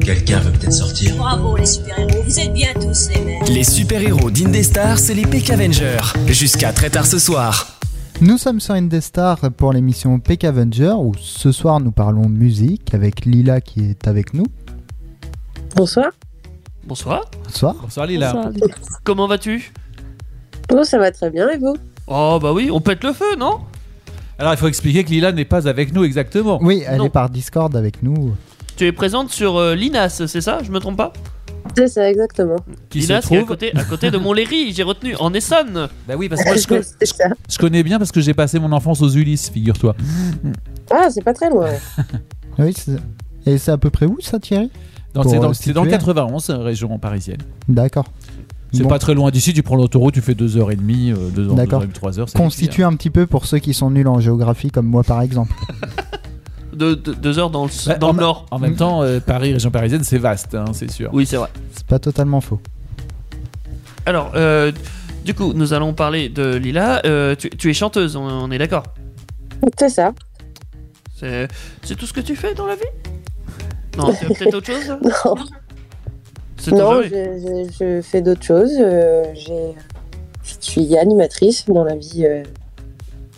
Quelqu'un veut peut-être sortir. Bravo les super-héros, vous êtes bien tous les mêmes. Les super-héros d'Indestar, c'est les Peck Avengers. Jusqu'à très tard ce soir. Nous sommes sur Indestar pour l'émission Peck Avenger où ce soir nous parlons de musique avec Lila qui est avec nous. Bonsoir. Bonsoir. Bonsoir. Bonsoir Lila. Bonsoir, Lila. Comment vas-tu Oh, ça va très bien et vous Oh bah oui, on pète le feu, non Alors il faut expliquer que Lila n'est pas avec nous exactement. Oui, elle Non. est par Discord avec nous. Tu es présente sur euh, l'INAS, c'est ça Je me trompe pas C'est ça, exactement. Qui L'INAS se qui est à trouve côté, à côté de Montlhéry, j'ai retenu, en Essonne. Bah oui, parce que moi je, co- c'est ça. je connais bien parce que j'ai passé mon enfance aux Ulysses, figure-toi. Ah, c'est pas très loin. ouais. Oui, c'est- et c'est à peu près où ça Thierry Dans- Pour C'est dans, restituer. c'est dans le 91, région parisienne. D'accord. C'est Bon. pas très loin d'ici, tu prends l'autoroute, tu fais 2h30, 2h, D'accord. 2h30, 3h. c'est Constitue un petit peu pour ceux qui sont nuls en géographie comme moi par exemple. De, de- deux heures dans le, s- Bah, dans le en- nord. En même temps, euh, Paris, région parisienne, c'est vaste, hein, c'est sûr. Oui, c'est vrai. C'est pas totalement faux. Alors, euh, du coup, nous allons parler de Lila. Euh, tu, tu es chanteuse, on, on est d'accord C'est ça. C'est c'est tout ce que tu fais dans la vie Non, c'est peut-être autre chose Non, C'est ton non jeu. je, je- je fais d'autres choses. euh, j'ai- je suis animatrice dans la vie, euh,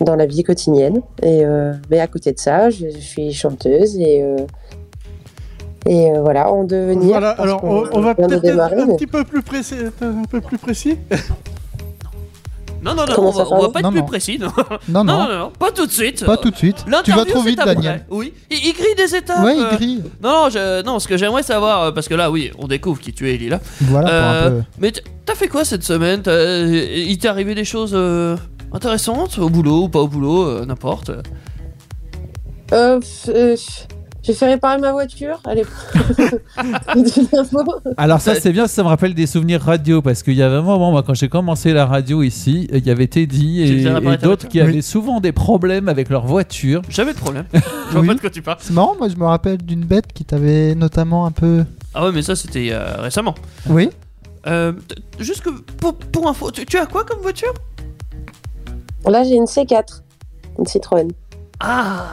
dans la vie quotidienne. Et, euh, mais à côté de ça, je, je suis chanteuse et. euh, et euh, voilà, en devenir. Voilà, parce alors qu'on on, on va vient de peut-être être démarrer, un mais- petit peu plus précis. être un peu plus précis. Non, non, non, Comment on va, ça va on va pas être Non, plus non. précis. Non, Non, non, non, non, non, pas tout de suite. pas tout de suite. Tu vas L'interview, trop c'est vite, après. Daniel. Oui, il, il grille des étapes. Ouais, euh, il grille. Non, non, je- non, ce que j'aimerais savoir, euh, parce que là, oui, on découvre qui tu es, Lila. Voilà Euh, Ah, pour un peu. Mais t- t'as fait quoi cette semaine T'as- euh, Il t'est arrivé des choses euh, intéressantes Au boulot ou pas au boulot, euh, n'importe. Euh, pff, euh, pff, j'ai fait réparer ma voiture. Allez. Alors ça c'est bien, ça me rappelle des souvenirs radio parce qu'il y avait un moment, moi quand j'ai commencé la radio ici, il y avait Teddy Tu et, faisais réparer et ta d'autres qui voiture. avaient souvent des problèmes avec leur voiture. Jamais de problème. Je vois Oui. pas de quoi tu parles. C'est marrant, moi je me rappelle d'une bête qui t'avait notamment un peu. Ah ouais, mais ça, c'était euh, récemment. Oui. Euh, t- juste que pour, pour info, tu, tu as quoi comme voiture Là, j'ai une C4, une Citroën. Ah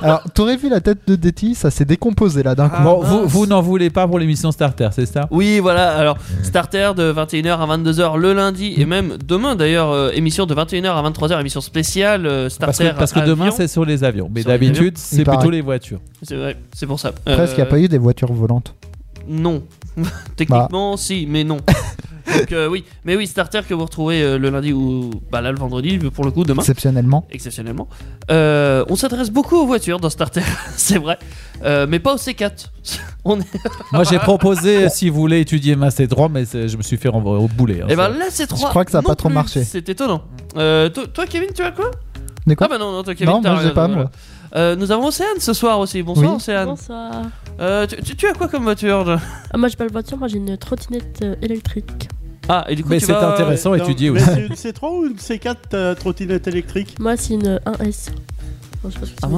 Alors, t'aurais vu la tête de Déti, ça s'est décomposé là d'un coup. Ah, bon, mince. vous, vous n'en voulez pas pour l'émission Starter, c'est ça Oui, voilà, alors, starter de 21h à 22h le lundi, et même demain d'ailleurs, euh, émission de 21h à 23h, émission spéciale euh, parce starter. que, parce que avion. demain c'est sur les avions, mais Sur les d'habitude Il c'est paraît. plutôt les voitures. C'est vrai, c'est pour ça. Presque, il n'y a Euh, Hein pas eu des voitures volantes. Non. Techniquement, Bah. si, mais non. Donc, euh, oui. Mais oui, Starter que vous retrouvez euh, le lundi ou bah, là, le vendredi, pour le coup, demain, Exceptionnellement. exceptionnellement. Euh, on s'adresse beaucoup aux voitures dans Starter, c'est vrai. Euh, mais pas aux C4. on est... moi j'ai proposé si vous voulez étudier ma C3 mais c'est- je me suis fait renvoyer au boulet. hein, Et ça. ben là, c'est 3. crois que ça a pas trop marché. C'est étonnant. Euh, to- toi, Kevin, tu as quoi De quoi Ah bah non, non toi, Kevin, Non, t'as moi, j'ai rien, pas, voilà. moi. Euh, nous avons Océane ce soir aussi. Bonsoir, Oui. Océane. Bonsoir. Euh, tu, tu- tu as quoi comme voiture là Ah, moi j'ai pas de voiture, moi j'ai une trottinette euh, électrique. Ah, et du coup, mais tu c'est vas- intéressant à Non, étudier mais aussi. C'est une C3 ou une C4 ta trottinette électrique Moi c'est une euh, 1S. Enfin, je sais pas ce que ça Ah veut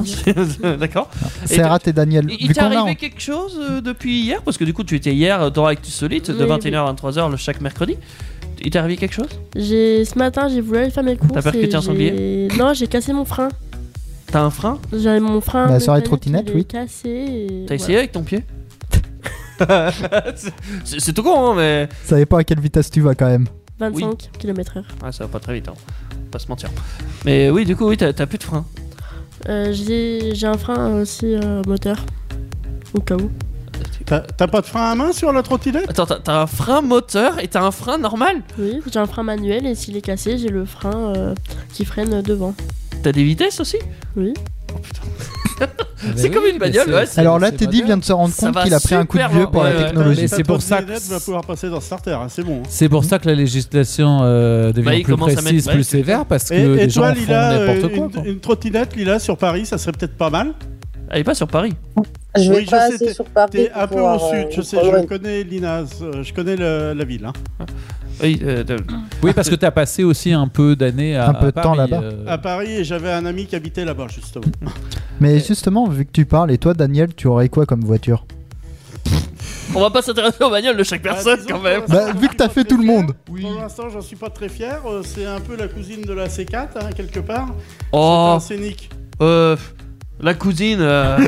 mince, dire. d'accord. bah, Et C'est raté, Daniel. Il il Vu t'est qu'on a- arrivé quelque chose euh, depuis hier Parce que du coup, tu étais hier euh, dans Actus Solite de Oui, 21h à 23h le- chaque mercredi. Il t'est arrivé quelque chose J'ai ce matin, j'ai voulu aller faire mes courses. percuté et un sanglier j'ai- Non, j'ai cassé mon frein. T'as un frein J'avais mon frein. Bah, sur les mécanique, trottinettes, il est oui. Cassé. et T'as voilà. essayé avec ton pied C'est c'est tout con, hein, mais. Je savais pas à quelle vitesse tu vas quand même. 25 km/h. Ah, ça va pas très vite, hein. on va pas se mentir. Mais oui, du coup, oui, t'as t'as plus de frein. Euh, j'ai j'ai un frein euh, aussi euh, moteur. Au cas où. T'as t'as pas de frein à main sur la trottinette Attends, t'as t'as un frein moteur et t'as un frein normal Oui, j'ai un frein manuel et s'il est cassé, j'ai le frein euh, qui freine devant. T'as des vitesses aussi Oui. C'est comme une bagnole, ouais, c'est- Alors là, Teddy vient de se rendre Ça compte va qu'il a pris un coup de super vieux loin. pour Ouais, la ouais. technologie. Mais c'est pour ça que- trottinette va pouvoir passer dans Starter, hein, c'est bon. hein. C'est pour ça que la législation euh, devient Bah, il plus commence à mettre- précise, ouais, plus c'est clair. sévère, parce que Et, et les gens toi, font Lila, euh, n'importe quoi. une, quoi. une trottinette, Lila, sur Paris, ça serait peut-être pas mal. Elle est pas sur Paris. Je vais Oui, je pas sais, assez t'es- sur Paris. T'es pour un peu au pouvoir, sud, euh, je sais, trop loin. je connais Linas, euh, je connais le- la ville. hein. Oui, euh, de- Oui, parce que t'as passé aussi un peu d'années à Un peu de à temps Paris, là-bas. euh, À Paris, et j'avais un ami qui habitait là-bas, justement. Mais justement, vu que tu parles, et toi, Daniel, tu aurais quoi comme voiture on va pas s'intéresser aux bagnoles de chaque Ah, personne quand même. Bah, vu que t'as fait tout le monde. Oui. Pour l'instant, j'en suis pas très fier. euh, C'est un peu la cousine de la C4, hein, quelque part. C'est Oh, un scénic. euh, la cousine. euh,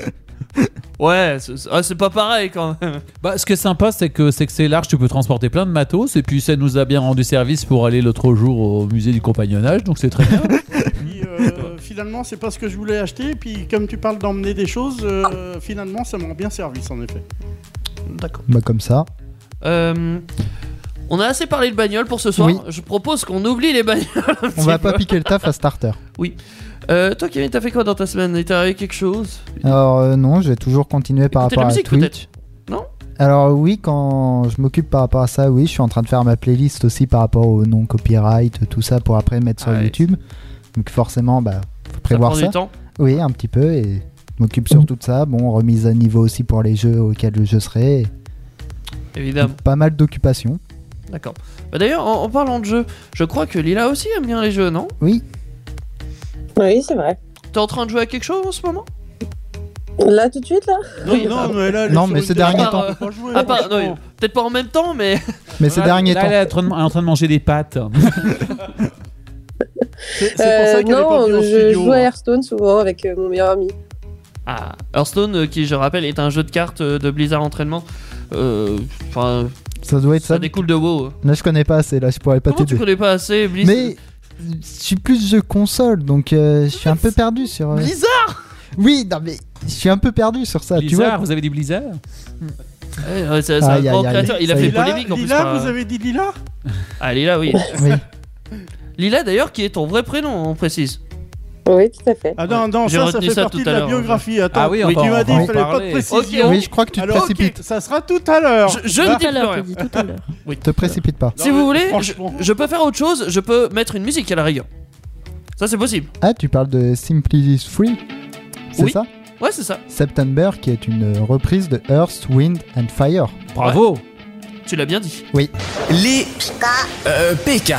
Ouais, c'est ah, c'est pas pareil quand même. Bah, ce qui est sympa, c'est que c'est que c'est large, tu peux transporter plein de matos, et puis ça nous a bien rendu service pour aller l'autre jour au musée du compagnonnage, donc c'est très bien. Puis, euh, finalement, c'est pas ce que je voulais acheter. Puis comme tu parles d'emmener des choses, euh, Ah. finalement, ça me rend bien service en effet. D'accord. Bah, comme ça. Euh, on a assez parlé de bagnoles pour ce soir. Oui. Je propose qu'on oublie les bagnoles. un On petit va peu. pas piquer le taf à starter. Euh, toi, Kevin, t'as fait quoi dans ta semaine Il t'est arrivé quelque chose Alors euh, non, j'ai toujours continué par Écouter rapport la musique, à Twitch. Non Alors oui, quand je m'occupe par rapport à ça, oui, je suis en train de faire ma playlist aussi par rapport au non copyright, tout ça pour après mettre sur Ah ouais. YouTube. Donc forcément, bah faut Ça prévoir prend ça. du temps. Oui, un petit peu et je m'occupe surtout de ça. Bon, remise à niveau aussi pour les jeux auxquels je serai. Évidemment. Pas mal d'occupations. Mm. D'accord. Bah, D'ailleurs, en, en parlant de jeux, je crois que Lila aussi aime bien les jeux, non Oui, Oui, c'est vrai. T'es en train de jouer à quelque chose en ce moment ah, Là, tout de suite, là Non, non, mais là, elle est Non, sur mais une ces derniers terrasse, temps. elle peut pas jouer, Ah, pas, franchement. non, peut-être pas en même temps, mais. mais ces Là, derniers euh, là, temps. elle est en train de- en train de manger des pâtes. C'est c'est pour ça Euh, qu'elle est pas Non, venue au je studio. joue à hein. Hearthstone souvent avec euh, mon meilleur ami. Ah, Hearthstone, euh, qui je rappelle est un jeu de cartes euh, de Blizzard Entraînement. Euh, Enfin, Ça doit être ça ça. découle de WoW. Là, je connais pas assez. Là, je pourrais pas Comment tu t'aider. connais pas assez Blizzard Mais je suis plus jeu console, donc euh, je suis un peu perdu sur. euh, Blizzard Oui, non mais je suis un peu perdu sur ça. tu vois, Blizzard, vous avez des blizzards Ouais, ouais, c'est c'est un Aïe, grand aïe, aïe. créateur. Ah, Il a Ça y fait est. Eh, Lila, polémique en plus. Lila, par- vous avez dit Lila Ah, Lila, oui. Oui. Lila, d'ailleurs, qui est ton vrai prénom, hein, on précise. Oui, tout à fait. Ah non, non, J'ai ça, ça retenu fait ça partie tout de à la l'heure, en fait. biographie. Attends, Ah oui, Oui, on va- tu on m'as dit va en il fallait pas parler. de précision. Ok, Oui, je crois que tu te Alors, ok, précipites. ça sera tout à l'heure. Je, je ne Bah, Tout à dis plus l'heure, rien. t'as dit tout à l'heure. Te précipite pas. Si Non, mais vous voulez, je, franchement. je peux faire autre chose. Je peux mettre une musique à la rigueur. Ça, c'est possible. Ah, tu parles de Simply is Free C'est Oui. ça Ouais, c'est ça. September, qui est une reprise de Earth, Wind and Fire. Bravo Tu l'as bien dit. Les. Euh, PK.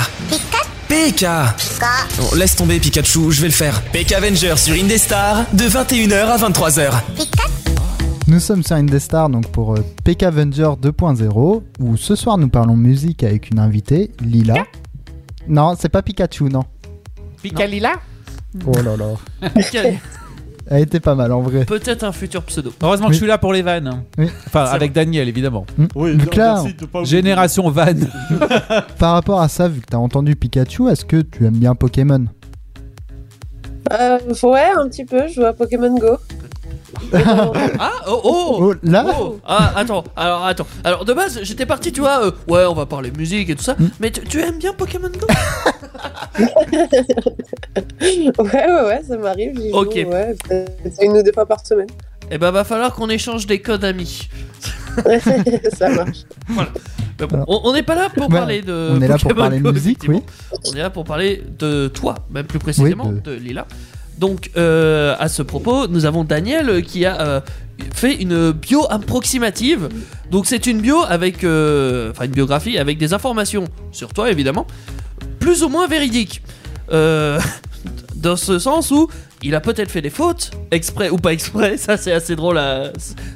PK. Bon, laisse tomber Pikachu, je vais le faire. PK Avenger sur Indestar de 21h à 23h. Nous sommes sur Indestar donc pour euh, PK Avenger 2.0, où ce soir nous parlons musique avec une invitée, Lila. Non, c'est pas Pikachu, non. Picalila Oh là là. Nickel. Elle était pas mal en vrai. Peut-être un futur pseudo. Heureusement Oui. que je suis là pour les vannes. Oui. Enfin, avec Daniel, évidemment. Hmm. Oui, Donc là, merci de pas oublier. Génération vanne. Par rapport à ça, vu que t'as entendu Pikachu, est-ce que tu aimes bien Pokémon Euh, ouais, un petit peu, je joue à Pokémon Go. Mais bon, Ah, oh, oh Oh là Oh ah, attends, alors attends. Alors de base, j'étais parti, tu vois, euh, ouais, on va parler musique et tout Hmm. ça, mais tu, tu aimes bien Pokémon Go ouais, ouais, ouais, ça m'arrive. j'y joue, Ok. ouais, peut-être une ou deux fois par semaine. Eh ben, va falloir qu'on échange des codes amis. ça marche. Mais bon, on on n'est pas là pour Bah, parler de. On est là pour euh, Pokémon parler Go, musique, oui. On est là pour parler de toi, même plus précisément Oui, de... Lila. Donc, euh, à ce propos, nous avons Daniel euh, qui a euh, fait une bio approximative. Donc, c'est une bio avec. euh, Enfin, une biographie avec des informations sur toi, évidemment, plus ou moins véridiques. Euh, dans ce sens où il a peut-être fait des fautes, exprès ou pas exprès, ça c'est assez drôle, à...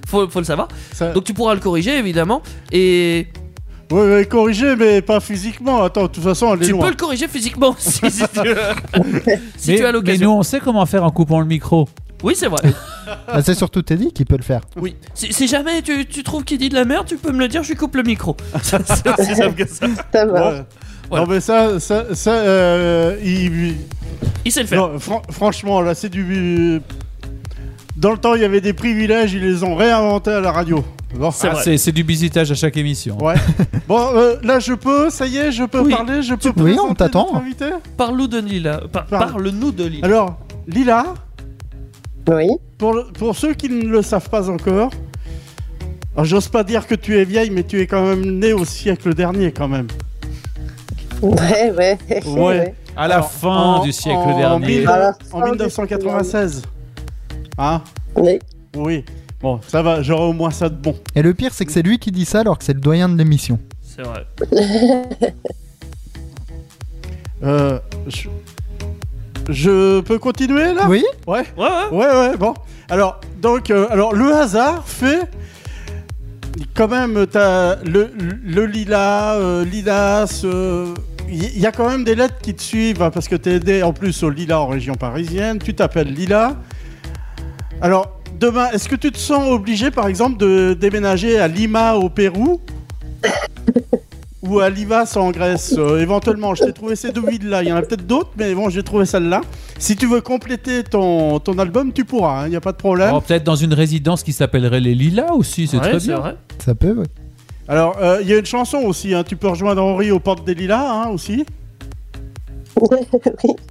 faut, faut le savoir. Ça- Donc, tu pourras le corriger, évidemment. Et Ouais, ouais, corrigé, mais pas physiquement. Attends, de toute façon, elle est tu loin. peux le corriger physiquement si, si tu, si mais, tu as mais l'occasion. nous, on sait comment faire en coupant le micro. Oui, c'est vrai. Bah, C'est surtout Teddy qui peut le faire. Oui. Si, si jamais tu, tu trouves qu'il dit de la merde, tu peux me le dire, je lui coupe le micro. c'est aussi simple que ça. Ça marche. Ouais. Voilà. Non, mais ça, ça, ça euh, il- Il sait le faire. non, fran- franchement, là, c'est du. euh, Dans le temps, il y avait des privilèges, ils les ont réinventés à la radio. Bon, C'est Ah, vrai. c'est du visitage à chaque émission. Ouais. bon euh, là, je peux, ça y est, je peux Oui. parler, je peux. peux. Oui, on présenter t'attend. notre invité Parle-nous de Lila. Par- Parle. Parle-nous de Lila. Alors, Lila, Oui. pour, le- pour ceux qui ne le savent pas encore, alors, j'ose pas dire que tu es vieille, mais tu es quand même né au siècle dernier, quand même. Ouais, ouais. Ouais. À la Alors, fin en- du siècle en- dernier. mille- À la En fin du 1996. Hein Oui. Oui. Bon, ça va, j'aurai au moins ça de bon. Et le pire, c'est que c'est lui qui dit ça alors que c'est le doyen de l'émission. C'est vrai. Euh, je... je peux continuer là Oui Ouais. Ouais, ouais. Ouais, ouais, bon. Alors, donc, euh, alors le hasard fait. Quand même, t'as le, le lila, euh, lilas. euh, Il y a quand même des lettres qui te suivent, hein, parce que t'es aidé en plus au lila en région parisienne. Tu t'appelles lila. Alors, demain, est-ce que tu te sens obligé, par exemple, de déménager à Lima au Pérou ou à Livas en Grèce euh, Éventuellement, je t'ai trouvé ces deux villes-là. Il y en a peut-être d'autres, mais bon, j'ai trouvé celle-là. Si tu veux compléter ton, ton album, tu pourras. hein, Il n'y a pas de problème. Alors, Oh, peut-être dans une résidence qui s'appellerait les Lilas aussi, c'est Ouais, très bien. vrai. Ça peut, ouais. Alors, euh, il y a une chanson aussi. hein, Tu peux rejoindre Henri aux portes des Lilas hein, aussi. oui.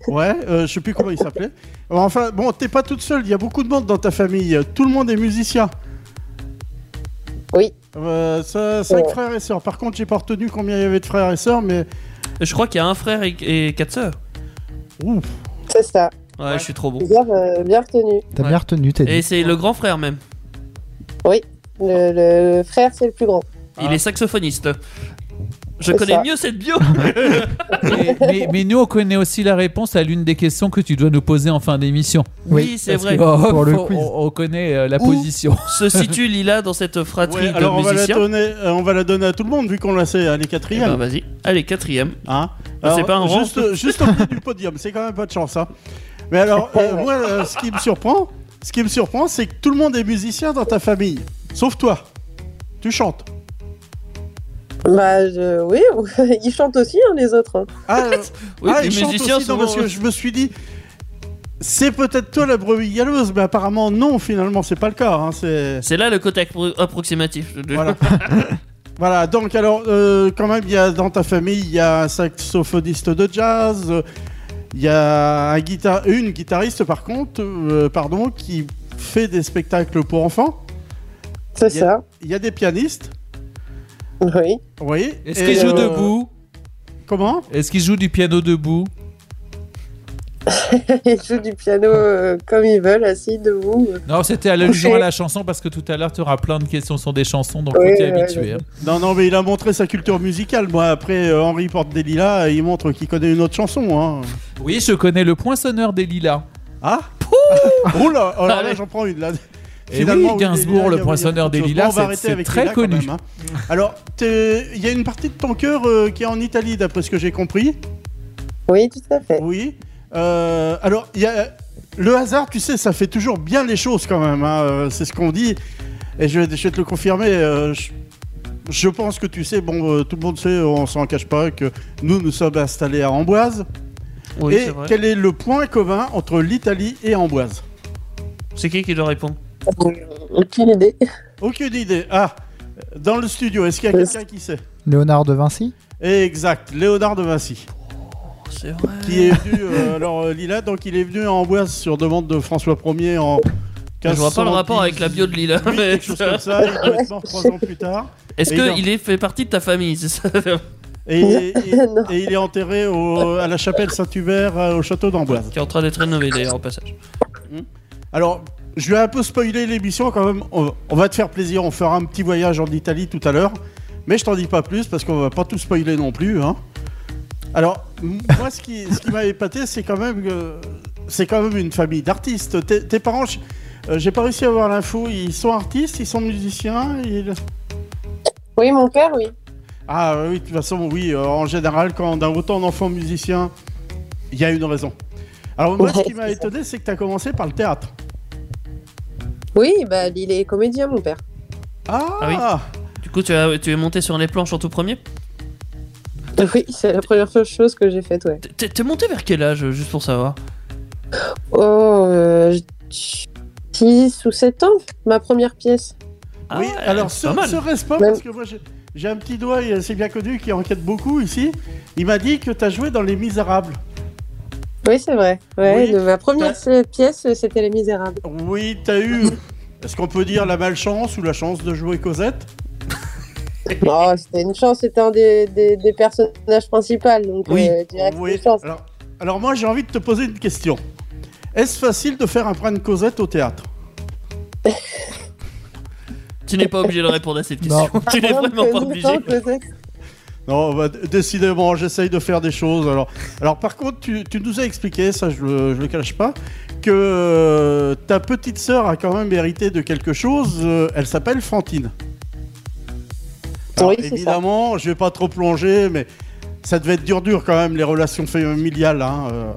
Ouais, euh, je sais plus comment il s'appelait. Enfin, bon, t'es pas toute seule, il y a beaucoup de monde dans ta famille. Tout le monde est musicien. Oui. Euh, ça- cinq Ouais. frères et sœurs. Par contre, j'ai pas retenu combien il y avait de frères et sœurs, mais. Je crois qu'il y a un frère et, et quatre sœurs. Ouf. C'est ça. Ouais, je suis trop bon. Bien, euh, bien retenu. T'as Ouais. bien retenu, t'es Et c'est le grand frère même. Le, le frère, c'est le plus grand. Il Ah. est saxophoniste. Je C'est connais ça. mieux cette bio. Mais, mais- mais nous, on connaît aussi la réponse à l'une des questions que tu dois nous poser en fin d'émission. oui, Oui, c'est parce vrai. que- Oh, Pour le faut- quiz. On, on connaît euh, la Où position. Se situe Lila dans cette fratrie Ouais, alors de on va, la musiciens. donner, euh, on va la donner à tout le monde vu qu'on la sait, elle est Eh quatrième. ben, vas-y. Allez, quatrième. Hein C'est Alors, pas un rang, juste, euh, juste au milieu du podium, c'est quand même pas de chance. Hein. Mais alors, euh, moi, euh, ce qui me surprend, ce qui me surprend, c'est que tout le monde est musicien dans ta famille, sauf toi. Tu chantes. Bah, je- oui, ils chantent aussi, hein, les autres. hein. Ah, euh, Oui, ah, les il chante musiciens aussi, non, sont. parce que je me suis dit, c'est peut-être toi la brebis galeuse, mais apparemment non, finalement c'est pas le cas. hein, c'est C'est là le côté appro- approximatif. de- voilà. voilà. Donc alors, euh, quand même, il y a dans ta famille, il y a un saxophoniste de jazz, euh, il y a un guitar- une guitariste par contre, euh, pardon, qui fait des spectacles pour enfants. C'est Il y ça. Il y a des pianistes. Oui. Oui. Est-ce Et, qu'il joue euh, debout Comment Est-ce qu'il joue du piano debout Ils jouent du piano euh, comme ils veulent, assis, debout. Non, c'était à l'allusion Ok. à la chanson parce que tout à l'heure, tu auras plein de questions sur des chansons, donc Oui, faut t'y oui, habituer. hein. Non, non, mais il a montré sa culture musicale. Moi, après, euh, Henri porte des lilas, il montre qu'il connaît une autre chanson. Hein. Oui, je connais le poinçonneur des Lilas. Ah Ouh là, alors là, Allez. j'en prends une là. Et Eh oui, Gainsbourg, le poinçonneur des lilas, c'est- c'est très connu. Alors, hein. Alors, t'es- il y a une partie de ton cœur euh, qui est en Italie, d'après ce que j'ai compris. Oui, tout à Eh, fait. Oui. Euh, alors, il y a le hasard, tu sais, ça fait toujours bien les choses quand même. hein, euh, C'est ce qu'on dit. Et je, vais- je vais te le confirmer. euh, je, je pense que tu sais, bon, euh, tout le monde sait, on s'en cache pas, que nous, nous sommes installés à Amboise. Oui, et c'est vrai. quel est le point commun entre l'Italie et Amboise C'est qui qui doit répondre Aucune idée. Aucune idée. Ah, dans le studio, est-ce qu'il y a Oui. quelqu'un qui sait Léonard de Vinci Exact, Léonard de Vinci, Oh, C'est vrai. qui est venu, euh, alors euh, Lila, donc il est venu à Amboise sur demande de François Ier en 1518. Je vois pas le rapport avec la bio de Lila. mais- quelque chose comme ça, il doit être mort trois ans plus tard. Est-ce Et il- qu'il est fait partie de ta famille C'est ça Et, et- Non. et il est enterré au- à la chapelle Saint-Hubert euh, au château d'Amboise. Qui est en train d'être rénové d'ailleurs au passage. Alors, je vais un peu spoiler l'émission quand même. On, on va te faire plaisir, on fera un petit voyage en Italie tout à l'heure. Mais je t'en dis pas plus parce qu'on va pas tout spoiler non plus. hein. Alors, m- moi, ce qui, ce qui m'a épaté, c'est quand même que c'est quand même une famille d'artistes. Tes, tes parents, je- euh, j'ai pas réussi à avoir l'info. Ils sont artistes, ils sont musiciens. Ils... Oui, mon père, oui. Ah oui, de toute façon, oui, euh, en général, quand on a autant d'enfants musiciens, il y a une raison. Alors, moi, ce qui Ouais, m'a c'est ça. étonné, c'est que tu as commencé par le théâtre. Oui, bah, il est comédien, mon père. Ah, Ah Du coup, tu, as- tu es monté sur les planches en tout premier Oui, c'est la première chose que j'ai faite, ouais. T'es- T'es t'es monté vers quel âge, juste pour savoir Oh, euh, 6 ou 7 ans, ma première pièce. Ah oui, ouais, alors c'est ce, pas mal. ce reste pas, Même- parce que moi j'ai- j'ai un petit doigt, et c'est bien connu, qui enquête beaucoup ici. Il m'a dit que t'as joué dans Les Misérables. Oui, c'est vrai. Ouais, Oui. Bah. de ma première pièce, c'était Les Misérables. Oui, t'as eu, est-ce qu'on peut dire la malchance ou la chance de jouer Cosette Oh, c'était une chance, c'était un des, des- des personnages principaux, donc Oui. euh, je dirais que Oui. c'était une chance. Alors, alors moi j'ai envie de te poser une question. Est-ce facile de faire un brin de Cosette au théâtre Tu n'es pas obligé de répondre à cette Non. question. tu n'es vraiment pas obligé. Non, hein, peut-être. Non, bah, d- décidément, j'essaye de faire des choses. Alors, alors par contre, tu, tu nous as expliqué, ça je le, je le cache pas, que euh, ta petite sœur a quand même hérité de quelque chose. euh, elle s'appelle Fantine. Alors, Oui, c'est ça. évidemment, je vais pas trop plonger, mais ça devait être dur, dur quand même les relations familiales. hein, euh.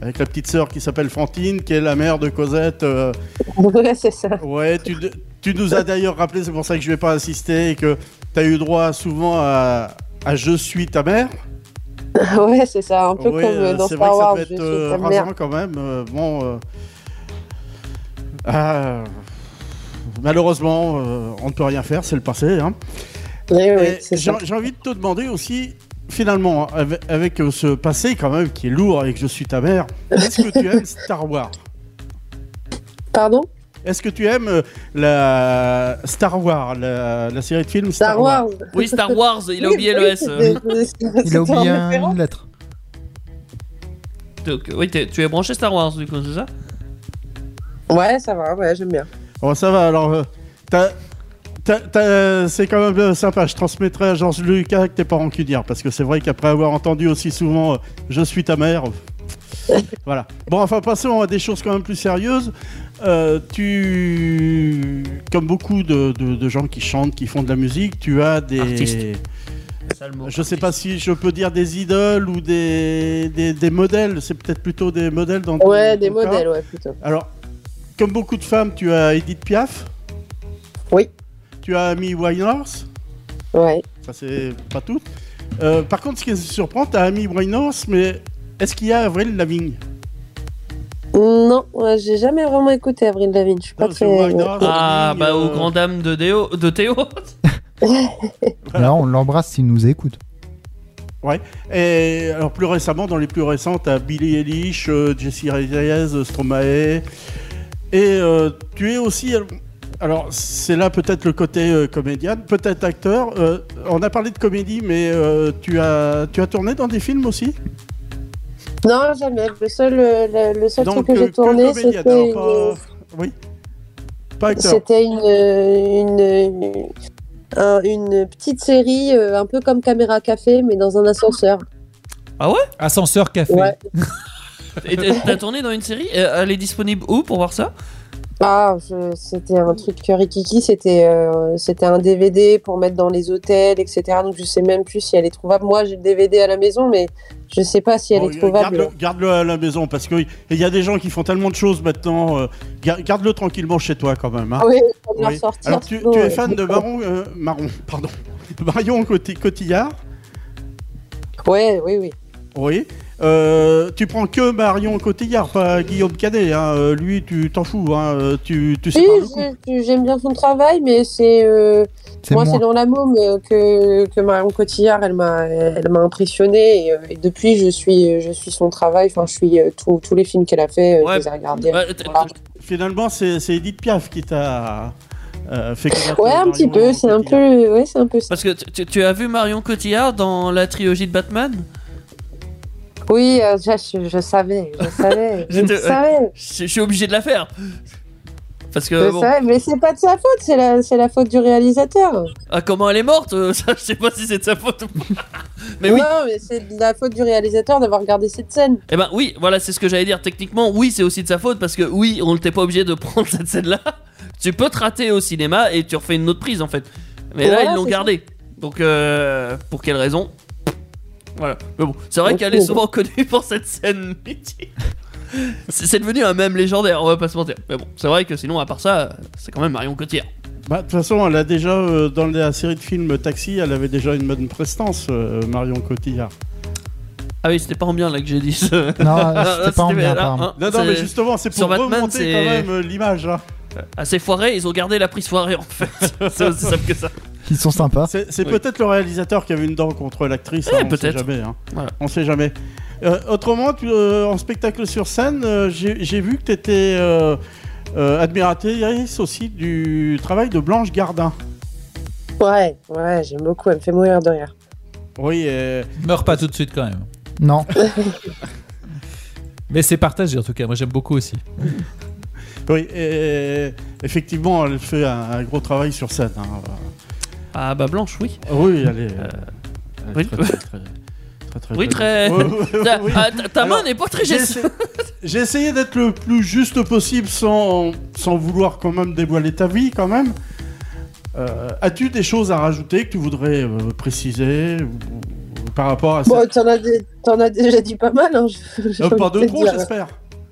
Avec la petite sœur qui s'appelle Fantine, qui est la mère de Cosette. euh, Ouais, c'est ça. Ouais, tu, tu nous as d'ailleurs rappelé, c'est pour ça que je vais pas insister, et que tu as eu droit souvent à, à Je suis ta mère. Ouais, c'est ça. Un peu Ouais, comme euh, euh, dans c'est vrai Star que ça Wars. peut je être suis euh, ta mère. rasant quand même. euh, bon. euh, ah, malheureusement, euh, on ne peut rien faire, c'est le passé. hein. Oui, oui, Et c'est J'ai ça. j'ai envie de te demander aussi, finalement, avec, avec, euh, ce passé quand même qui est lourd avec Je suis ta mère, est-ce que tu aimes Star Wars Pardon Est-ce que tu aimes euh, la Star Wars, la, la série de films Star, Star Wars. Oui, Star Wars, il a oublié le S. euh. Il a oublié une lettre. Donc, euh, oui, t'es- tu es branché Star Wars, du coup, c'est ça Ouais, ça va, ouais, j'aime bien. Bon, ça va, alors. euh, t'as- t'as- t'as- C'est quand même euh, sympa, je transmettrai à Georges Lucas que t'es pas rancunière, parce que c'est vrai qu'après avoir entendu aussi souvent euh, Je suis ta mère. euh, voilà. Bon, enfin, passons à des choses quand même plus sérieuses. Euh, tu. Comme beaucoup de, de- de gens qui chantent, qui font de la musique, tu as des. Artistes. Je sais pas si je peux dire des idoles ou des, des, des modèles, c'est peut-être plutôt des modèles dans ton- Ouais, des ton cas. modèles, ouais, plutôt. Alors, comme beaucoup de femmes, tu as Edith Piaf. Oui. Tu as Amy Winehouse. Ouais. Ça, c'est pas tout. Euh, par contre, ce qui est surprend, tu as Amy Winehouse, mais est-ce qu'il y a Avril Lavigne Non, ouais, j'ai jamais vraiment écouté Avril Lavigne. Je suis pas Non, c'est très. Winehouse, Ah, Lavigne, bah, aux euh, grandes dames de, Déo, de Théo. Alors on l'embrasse s'il nous écoute. Et alors, plus récemment, dans les plus récentes, tu as Billie Eilish, euh, Jessie Reyes, euh, Stromae. Et euh, tu es aussi. Alors, c'est là peut-être le côté euh, comédienne, peut-être acteur. Euh, on a parlé de comédie, mais euh, tu, as, tu as tourné dans des films aussi Non, jamais. Le seul, euh, le, le seul Donc, truc que euh, j'ai que tourné, comédienne, c'était alors une, pas- Oui. Pas acteur. c'était une, euh, une, une- un- une petite série, euh, un peu comme Caméra Café, mais dans un ascenseur. Ascenseur café. Ouais. Et t'as t'as tourné dans une série Euh, Elle est disponible où pour voir ça Ah, je- c'était un truc Rikiki, c'était euh, c'était un DVD pour mettre dans les hôtels, etc. Donc je sais même plus si elle est trouvable. Moi, j'ai le DVD à la maison, mais je sais pas si elle Bon, est Garde-le trouvable. garde-le à la maison parce qu'il y a des gens qui font tellement de choses maintenant. euh, ga- Garde-le tranquillement chez toi quand même. hein. Ah oui, ça doit Oui. sortir. Alors tu, sinon, tu euh, es fan de Baron, euh, Marron, pardon, Marion Coti- Cotillard, Ouais, oui, oui. oui. Euh, tu prends que Marion Cotillard, pas Guillaume Canet. hein. Euh, Lui, tu t'en fous. hein. Euh, Tu, tu sais Oui, pas le coup. je- je- j'aime bien son travail, mais c'est euh, C'est moi, c'est moi. dans la môme euh, que, que Marion Cotillard, elle m'a elle m'a impressionnée et, euh, et depuis, je suis je suis son travail. Enfin, je suis euh, tous tous les films qu'elle a fait, euh, Ouais. je les bah, ai regardés. Ouais, Bah, t- Voilà. Finalement, c'est c'est Edith Piaf qui t'a euh, fait connaître Ouais, un Marion petit peu. C'est un Cotillard. peu, ouais, c'est un Bah, peu ça. Parce que tu- tu tu as vu Marion Cotillard dans la trilogie de Batman Oui, euh, je, je- je savais, je savais, je J'étais- savais, Je je suis obligé de la faire. Parce Euh, que, je bon, savais, mais c'est pas de sa faute, c'est la, c'est la faute du réalisateur. ah, comment elle est morte euh, Ça, je sais pas si c'est de sa faute ou pas. Mais non, oui, mais c'est de la faute du réalisateur d'avoir regardé cette scène. Eh ben oui, voilà, c'est ce que j'allais dire. Techniquement, oui, c'est aussi de sa faute parce que oui, on n'était pas obligé de prendre cette scène-là. Tu peux te rater au cinéma et tu refais une autre prise en fait. Mais là, Voilà, ils l'ont c'est gardée. Donc, euh, pour quelle raison Voilà. Mais bon, c'est vrai Ok. qu'elle est souvent connue pour cette scène mythique. c'est c'est devenu un même légendaire, on va pas se mentir. Mais bon, c'est vrai que sinon, à part ça, euh, c'est quand même Marion Cotillard. Bah, De toute façon, elle a déjà, euh, dans la série de films Taxi, elle avait déjà une bonne prestance, euh, Marion Cotillard. Ah oui, c'était pas en bien là que j'ai dit ça. Non, euh, c'était pas en bien, là, apparemment. hein, Non, non, c'est- mais justement, c'est sur pour Batman, c'est- remonter quand même euh, l'image. hein. Ah, c'est foiré, ils ont gardé la prise foirée en fait. c'est aussi simple que ça. Ils sont sympas. C'est c'est Ah, Oui. peut-être le réalisateur qui avait une dent contre l'actrice, Ouais, hein, on sait peut-être. jamais. hein. Voilà. On sait jamais. Euh, autrement, tu- euh, en spectacle sur scène, euh, j'ai j'ai vu que tu étais admiratrice aussi du travail de Blanche Gardin. Ouais, ouais, j'aime beaucoup, elle me fait mourir de rire. Oui, et- Meurs pas tout de suite quand même. Non. Mais c'est partagé en tout cas, moi j'aime beaucoup aussi. oui et- effectivement, elle fait un, un gros travail sur scène. hein. Ah bah Blanche, oui. Oui, elle est, euh, elle est oui. très, très, très, très, très, Oui, très- Ouais, ouais, ouais, Ta, Oh, oui. ah, ta- ta main Alors, n'est pas très J'ai geste. essayé- j'ai essayé d'être le plus juste possible sans, sans vouloir quand même dévoiler ta vie quand même. Euh, As-tu des choses à rajouter que tu voudrais euh, préciser ou- ou par rapport à ça. Bon, t'en as, dé- t'en as déjà dit pas mal. Hein, je- Bah, j'ai Euh, pas envie de te trop, dire. j'espère.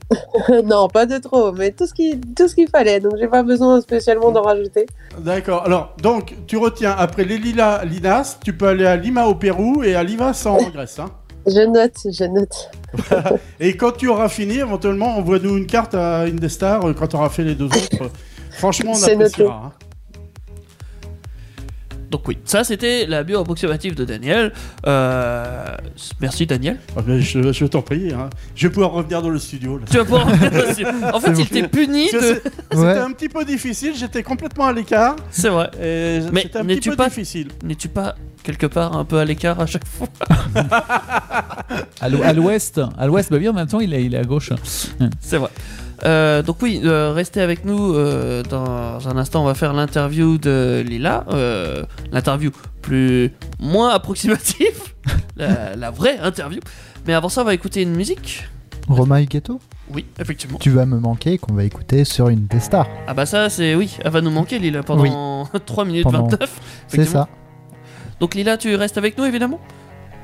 non, pas de trop, mais tout ce qui- tout ce qu'il fallait. Donc, j'ai pas besoin spécialement d'en rajouter. D'accord. Alors, donc, tu retiens, après les Lilas, Linas, tu peux aller à Lima au Pérou et à Livas en Grèce. hein. Je note, je note. Et quand tu auras fini, éventuellement, envoie-nous une carte à Indestar euh, quand tu auras fait les deux autres. Franchement, on C'est noté. appréciera. hein. Donc oui, ça c'était la bio approximative de Daniel. Euh, Merci Daniel. Ah, mais je je t'en prie. hein. Je vais pouvoir revenir dans le studio. là. Tu vas pouvoir revenir dessus. En fait, C'est il t'est puni Parce que de. c'est- C'était Ouais. un petit peu difficile, j'étais complètement à l'écart. C'est vrai. Et Mais c'était un petit n'es-tu peu pas- difficile. N'es-tu pas quelque part un peu à l'écart à chaque fois À l'ou- à l'ouest, à l'ouest, bah oui, en même temps, il est, il est à gauche. C'est vrai. Euh, donc oui, euh, restez avec nous. euh, dans un instant, on va faire l'interview de Lila. euh, l'interview plus moins approximative, la, la vraie interview. Mais avant ça, on va écouter une musique. Romain Huguetto, Oui, effectivement. tu vas me manquer qu'on va écouter sur une des stars. Ah bah ça, c'est oui. Elle va nous manquer Lila pendant 3 minutes Pendant- 29. C'est Effectivement. ça. Donc Lila, tu restes avec nous évidemment.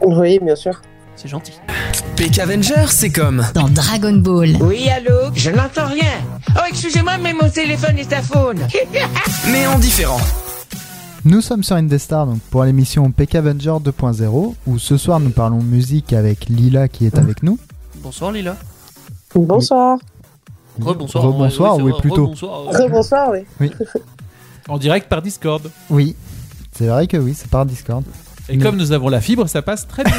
Oui, bien sûr. C'est gentil. Peck Avenger, c'est comme. dans Dragon Ball. Oui, allô Je n'entends rien. Oh, excusez-moi, mais mon téléphone est à faune. Mais en différent. Nous sommes sur Indestar donc pour l'émission PK Avenger 2.0 où ce soir nous parlons musique avec Lila qui est avec nous. Bonsoir Lila. Bonsoir. Rebonsoir. Rebonsoir, c'est oui, vrai, plutôt. rebonsoir, euh, ouais. Très bonsoir, oui. En direct par Discord. Oui, c'est vrai que oui, c'est par Discord. Et Mais- comme nous avons la fibre, ça passe très bien.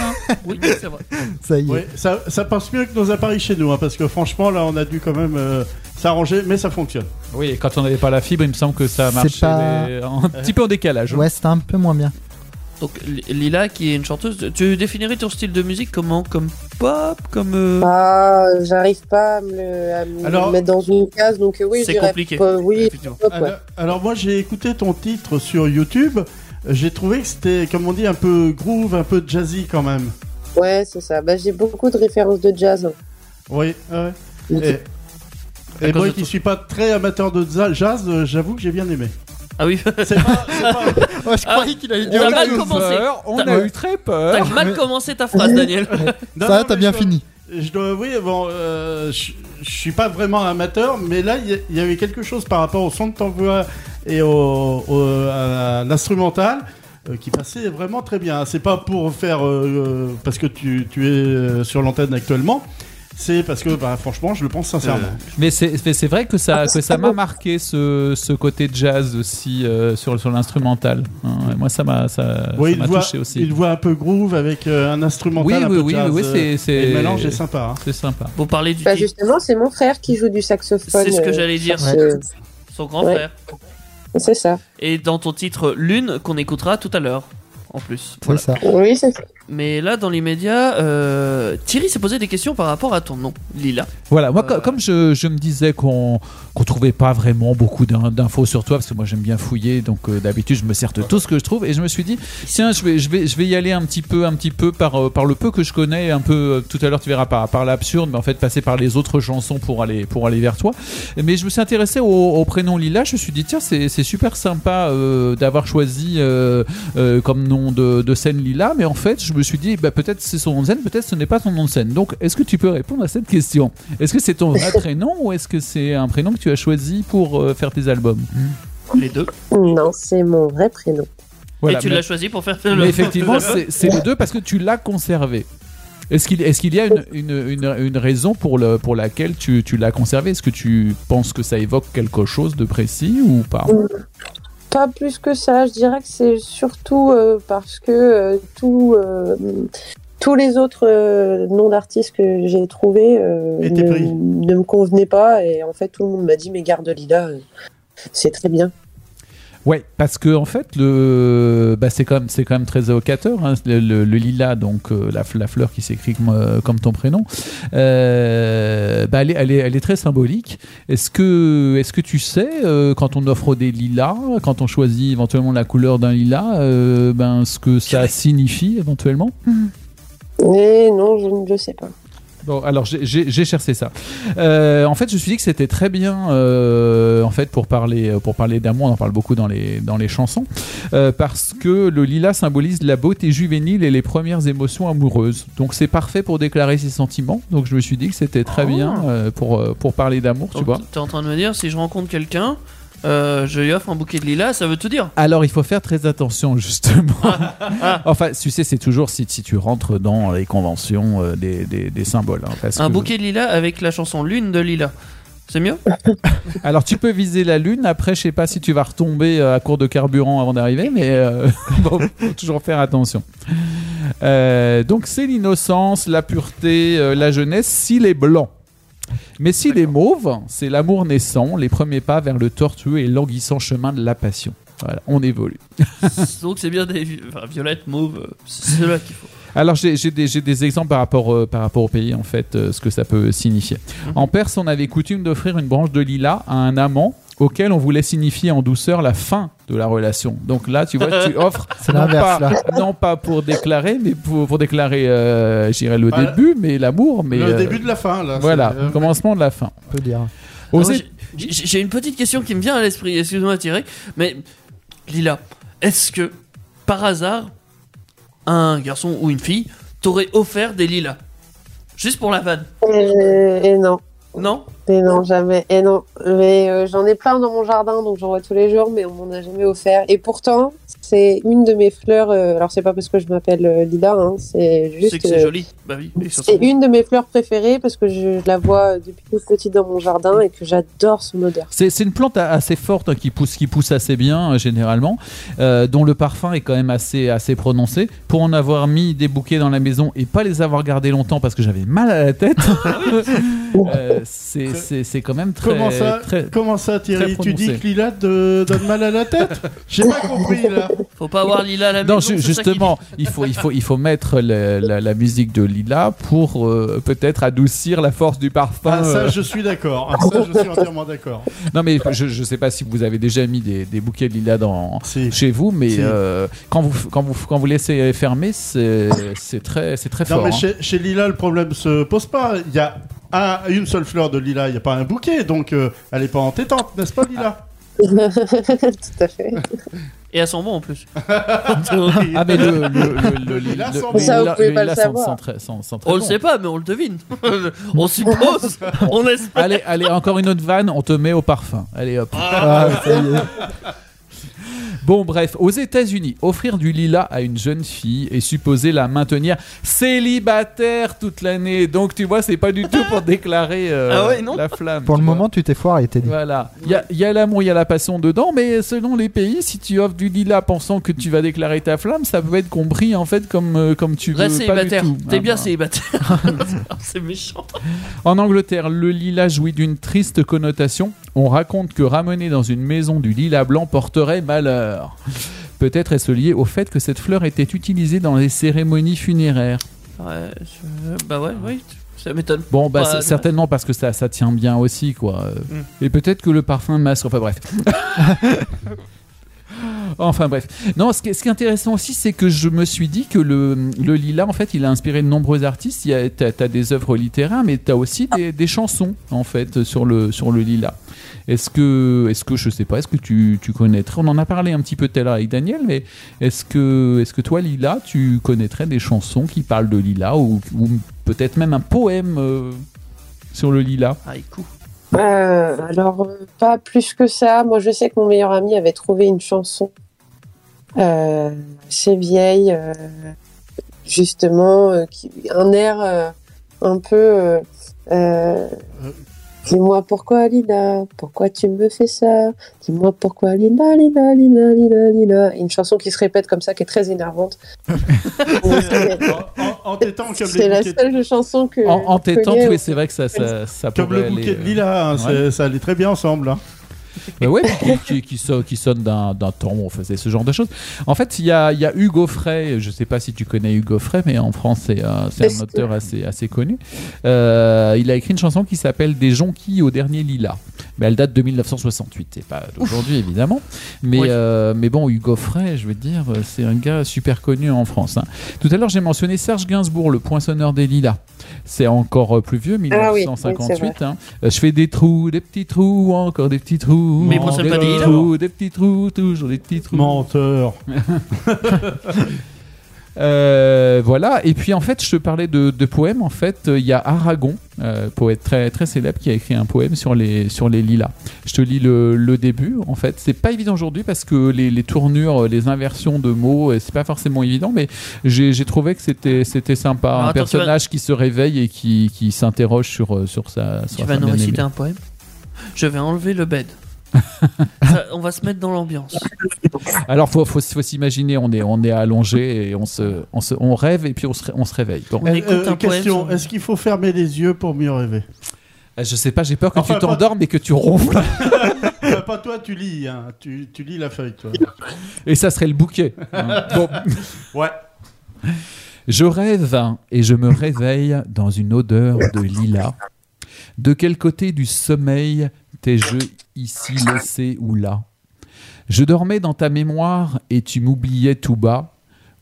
Oui, c'est vrai. Ça y est. Oui, ça, ça passe mieux que nos appareils chez nous, hein, parce que franchement, là, on a dû quand même euh, s'arranger, mais ça fonctionne. oui, et quand on n'avait pas la fibre, il me semble que ça C'est marchait pas- mais un petit peu en décalage. Ouais, c'était un peu moins bien. Donc Li- Lila qui est une chanteuse, tu définirais ton style de musique comment Comme pop Comme... euh, Ah, j'arrive pas à me, le- à me Alors- mettre dans une case, donc euh, oui, je C'est dirais compliqué. pas- oui, effectivement. hop, ouais. Alors, alors moi, j'ai écouté ton titre sur YouTube. J'ai trouvé que c'était, comme on dit, un peu groove, un peu jazzy quand même. Ouais, c'est ça. Bah, j'ai beaucoup de références de jazz. hein. Oui, ouais. Ok. Et, et cause moi de qui toi. suis pas très amateur de za- jazz, euh, j'avoue que j'ai bien aimé. Ah oui, C'est pas, c'est pas- Oh, je croyais qu'il allait dire on a mal commencé. on T'as- a eu très peur. T'as mal commencé ta phrase Daniel. Non, Ça, non, t'as mais bien je- fini. Je dois avouer, bon, euh, je je suis pas vraiment amateur, mais là, il y a- il y, avait quelque chose par rapport au son de ta voix et au, au- à l'instrumental euh, qui passait vraiment très bien. C'est pas pour faire euh, euh, parce que tu, tu es euh, sur l'antenne actuellement, c'est parce que, bah, franchement, je le pense sincèrement. Mais c'est Ah, mais c'est vrai que ça que ça m'a marqué ce, ce côté jazz aussi euh, sur sur l'instrumental. Hein, ouais, moi ça m'a ça Oui, ça m'a une voix- touché aussi. une voix un peu groove avec euh, un instrumental Oui un oui peu oui jazz. oui, oui, euh, c'est et c'est le mélange est sympa. hein. c'est sympa. Vous parlez du... Bah, titre. justement, c'est mon frère qui joue du saxophone. C'est ce que euh, j'allais dire. sur ce- Son grand Ouais. frère. C'est ça. Et dans ton titre Lune qu'on écoutera tout à l'heure. En plus. C'est Voilà. ça. Oui, c'est ça. Mais là, dans l'immédiat, euh, Thierry s'est posé des questions par rapport à ton nom, Lila. Voilà, moi, Euh, co- comme je, je me disais qu'on qu'on trouvait pas vraiment beaucoup d'in- d'infos sur toi, parce que moi j'aime bien fouiller, donc euh, d'habitude je me sers de tout ce que je trouve, et je me suis dit, tiens, je vais, je vais, je vais y aller un petit peu, un petit peu par, euh, par le peu que je connais, un peu, euh, tout à l'heure tu verras par, par l'absurde, mais en fait passer par les autres chansons pour aller, pour aller vers toi. Mais je me suis intéressé au, au prénom Lila, je me suis dit, tiens, c'est c'est super sympa euh, d'avoir choisi euh, euh, comme nom de, de scène Lila, mais en fait je me suis dit, bah, peut-être c'est son nom de scène, peut-être ce n'est pas son nom de scène. Donc est-ce que tu peux répondre à cette question est-ce que c'est ton vrai prénom ou est-ce que c'est un prénom que tu as choisi pour euh, faire tes albums Les deux. Non, c'est mon vrai prénom. Voilà, Et tu mais- l'as choisi pour faire mais le. effectivement, c'est c'est les deux parce que tu l'as conservé. Est-ce qu'il est qu'il y a une, une- une- une raison pour, le, pour laquelle tu, tu l'as conservé Est-ce que tu penses que ça évoque quelque chose de précis ou pas Pas plus que ça. Je dirais que c'est surtout euh, parce que euh, tout, euh, tous les autres euh, noms d'artistes que j'ai trouvés euh, Et t'es ne, pris. ne me convenaient pas. Et en fait, tout le monde m'a dit Mais garde Lila, euh, c'est très bien. Ouais, parce que en fait, le, bah, c'est quand même, c'est quand même très évocateur. hein, le, le- le lilas, donc euh, la, f- la fleur qui s'écrit comme, euh, comme ton prénom, euh, bah, elle, est, elle, est, elle est très symbolique. Est-ce que, est-ce que tu sais euh, quand on offre des lilas, quand on choisit éventuellement la couleur d'un lilas, euh, ben ce que ça signifie éventuellement Et non, je ne le sais pas. Bon, alors j'ai- j'ai j'ai cherché ça. Euh, en fait, je me suis dit que c'était très bien, euh, en fait, pour parler pour parler d'amour, on en parle beaucoup dans les dans les chansons, euh, parce que le lilas symbolise la beauté juvénile et les premières émotions amoureuses. Donc c'est parfait pour déclarer ses sentiments. Donc je me suis dit que c'était Ah. très bien euh, pour euh, pour parler d'amour, tu Donc, vois. T'es en train de me dire, si je rencontre quelqu'un, euh, je lui offre un bouquet de lilas, ça veut tout dire. Alors, il faut faire très attention, justement. Ah. enfin, tu sais, c'est toujours si, si tu rentres dans les conventions euh, des, des- des symboles. hein, parce Un que- bouquet de lilas avec la chanson Lune de lilas. C'est mieux Alors, tu peux viser la lune. Après, je sais pas si tu vas retomber euh, à court de carburant avant d'arriver, mais euh, bon, faut toujours faire attention. Euh, donc, c'est l'innocence, la pureté, euh, la jeunesse, s'il est blanc. Mais s'il est mauve, c'est l'amour naissant, les premiers pas vers le tortueux et languissant chemin de la passion. Voilà, on évolue. Donc c'est bien des enfin, violettes, mauves, euh, c'est cela qu'il faut. Alors j'ai j'ai des, j'ai des exemples par rapport, euh, par rapport au pays en fait, euh, ce que ça peut signifier. Mhm. En Perse, on avait coutume d'offrir une branche de lilas à un amant auquel on voulait signifier en douceur la fin de la relation. Donc là, tu vois, tu offres C'est non l'inverse, pas, là. non pas pour déclarer, mais pour, pour déclarer, euh, je dirais le Voilà. début, mais l'amour, mais le euh, début de la fin, là. voilà, c'est, euh, commencement de la fin. on peut dire. Aux Alors, États- j'ai- J'ai j'ai une petite question qui me vient à l'esprit, excuse-moi Thierry, mais Lila, est-ce que par hasard, un garçon ou une fille t'aurait offert des lilas Juste pour la vanne Euh, et non, Non et non, jamais, et non. Mais euh, j'en ai plein dans mon jardin, donc j'en vois tous les jours, mais on m'en a jamais offert. Et pourtant, c'est une de mes fleurs. euh, alors, c'est pas parce que je m'appelle euh, Lila, hein, c'est C'est juste. que c'est euh, joli. Bah oui, les chansons. C'est une de mes fleurs préférées parce que je la vois depuis toute petite dans mon jardin et que j'adore son odeur. C'est c'est une plante a- assez forte hein, qui pousse, qui pousse assez bien euh, généralement, euh, dont le parfum est quand même assez, assez prononcé. Pour en avoir mis des bouquets dans la maison et pas les avoir gardés longtemps parce que j'avais mal à la tête, Ah euh, c'est- c'est c'est quand même très. Oh. Comment ça, très- comment ça Thierry très Tu dis prononcé. que Lila te donne mal à la tête J'ai pas compris là. Faut pas avoir Lila à la maison. Non, ju- c'est ça qu'il justement, il faut, il, faut, il faut mettre la, la- la musique de Lila pour euh, peut-être adoucir la force du parfum. Ah, euh. ça, je suis d'accord. Ah, ça, je suis entièrement d'accord. Non, mais je ne sais pas si vous avez déjà mis des, des bouquets de Lila dans, Si. chez vous, mais Si. euh, quand, vous, quand, vous, quand vous laissez fermer, c'est c'est très, c'est très Non, fort. mais hein. chez, chez Lila, le problème se pose pas. Il y a un- une seule fleur de Lila, il n'y a pas un bouquet, donc euh, elle est pas entêtante, n'est-ce pas, Lila Tout à fait. dit. Et elles sont bon en plus. Ah, mais le, le, le, le- Lila le- sent le- bon. Ça, vous le- pouvez le pas le Lila sent- savoir. sent très- sent- sent très On le bon. sait pas, mais on le devine. on suppose, on espère. Allez, allez, encore une autre vanne, on te met au parfum. Allez hop. Ah, ça y est. Bon, bref, aux États-Unis, offrir du lilas à une jeune fille est supposé la maintenir célibataire toute l'année. Donc, tu vois, c'est pas du tout pour déclarer euh, Ah ouais, non la flamme. Pour tu le vois. moment, tu t'es foiré, Teddy. Voilà. Il y a, il y a l'amour, il y a la passion dedans, mais selon les pays, si tu offres du lilas pensant que tu vas déclarer ta flamme, ça peut être compris en fait comme, euh, comme tu veux. Reste pas du célibataire. tout. T'es Ah bien bah. célibataire. c'est méchant. En Angleterre, le lilas jouit d'une triste connotation. On raconte que ramener dans une maison du lilas blanc porterait malheur. Peut-être est-ce lié au fait que cette fleur était utilisée dans les cérémonies funéraires. Ouais, je- bah ouais, oui, ça m'étonne. Bon, bah, Ouais, c'est- ouais. certainement parce que ça, ça tient bien aussi, quoi. Euh, Mm. Et peut-être que le parfum masque. Enfin bref. enfin bref. Non, ce qui, est- ce qui est intéressant aussi, c'est que je me suis dit que le, le lilas, en fait, il a inspiré de nombreux artistes. Il y a- T'as t'as des œuvres littéraires, mais t'as aussi des, des chansons, en fait, sur le, sur le lilas. Est-ce que, est que, je sais pas, est-ce que tu, tu connaîtrais, on en a parlé un petit peu tout à l'heure avec Daniel, mais est-ce que, est que toi, Lila, tu connaîtrais des chansons qui parlent de Lila ou, ou peut-être même un poème euh, sur le lilas Ah, écoute. Euh, alors, euh, pas plus que ça. Moi, je sais que mon meilleur ami avait trouvé une chanson. Euh, c'est vieille, euh, justement, euh, qui- un air euh, un peu. euh, euh, Dis-moi pourquoi Lina, pourquoi tu me fais ça Dis-moi pourquoi Lina, Lina, Lina, Lina, Lina. Et Une chanson qui se répète comme ça, qui est très énervante. Ah. En- en- Entêtant comme c'est les la bouquets, seule chanson que. En, en que t'étant, j'ai- oui, c'est vrai que ça, ça, ça comme pourrait le bouquet aller, de euh, Lila, hein, ouais. c'est- ça allait très bien ensemble. hein. mais ouais, qui, qui, qui, so- qui sonne d'un d'un tambour, enfin, c'est ce genre de choses. En fait, il y a, il y a Hugo Frey, je sais pas si tu connais Hugo Frey, mais en France, c'est un, c'est un auteur assez, assez connu. Euh, il a écrit une chanson qui s'appelle Des jonquilles au dernier lilas. Mais elle date de 1968, et pas d'aujourd'hui évidemment. Mais, Oui. euh, mais bon, Hugo Frey, je veux dire, c'est un gars super connu en France. hein. Tout à l'heure, j'ai mentionné Serge Gainsbourg, le poinçonneur des lilas. C'est encore euh, plus vieux, Ah oui, 1958. oui, hein. Euh, Je fais des trous, des petits trous, encore des petits trous. Mais encore poinçonne des pas des petits lilas, trous, des petits trous, toujours des petits trous. Menteur. Euh, voilà. Et puis en fait, je te parlais de, de poèmes. En fait, euh, il y a Aragon, euh, poète très très célèbre, qui a écrit un poème sur les sur les lilas. Je te lis le, le début. En fait, c'est pas évident aujourd'hui parce que les, les tournures, euh, les inversions de mots, euh, c'est pas forcément évident. Mais j'ai j'ai trouvé que c'était c'était sympa. Alors, un attends, tu vas- personnage qui se réveille et qui, qui s'interroge sur euh, sur sa. Tu sur sa vas nous bien-aimée. réciter un poème Je vais enlever le bed. Ça, on va se mettre dans l'ambiance. Alors faut faut, faut s'imaginer. On est on est allongé et on se on se on rêve et puis on se ré- on se réveille. Bon. On écoute un poème Euh, question, sur- est-ce qu'il faut fermer les yeux pour mieux rêver Euh, Je sais pas. J'ai peur que Enfin, tu t'endormes et que tu ronfles. Euh, Pas toi, tu lis, hein. tu, tu lis la feuille, toi. Et ça serait le bouquet. hein. Bon. Ouais. Je rêve et je me réveille dans une odeur de lilas. De quel côté du sommeil t'ai-je ici laissé ou là Je dormais dans ta mémoire et tu m'oubliais tout bas.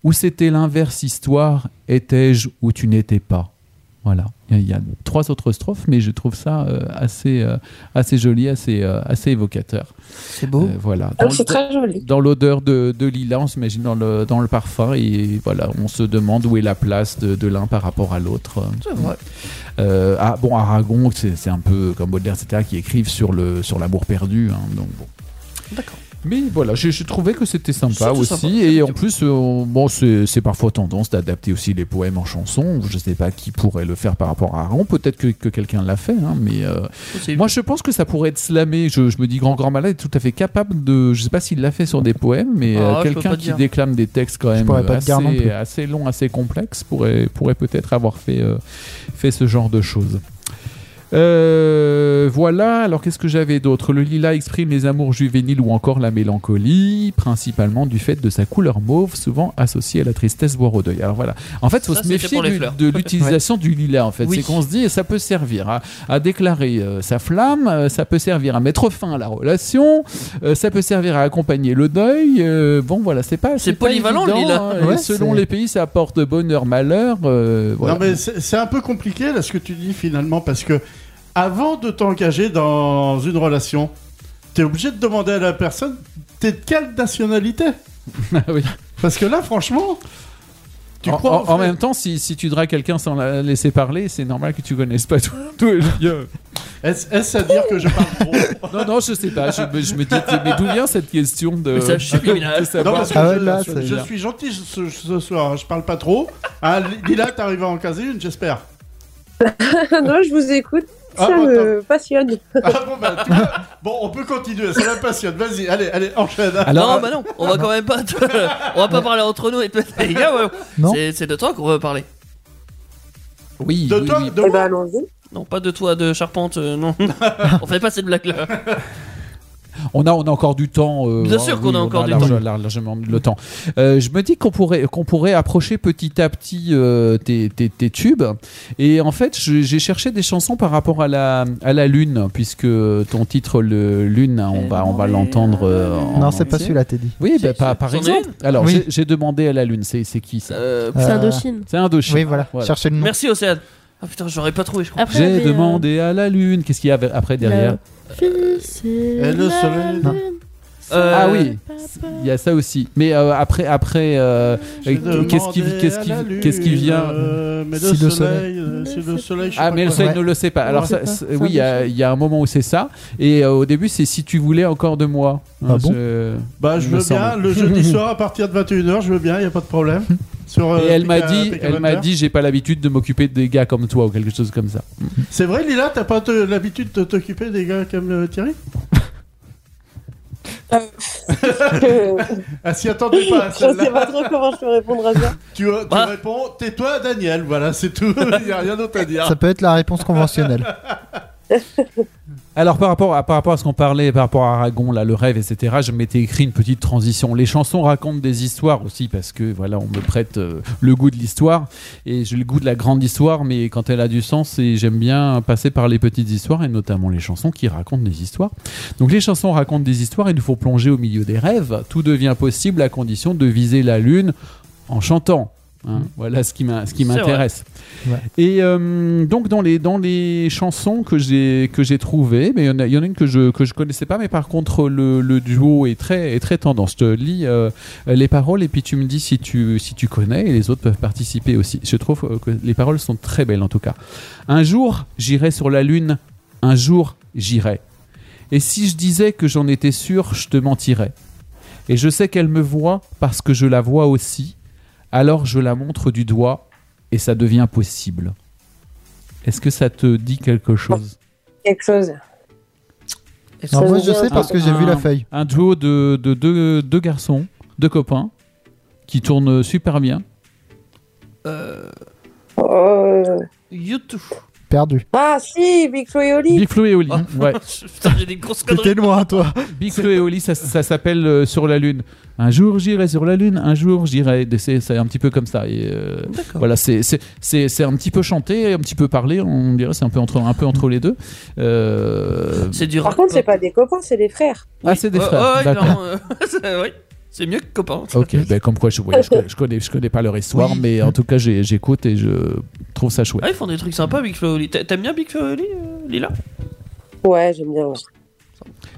Où c'était l'inverse histoire Étais-je ou tu n'étais pas Voilà. Il y, a- il y a trois autres strophes, mais je trouve ça euh, assez, euh, assez joli, assez, euh, assez évocateur. C'est beau. Euh, voilà. Ah, Dans C'est le- très joli. dans l'odeur de, de lilas, on s'imagine dans le, dans le parfum et voilà, on se demande où est la place de, de l'un par rapport à l'autre. C'est vrai. Euh, ah bon, Aragon, c'est c'est un peu comme Baudelaire, etc., qui écrivent sur le sur l'amour perdu. hein, donc bon. D'accord. Mais voilà, j'ai j'ai trouvé que c'était C'est sympa tout aussi. sympa. Et en plus, euh, bon, c'est c'est parfois tendance d'adapter aussi les poèmes en chansons. Je sais pas qui pourrait le faire par rapport à Aragon. Peut-être que, que quelqu'un l'a fait, hein, mais euh, C'est- moi, je pense que ça pourrait être slamé. Je, je me dis grand grand malade est tout à fait capable de. Je sais pas s'il l'a fait sur des poèmes, mais Ah, euh, je peux quelqu'un pas te qui dire. déclame des textes quand même pourrais pas euh, te dire non assez, plus. assez longs, assez complexes pourrait, pourrait peut-être avoir fait, euh, fait ce genre de choses. Euh, voilà, alors qu'est-ce que j'avais d'autre Le lilas exprime les amours juvéniles ou encore la mélancolie, principalement du fait de sa couleur mauve, souvent associée à la tristesse voire au deuil. Alors voilà, en fait, faut Ça, se c'était méfier pour les du- fleurs. de l'utilisation du lilas, en fait. Oui. C'est qu'on se dit, ça peut servir à, à déclarer euh, sa flamme, euh, ça peut servir à mettre fin à la relation, euh, ça peut servir à accompagner le deuil. euh, bon, voilà, c'est pas. C'est pas polyvalent, le évident, lilas. hein, et Ouais, selon c'est- les pays, ça apporte bonheur, malheur. euh, voilà. Non, mais c'est c'est un peu compliqué, là, ce que tu dis, finalement, parce que avant de t'engager dans une relation, t'es obligé de demander à la personne, t'es de quelle nationalité Ah oui. Parce que là, franchement, tu en, crois... en- en même temps, si, si tu dragues quelqu'un sans la laisser parler, c'est normal que tu connaisses pas tout, tout le lieu. Est-ce est-ce à dire que je parle trop Non, non, je sais pas. Je, me- je me dis, mais d'où vient cette question de. Mais ça, je suis criminel. de Non, savoir- parce que Ah ouais, je, là, je- c'est- je suis gentil ce, ce soir, hein, je parle pas trop. Ah, Lila, t'arrives à en caser une, j'espère. non, je vous écoute. Ah, Ça bon, me passionne. Ah, bon, bah, tu vois, bon, on peut continuer, ça la passionne. Vas-y, allez, allez, enchaîne. hein. Alors, non, bah non, on va quand même pas. on va pas parler entre nous et toi. Les gars, ouais. Non. C'est- C'est de toi qu'on veut parler. oui, De oui, toi, oui. de Eh ben, moi allons-y. Non, pas de toi de charpente, euh, non. on fait pas cette blague là. On a, on a encore du temps. euh, Bien sûr qu'on a encore du large- lar- largement le temps. Euh, je me dis qu'on pourrait, qu'on pourrait approcher petit à petit euh, tes, tes- tes tubes. Et en fait, je- j'ai cherché des chansons par rapport à la, à la lune, puisque ton titre, le Lune, hein, on va, on va l'entendre. euh, en Non, c'est pas entier. celui-là, Teddy. Oui, Si, bah, par, si. par C'en est exemple. Alors, Oui. j'ai- j'ai demandé à la lune. C'est c'est qui ça Euh, Euh, C'est Indochine. C'est un Indochine. Oui, voilà. Voilà. Cherchez le nom. Merci Océane. Ah putain, j'aurais pas trouvé, je crois. Après, il y J'ai avait, euh, demandé à la lune. Qu'est-ce qu'il y avait après derrière la fille, c'est Et le la soleil. lune. Non. Euh, Ah oui, Papa. il y a ça aussi. Mais euh, après, après. euh, J'ai euh, Qu'est-ce qui, demandé qu'est-ce à qui, la lune, qu'est-ce qui vient euh, mais Si le le soleil, euh, si le soleil, je sais Ah, pas mais le quoi. soleil Ouais. ne le sait pas. Alors, Ouais, ça- c'est ça. c'est- C'est oui, il y, a- il y a un moment où c'est ça. Et euh, au début, c'est si tu voulais encore de moi. Hein, Ah bon je- Bah, il je me veux bien, semble. le jeudi soir à partir de 21h, je veux bien, il a pas de problème. Sur, Et euh, elle m'a Pika- dit, Pika elle m'a Hunter. dit, j'ai pas l'habitude de m'occuper des gars comme toi ou quelque chose comme ça. C'est vrai, Lila, t'as pas te- l'habitude de t'occuper des gars comme euh, Thierry Ah, s'y attendez pas à je sais celle-là. pas trop comment je peux répondre à ça. Tu, euh, tu Bah. réponds, tais-toi, Daniel, voilà, c'est tout, il n'y a rien d'autre à dire. Ça peut être la réponse conventionnelle. Alors par rapport, à, par rapport à ce qu'on parlait, par rapport à Aragon, là, le rêve, etc., je m'étais écrit une petite transition. Les chansons racontent des histoires aussi parce que voilà, on me prête euh, le goût de l'histoire et j'ai le goût de la grande histoire, mais quand elle a du sens, et j'aime bien passer par les petites histoires et notamment les chansons qui racontent des histoires. Donc les chansons racontent des histoires, il nous faut plonger au milieu des rêves. Tout devient possible à condition de viser la lune en chantant. hein. Voilà ce qui m'in- ce qui Mm. C'est vrai. m'intéresse. Ouais. Et euh, donc dans les, dans les chansons que j'ai que j'ai trouvées, mais il y en a- il y, en a une que je que je connaissais pas, mais par contre le, le duo est très est très tendance. Je te lis euh, les paroles et puis tu me dis si tu si tu connais et les autres peuvent participer aussi. Je trouve euh, que les paroles sont très belles en tout cas. Un jour j'irai sur la lune, un jour j'irai. Et si je disais que j'en étais sûr, je te mentirais. Et je sais qu'elle me voit parce que je la vois aussi. Alors je la montre du doigt et ça devient possible. Est-ce que ça te dit quelque chose Quelque chose. Est-ce Non, Ça moi me je dit un sais parce que j'ai vu la feuille. Un duo de de- de- deux garçons, deux copains, qui tournent super bien. Euh, YouTube. Perdu. Ah si, Big Flo et Oli. Big Flo et Oli. Mm, Oh. Ouais. Ah, Putain, j'ai des grosses T'étais conneries. loin, toi. Big Flo et Oli, ça, ça s'appelle euh, Sur la Lune. Un jour j'irai sur la Lune, un jour j'irai. C'est c'est un petit peu comme ça. Et, euh, D'accord. Voilà, c'est c'est- c'est- c'est un petit peu chanté, un petit peu parlé, on dirait, c'est un peu entre, un peu entre les deux. Euh, C'est du Par contre, c'est pas des copains, c'est des frères. Ah, c'est des Ouais, frères. ouais, d'accord. non, euh, c'est- oui. C'est mieux que copain. Ok, ben, comme quoi je, ouais, je, connais- je connais, je connais pas leur histoire, mais en tout cas j'ai- j'écoute et je trouve ça chouette. Ah, ils font des trucs sympas, Big Flo et Oli. T'a- T'aimes bien Big Flo et Oli, euh, Lila Ouais, j'aime bien. ouais.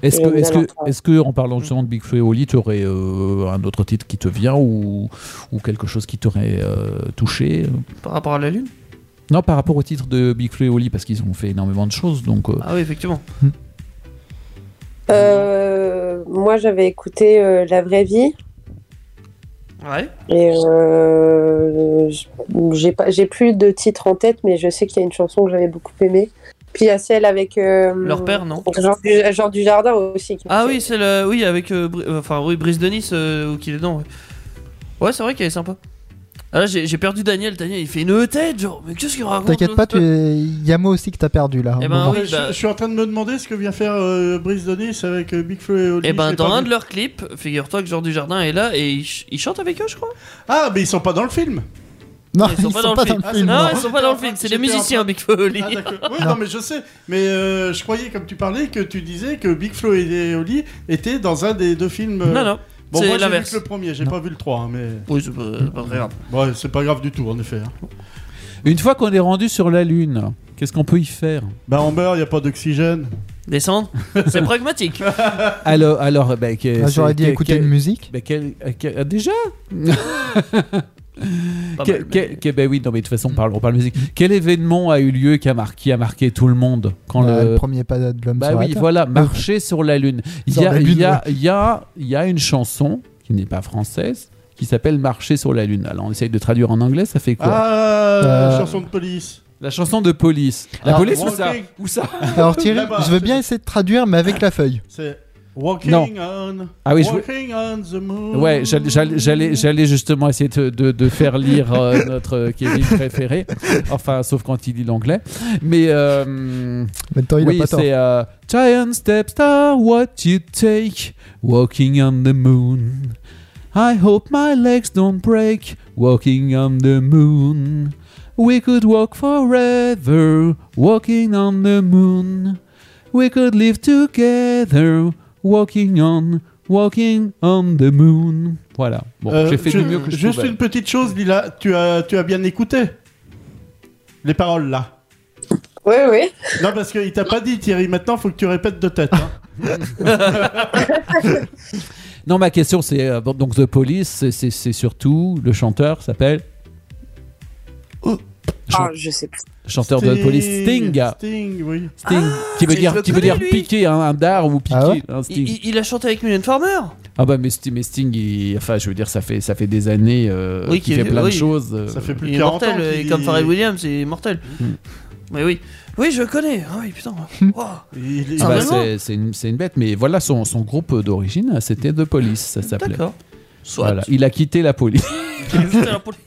Est-ce que, Et est-ce que, Valentin. est-ce que, en parlant justement de Big Flo et Oli, tu aurais un autre titre qui te vient ou, ou quelque chose qui t'aurait euh, touché Par rapport à la Lune Non, par rapport au titre de Big Flo et Oli, parce qu'ils ont fait énormément de choses, donc euh, Ah oui, effectivement. Euh, moi, j'avais écouté euh, La vraie vie. Ouais. Et euh, j- j'ai pas, j'ai plus de titre en tête, mais je sais qu'il y a une chanson que j'avais beaucoup aimée. Puis il y a celle avec euh, Leur père, non Genre du, genre du jardin aussi. qui me Ah fait- oui, c'est le. Oui, avec. euh, Bri- euh, Enfin, oui, Brice de Nice, euh, ou qui est dedans. Ouais, Ouais, c'est vrai qu'elle est sympa. Ah, là, j'ai j'ai perdu Daniel. Daniel, il fait une tête, genre. Mais qu'est-ce qu'il raconte T'inquiète pas, l'autre tu es... y a moi aussi que t'as perdu là. Eh au ben moment. oui. Ouais, Ah, je, bah- je suis en train de me demander ce que vient faire euh, Brice de Nice avec euh, Big Flo et Oli. Eh ben, j'ai dans pas un vu. de leurs clips, figure-toi que Jean Dujardin est là et il, ch- il chante avec eux, je crois. Ah, mais ils sont pas dans le film Non, Ils sont pas dans le film. Ah dans le film. non, non. ils sont pas dans le film, c'est des J'étais en train- musiciens, Big Flo et Oli. Ah, d'accord. Oui, Non. non. mais je sais. Mais euh, je croyais, comme tu parlais, que tu disais que Big Flo et Oli étaient dans un des deux films. euh, Non, non, Bon, c'est moi, j'ai vu l'inverse. que le premier, j'ai pas vu le 3, hein, mais. Oui, c'est pas, c'est pas très grave. Ouais, c'est pas grave du tout, en effet. hein. une fois qu'on est rendu sur la lune, qu'est-ce qu'on peut y faire Bah, on meurt, y a pas d'oxygène. Descendre, c'est pragmatique. Alors, alors, ben, que- Ah, J'aurais c'est- dit que- écouter que- une musique. ben, quel- euh, quel- euh, déjà Pas Quel- mal, quel- mais- quel- ben oui, non, mais de toute façon, on parle, on parle musique. Quel événement a eu lieu qui a marqué, qui a marqué tout le monde quand Bah, le... Le premier pas de l'homme Bah sur la oui, Terre. voilà, marcher sur la lune. Il y Sur a, la il lune, y a- il y a- il y a une chanson qui n'est pas française qui s'appelle Marcher sur la lune. Alors on essaye de traduire en anglais, ça fait quoi Ah, Euh, la chanson de police. La chanson de police. La Ah, police ou walking. ça, ou ça Alors Thierry, Là-bas, je veux c'est bien ça. essayer de traduire, mais avec la feuille. C'est. Walking Non. on. Ah oui, je- Walking on the moon. Mmh. Ouais, j'allais- j'allais- j'allais j'allais justement essayer de, de- de faire lire euh, notre euh, Kevin préféré. Enfin, sauf quand il lit l'anglais. Mais euh, Maintenant, Oh, il oui, a pas tort. c'est euh, Giant Step Star, what you take, walking on the moon. I hope my legs don't break, walking on the moon. We could walk forever, walking on the moon. We could live together, walking on, walking on the moon. Voilà. Bon, Euh, j'ai fait ju- du mieux que je Juste pouvais. une petite chose, Lila, tu as, tu as bien écouté les paroles là. Oui, oui. Non, parce qu'il t'a pas dit, Thierry, maintenant faut que tu répètes de tête. hein. Non, ma question, c'est euh, bon, donc The Police, c'est- c'est c'est surtout le chanteur s'appelle Ah, je sais plus. chanteur de The Police Sting. Sting, oui. Sting, qui veut mais je dire, Ah, le qui veut connais, dire lui. piquer hein, un dard ou piquer Ah ouais un Il, Sting. il- il a chanté avec Million Farmer Ah bah mais Sting, mais Sting, il- enfin je veux dire ça fait ça fait des années euh, Oui, qu'il qu'il- fait plein oui. de choses. euh. Ça fait plus Il de est 40 mortel, ans. euh, qu'il- Mm. comme Pharrell Williams, il est mortel. Hmm. Mais oui. Oui, je connais. Ah oui, putain. Mm. Wow. il- il- Ah bah, Ah, vraiment c'est- c'est une, c'est une bête, mais voilà son, son groupe d'origine, c'était The Police, ça s'appelait. D'accord. Soit. Voilà, il a quitté la police. C'était la police.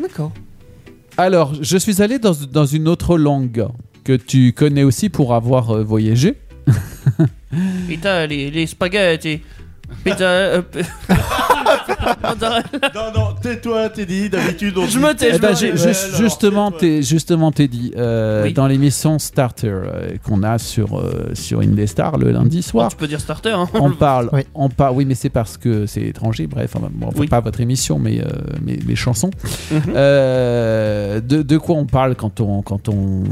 D'accord. Alors, je suis allé dans, dans une autre langue. que tu connais aussi pour avoir euh, voyagé. Putain, les, les spaghettis. Putain. euh, p- Non, non, tais-toi, Teddy, d'habitude on Je me dit- tais, je bah, Eh ben, me ju- tais. ju- justement, t'es, justement, Teddy, euh, Oui. dans l'émission Starter euh, qu'on a sur, euh, sur Indestar le lundi soir, Tu peux dire starter, hein. on parle, Oui. on parle. Oui, mais c'est parce que c'est étranger. Bref, enfin, bon, enfin, Oui. Mhm. pas votre émission, mais euh, mes, mes chansons. Euh, de, de quoi on parle quand on quand on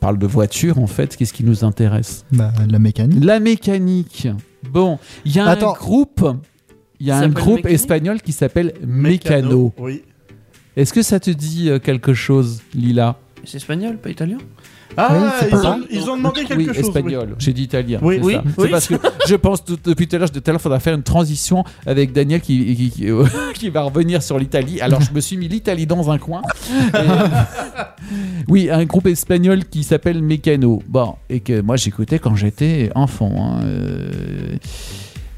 parle de voiture en fait Qu'est-ce qui nous intéresse Bah, la mécanique. La mécanique. Bon, il y a Attends. un groupe. Il y a Ça un s'appelle groupe Mécanique espagnol qui s'appelle Mécano. Mécano. Oui. Est-ce que ça te dit euh, quelque chose, Lila C'est espagnol, pas italien Oui, Ah, c'est ils, pas ont, grave. ils ont demandé quelque oui, chose. espagnol. J'ai dit italien. Oui, c'est oui, ça. oui. C'est parce que je pense tout- depuis tout à l'heure, je- tout à l'heure, faudra faire une transition avec Daniel qui, qui, qui- qui va revenir sur l'Italie. Alors, je me suis mis l'Italie dans un coin. Et- oui, un groupe espagnol qui s'appelle Mécano. Bon, et que moi j'écoutais quand j'étais enfant. hein. Euh,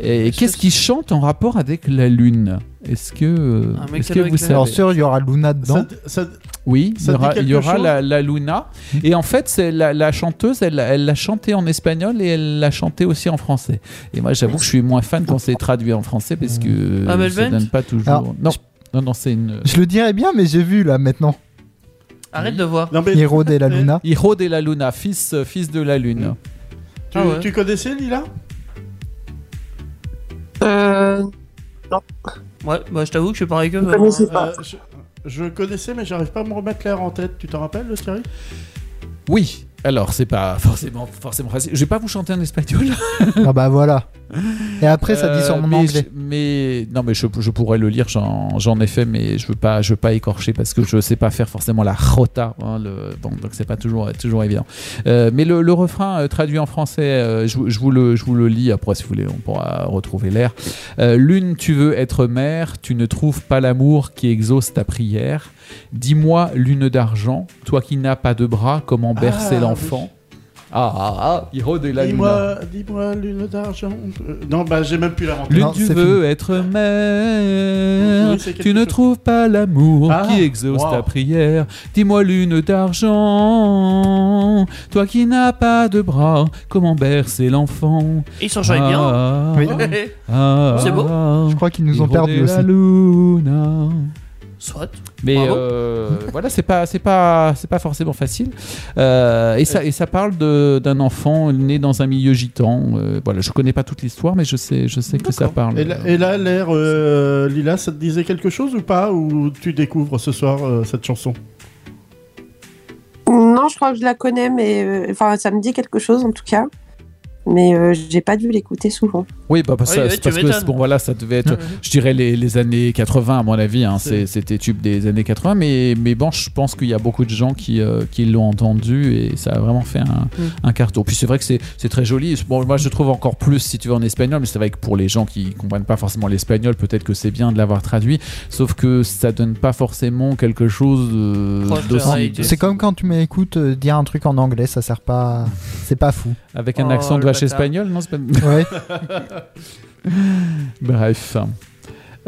Et qu'est-ce qu'ils chantent en rapport avec la lune Est-ce que, euh, Un est-ce Mécano que avec vous la- savez Alors sûr, il y aura Luna oui. Ça dedans. te- ça te- oui, il y Ça dit aura, quelque il y aura chose Mhm. la, la Luna. Et en fait, c'est la, la chanteuse, elle elle l'a chantée en espagnol et elle l'a chantée aussi en français. Et moi, j'avoue que je suis moins fan quand c'est traduit en français parce que Ah, mais ça Bent donne pas toujours. Alors, non, non, non, c'est une. Je le dirais bien, mais j'ai vu là maintenant. Arrête de voir. Non, mais tu, Hiro de la Luna. Hiro de la Luna, fils, euh, fils de la Lune. Ah ouais. tu connaissais Lila Euh, Ouais, bah je t'avoue que je suis pareil que. je Oh. connaissais pas. Euh, je, je connaissais, mais j'arrive pas à me remettre l'air en tête. Tu t'en rappelles, Thierry Oui. Alors, c'est pas forcément, forcément facile. Je vais pas vous chanter en espagnol. Ah bah voilà. Et après, ça dit sur Euh, mon mais anglais. je- mais non, mais je, je pourrais le lire, j'en j'en ai fait, mais je veux pas, je veux pas écorcher parce que je sais pas faire forcément la rota. hein, le, bon, donc c'est pas toujours, toujours évident. Euh, mais le, le refrain euh, traduit en français, euh, je, vous- je vous le, je vous le lis. Après, si vous voulez, on pourra retrouver l'air. Euh, Lune, tu veux être mère, tu ne trouves pas l'amour qui exauce ta prière. Dis-moi, lune d'argent, toi qui n'as pas de bras, comment bercer Ah, l'enfant Ah, ah, ah, Hiro de la Luna. Dis-moi, dis-moi, lune d'argent. Euh, non, bah j'ai même plus la rentrée. Lune, Non, tu c'est Ah. veux être mère, Oui, c'est quelque tu ne chose. trouves pas l'amour Ah, qui exauce wow. ta prière. Dis-moi, lune d'argent, toi qui n'as pas de bras, comment bercer l'enfant Ils sont joués bien. Ah, Oui. ah, C'est beau. ah, Je crois qu'ils nous ont Hiro perdu de la aussi. Luna. Soit. Mais Bravo. euh, voilà, c'est pas, c'est pas, c'est pas forcément facile. Euh, et ça, et ça parle de- d'un enfant né dans un milieu gitan. Euh, voilà, je connais pas toute l'histoire, mais je sais, je sais que ça parle. Et là, et là, l'air, euh, Lila, ça te disait quelque chose ou pas Ou tu découvres ce soir euh, cette chanson Non, je crois que je la connais, mais euh, enfin, ça me dit quelque chose en tout cas. Mais euh, j'ai pas dû l'écouter souvent. Oui, bah, parce, Oui, oui, c'est tu parce m'étonnes. que bon, voilà, ça devait être, euh, Ouais. je dirais, les, les années 80, à mon avis. hein. C'est- C'est- C'était tube des années 80. Mais, mais bon, je pense qu'il y a beaucoup de gens qui, euh, qui l'ont entendu et ça a vraiment fait un, Mm. un carton. Puis c'est vrai que c'est c'est très joli. Bon, moi, je trouve encore plus, si tu veux, en espagnol. Mais c'est vrai que pour les gens qui comprennent pas forcément l'espagnol, peut-être que c'est bien de l'avoir traduit. Sauf que ça donne pas forcément quelque chose euh, Proche de la d'aussi. réalité. C'est comme quand tu m'écoutes euh, dire un truc en anglais, ça sert pas. C'est pas fou. Avec un Oh, accent de le vache bâtard. espagnole, non c'est pas... Ouais. Bref.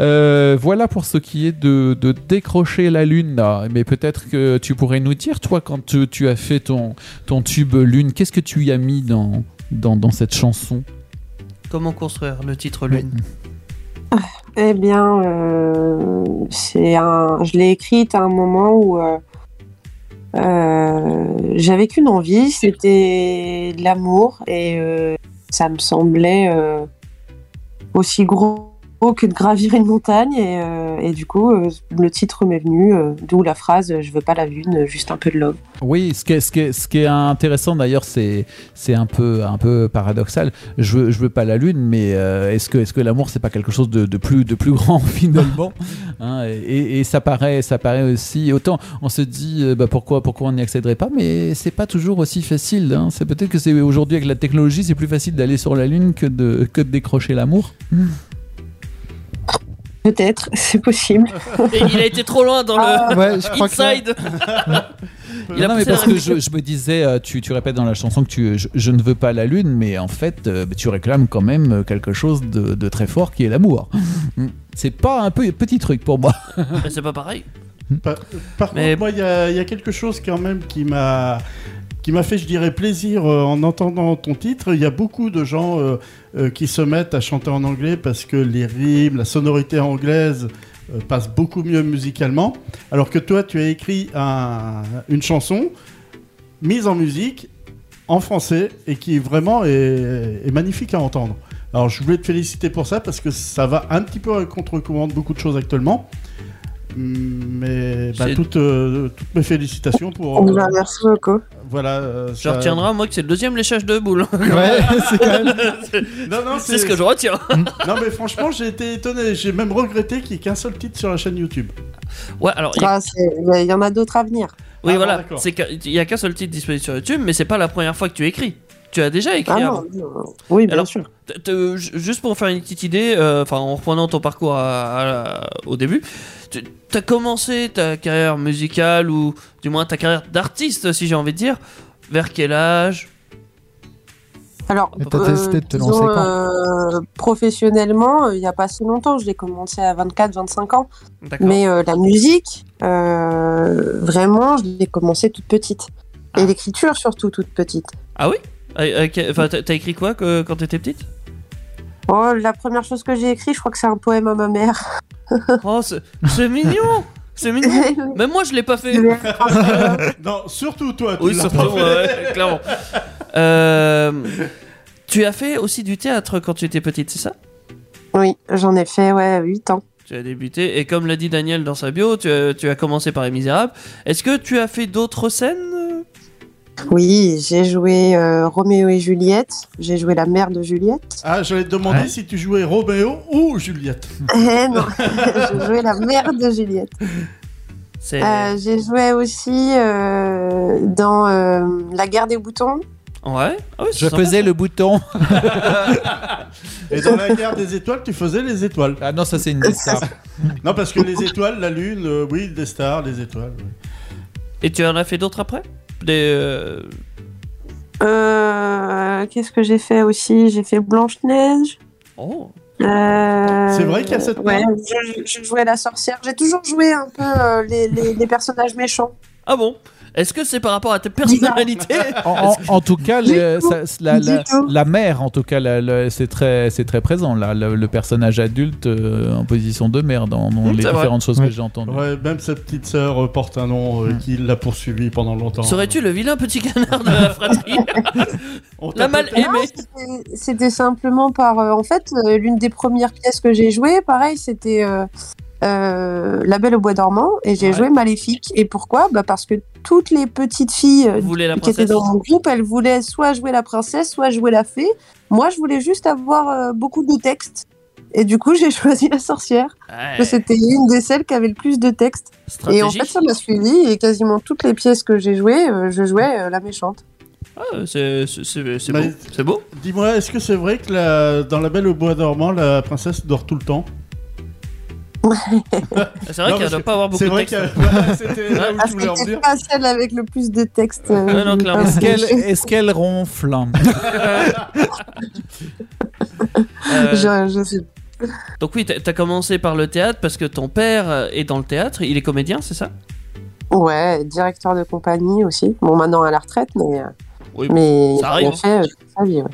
Euh, voilà pour ce qui est de, de décrocher la lune. là. Mais peut-être que tu pourrais nous dire, toi, quand tu, tu as fait ton, ton tube lune, qu'est-ce que tu y as mis dans, dans, dans cette chanson Comment construire le titre lune Eh bien, euh, c'est un. Je l'ai écrite à un moment où euh, euh, j'avais qu'une envie, c'était de l'amour et euh, ça me semblait euh, aussi gros que de gravir une montagne et, euh, et du coup euh, le titre m'est venu, euh, d'où la phrase euh, "Je veux pas la lune, juste un peu de love". Oui, ce qui est, ce qui est- ce qui est intéressant d'ailleurs, c'est c'est un peu, un peu paradoxal. Je veux, je veux pas la lune, mais euh, est-ce que, est -ce que l'amour, c'est pas quelque chose de, de plus, de plus grand finalement Hein, et, et ça, paraît, ça paraît aussi. Autant on se dit euh, bah, pourquoi, pourquoi on n'y accéderait pas, mais c'est pas toujours aussi facile. hein. C'est peut-être que c'est aujourd'hui avec la technologie, c'est plus facile d'aller sur la lune que de, que de décrocher l'amour. Peut-être, c'est possible. Et il a été trop loin dans Ah. le. Ouais, je crois que. Inside Il a non, mais poussé parce la que je, je me disais, euh, tu, tu répètes dans la chanson que tu, je, je ne veux pas la lune, mais en fait, euh, tu réclames quand même euh, quelque chose de, de très fort qui est l'amour. Mm. C'est pas un peu, petit truc pour moi. Mais C'est pas pareil. Par Mais- contre, moi, il y, a il y a quelque chose quand même qui m'a qui m'a fait, je dirais, plaisir euh, en entendant ton titre. Il y a beaucoup de gens euh, euh, qui se mettent à chanter en anglais parce que les rimes, la sonorité anglaise euh, passe beaucoup mieux musicalement. Alors que toi, tu as écrit un- une chanson mise en musique en français et qui vraiment est, est magnifique à entendre. Alors je voulais te féliciter pour ça parce que ça va un petit peu à contre-courant de beaucoup de choses actuellement. Mais bah, C'est- toutes, euh, toutes mes félicitations pour... On euh, va, Bah, merci beaucoup. voilà. euh, Je ça- retiendrai, moi, que c'est le deuxième léchage de boules. Ouais, c'est quand même. Non, non, c'est ce que je retiens. Non, mais franchement, j'ai été étonné. J'ai même regretté qu'il n'y ait qu'un seul titre sur la chaîne YouTube. Ouais, alors, il y a- Ah, c'est- Il y en a d'autres à venir. oui, Ah, voilà. d'accord. C'est qu'il y a qu'un seul titre disponible sur YouTube, mais c'est pas la première fois que tu écris. Tu as déjà écrit Ah avant. non, non. Oui, bien Alors, sûr. T- t- ju- Juste pour faire une petite idée, euh, enfin en reprenant ton parcours à- à- au début, tu as commencé ta carrière musicale ou du moins ta carrière d'artiste, si j'ai envie de dire, vers quel âge Alors, Et t'as décidé de te lancer disons, quand euh, professionnellement, euh, il n'y a pas si longtemps, je l'ai commencé à 24-25 Ah. ans. D'accord. Mais euh, la musique, euh, vraiment, je l'ai commencé toute petite. Ah. Et l'écriture surtout toute petite. Ah oui Ah, ok. Enfin, t'as t'as écrit quoi que- quand t'étais petite Oh, la première chose que j'ai écrite, je crois que c'est un poème à ma mère. Oh, c'est c'est mignon C'est mignon Même moi, je l'ai pas fait Ah, Non, surtout toi. tu Oui, l'as surtout, pas fait. ouais, clairement. Euh, tu as fait aussi du théâtre quand tu étais petite, c'est ça oui, j'en ai fait ouais, 8 ans. Tu as débuté, et comme l'a dit Daniel dans sa bio, tu as, tu as commencé par Les Misérables. Est-ce que tu as fait d'autres scènes Oui, j'ai joué euh, Roméo et Juliette. J'ai joué la mère de Juliette. Ah, j'allais te demander Ouais. si tu jouais Roméo ou Juliette. Eh non, j'ai joué la mère de Juliette. C'est Euh, j'ai joué aussi euh, dans euh, La guerre des boutons. Ouais. Ah oui, Je c'est faisais le bouton. Et dans la guerre des étoiles, tu faisais les étoiles. Ah non, ça c'est une des stars. Non, parce que les étoiles, la lune, euh, oui, des stars, les étoiles. oui. sympa. Et tu en as fait d'autres après Des, euh, Euh, Qu'est-ce que j'ai fait aussi J'ai fait Blanche-Neige. Oh. Euh, C'est vrai qu'il y a cette Ouais, je, je jouais la sorcière. J'ai toujours joué un peu euh, les, les- les personnages méchants. Ah bon Est-ce que c'est par rapport à ta personnalité En, en- en tout cas, Du les- tout. ça- la, Du la- tout. la mère, en tout cas, la- la- c'est très, c'est très présent. Là, le, le personnage adulte euh, en position de mère dans, dans les c'est vrai. différentes choses Ouais. que j'ai entendues. Ouais, même sa petite sœur euh, porte un nom euh, qui l'a poursuivi pendant longtemps. Serais-tu le vilain petit canard de la fratrie On t'a La mal peut-être- Non, aimée c'était- C'était simplement par. euh, en fait, euh, l'une des premières pièces que j'ai jouées, pareil, c'était euh, euh, La Belle au Bois dormant, et j'ai Ouais. joué Maléfique. Et pourquoi bah Parce que toutes les petites filles euh, Vous voulez la qui étaient princesse dans mon groupe, elles voulaient soit jouer la princesse, soit jouer la fée. Moi, je voulais juste avoir euh, beaucoup de textes. Et du coup, j'ai choisi la sorcière. Ouais, parce que C'était une des celles qui avait le plus de textes. Et en Stratégique. fait, ça m'a suivi. Et quasiment toutes les pièces que j'ai jouées, euh, je jouais euh, la méchante. Ah, c'est c'est- c'est- Bah, c'est Mais- beau. C'est beau. Dis-moi, est-ce que c'est vrai que la- dans La Belle au Bois dormant, la princesse dort tout le temps C'est vrai Non, qu'il ne parce doit que pas avoir beaucoup C'est de vrai texte. que voilà, c'était là où Ah, je voulais en c'était venir. pas celle avec le plus de textes. euh, Ah non, clairement. parce que Est-ce qu'elle j'ai- est-ce qu'elle ronfle Euh, Je, je sais. Donc oui, t'as t'as commencé par le théâtre parce que ton père euh, est dans le théâtre, il est comédien, c'est ça Ouais, directeur de compagnie aussi. Bon, maintenant à la retraite, mais, euh, Oui, mais ça arrive. il a fait euh, toute sa vie, ouais.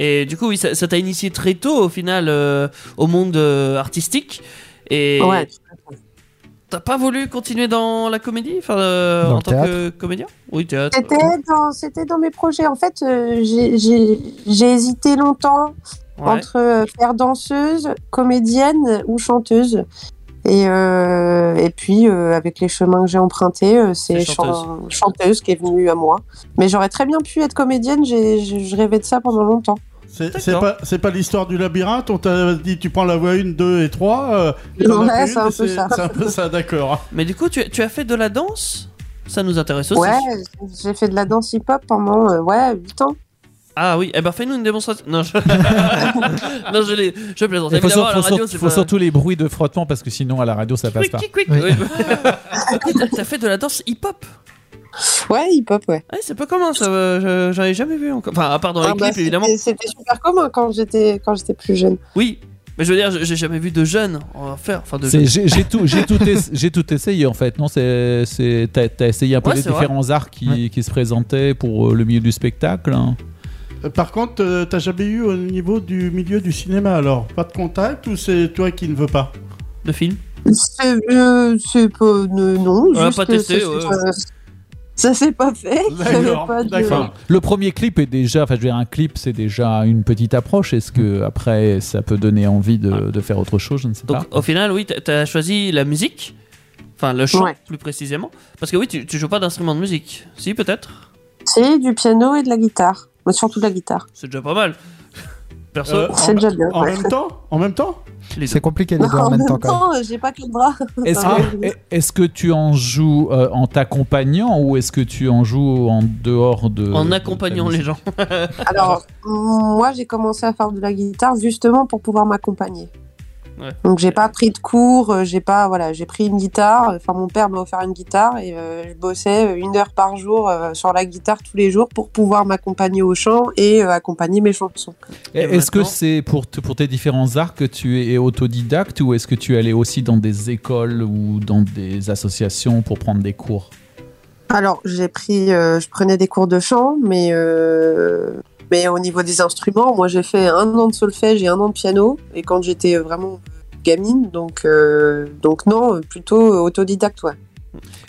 Et du coup, oui, ça ça t'a initié très tôt au final euh, au monde euh, artistique. Et Ouais. t'as pas voulu continuer dans la comédie enfin, euh, Dans En le tant que comédien Oui, théâtre. C'était dans, c'était dans mes projets. En fait, euh, j'ai- j'ai j'ai hésité longtemps Ouais. entre euh, faire danseuse, comédienne ou chanteuse. Et, euh, et puis, euh, avec les chemins que j'ai empruntés, euh, c'est C'est chan- chanteuse. chanteuse. qui est venue à moi. Mais j'aurais très bien pu être comédienne, j'ai- je je rêvais de ça pendant longtemps. C'est D'accord. c'est pas, c'est pas l'histoire du labyrinthe, on t'a dit tu prends la voie 1, 2 et 3. euh, et t'en Ouais, as c'est fait une, un et peu ça. C'est un peu ça, d'accord. Mais du coup, tu, tu as fait de la danse Ça nous intéresse aussi. Ouais, j'ai fait de la danse hip-hop pendant euh, ouais, 8 ans. Ah oui, eh ben fais-nous une démonstration. Non, je, non, je, l'ai- je plaisante. Il faut, Évidemment, sur- à la faut sur- radio, c'est faut pas- surtout les bruits de frottement parce que sinon à la radio ça passe Quick, pas. quick, quick. Oui. Oui. Ah, T'as- T'as fait de la danse hip-hop Ouais, hip-hop, ouais. Ouais, c'est pas commun, ça. euh, je- J'en ai jamais vu encore. Enfin, à part dans les Ah bah, clips, évidemment. c'était- C'était super commun quand j'étais quand j'étais plus jeune. Oui, Mais je veux dire, je- j'ai jamais vu de jeunes en faire. Enfin, de C'est- jeunes. J'ai j'ai tout, j'ai tout, ess- j'ai tout essayé en fait. Non, c'est, c'est- t'as, t'as essayé un peu Ouais, les c'est vrai. différents arcs qui, qui se présentaient pour euh, le milieu du spectacle. hein. Euh, Par contre, euh, t'as jamais eu au niveau du milieu du cinéma alors Pas de contact ou c'est toi qui ne veux pas de films. C'est euh, c'est pas. euh, non, On l'a juste pas que testé, ça, ouais. s'est pas- ça s'est pas fait. J'avais D'accord, pas de- d'accord. Le premier clip est déjà, enfin, je veux dire, un clip, c'est déjà une petite approche. Est-ce que après, ça peut donner envie de, de faire autre chose Je ne sais Mm. Donc pas. au final, oui, t'as- t'as choisi la musique, enfin le chant Ouais. plus précisément, parce que oui, tu, tu joues pas d'instrument de musique. Si peut-être, C'est du piano et de la guitare. Mais surtout de la guitare. c'est déjà pas mal. Perso, Euh, C'est en- déjà bien. En ouais. même temps En même temps les deux. C'est compliqué les Non, deux en même temps, quand même. temps, euh, j'ai pas que le bras. Est-ce Ah. que, est- est-ce que tu en joues euh, en t'accompagnant ou est-ce que tu en joues en dehors de. en accompagnant les gens. Alors, moi, j'ai commencé à faire de la guitare justement pour pouvoir m'accompagner. Ouais. Donc, j'ai pas pris de cours, euh, j'ai pas, voilà, j'ai pris une guitare. Enfin, mon père m'a offert une guitare et euh, je bossais euh, une heure par jour euh, sur la guitare tous les jours pour pouvoir m'accompagner au chant et euh, accompagner mes chansons. Et Et Est-ce que maintenant- c'est pour, te- pour tes différents arcs que tu es autodidacte ou est-ce que tu es allé aussi dans des écoles ou dans des associations pour prendre des cours Alors, j'ai pris, euh, je prenais des cours de chant, mais euh, mais au niveau des instruments, moi, j'ai fait un an de solfège et un an de piano. Et quand j'étais vraiment gamine, donc euh, donc non, euh, plutôt euh, autodidacte, ouais.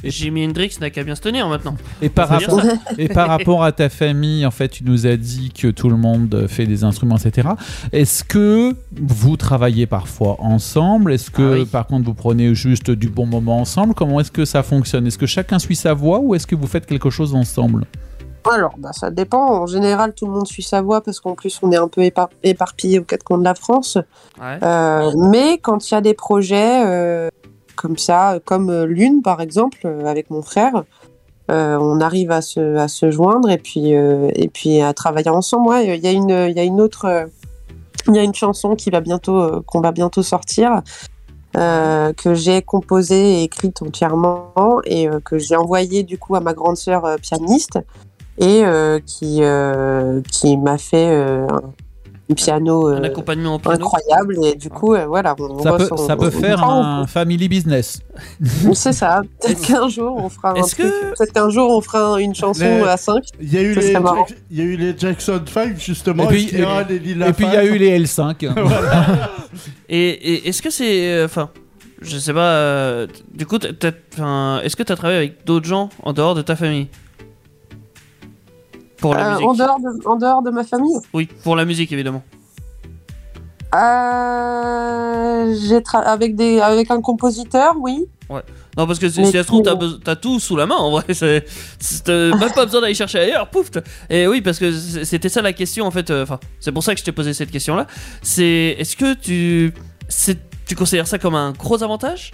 Et Jimi Hendrix n'a qu'à bien se tenir maintenant. et par, Ça veut dire rapport, et par rapport à ta famille, en fait, tu nous as dit que tout le monde fait des instruments, etc. Est-ce que vous travaillez parfois ensemble Est-ce que, Ah oui. par contre, vous prenez juste du bon moment ensemble Comment est-ce que ça fonctionne Est-ce que chacun suit sa voix ou est-ce que vous faites quelque chose ensemble Alors, bah, ça dépend. En général, tout le monde suit sa voix parce qu'en plus, on est un peu épar- éparpillé aux quatre coins de la France. Ouais. Euh, mais quand il y a des projets euh, comme ça, euh, comme euh, Lune par exemple, euh, avec mon frère, euh, on arrive à se, à se joindre et puis, euh, et puis à travailler ensemble. Ouais, Il y, a une- il y a une autre. euh, Il y a une chanson qui va bientôt, euh, qu'on va bientôt sortir. euh, que j'ai composée et écrite entièrement et euh, que j'ai envoyée du coup à ma grande sœur euh, pianiste et euh, qui euh, qui m'a fait euh, un piano Un euh, accompagnement au piano. incroyable et du coup euh, voilà on Ça voit peut, son- ça on peut faire Ah, prend, un family business. on- c'est ça peut-être qu'un jour on fera un Est-ce truc que- peut-être qu'un jour on fera un- une chanson Mais- à 5 Il y, a eu Ça les serait marrant. Jack- il y a eu les Jackson 5 justement, Et puis- est-ce qu'il y aura et- les Lila et puis, il y a 5? eu les L5. Et, et est-ce que c'est, euh, enfin, je sais pas. euh, t- du coup, t'as- t'as- enfin, est-ce que t'as travaillé avec d'autres gens en dehors de ta famille pour la Euh, musique en dehors de, en dehors de ma famille Oui, pour la musique évidemment. Euh, j'ai tra- avec des avec un compositeur oui Non, parce que si Mais si ça se trouve, tout, t'as ouais. beso- t'as tout sous la main en vrai. c'est- c'est- T'as même pas besoin d'aller chercher ailleurs, pouf. t'as- Et oui, parce que c- c'était ça la question en fait. euh, Enfin, c'est pour ça que je t'ai posé cette question là. C'est est-ce que tu, c'est- tu considères ça comme un gros avantage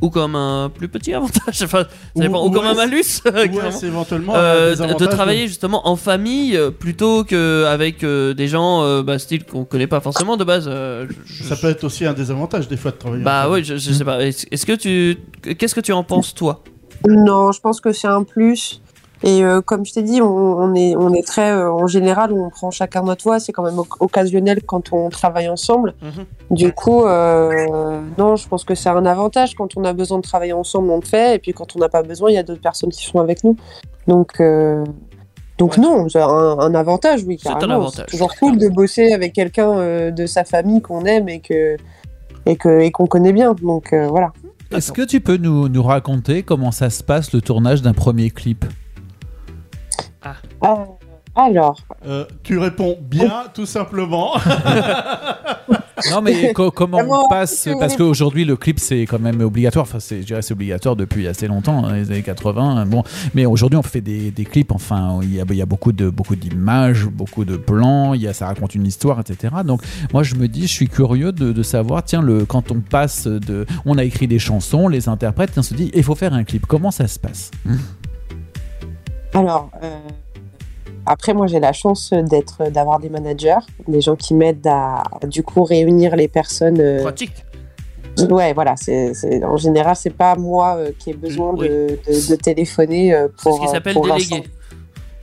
ou comme un plus petit avantage Enfin, ça Ou- dépend. Ou, ou comme un est-ce- malus Ouais, clairement. c'est éventuellement Euh, un hein, des de- de avantages, travailler justement en famille euh, plutôt qu'avec des gens euh, bah, style qu'on connaît pas forcément de base. euh, je- mais Ça je- peut être aussi un désavantage des fois de travailler. Bah ensemble. oui, je, je sais pas. Est-ce est-ce que tu, qu'est-ce que tu en penses toi non je pense que c'est un plus et euh, comme je t'ai dit, on, on est on est très euh, en général, on prend chacun notre voix. C'est quand même oc- occasionnel quand on travaille ensemble. Mhm. Du coup, euh, non, je pense que c'est un avantage. Quand on a besoin de travailler ensemble, on le fait. Et puis quand on n'a pas besoin, il y a d'autres personnes qui sont avec nous. Donc, euh, donc Ouais. non, c'est un, un avantage, oui, C'est un carrément. avantage. C'est toujours cool de bosser avec quelqu'un euh, de sa famille qu'on aime et que et que et qu'on connaît bien. Donc euh, voilà. Est-ce que tu peux nous, nous raconter comment ça se passe le tournage d'un premier clip Euh, alors, Euh, tu réponds bien, tout simplement. Non, mais co- comment Vraiment, on passe c'est- Parce qu'aujourd'hui, le clip, c'est quand même obligatoire. Enfin, c'est, je dirais, c'est obligatoire depuis assez longtemps, hein, les années 80. Bon, mais aujourd'hui, on fait des, des clips. Enfin, il y a, il y a beaucoup, de, beaucoup d'images, beaucoup de plans. Il y a, ça raconte une histoire, etc. Donc, moi, je me dis, je suis curieux de, de savoir, tiens, le, quand on passe de. On a écrit des chansons, on les interprète, et on se dit, il faut faire un clip. Comment ça se passe Alors, euh, après, moi, j'ai la chance d'être, d'avoir des managers, des gens qui m'aident à, du coup, réunir les personnes. euh, Pratique. ouais, voilà. C'est, c'est- en général, c'est pas moi euh, qui ai besoin Oui. de, de- de téléphoner euh, C'est pour. ce qui euh, s'appelle pour un délégué. chant.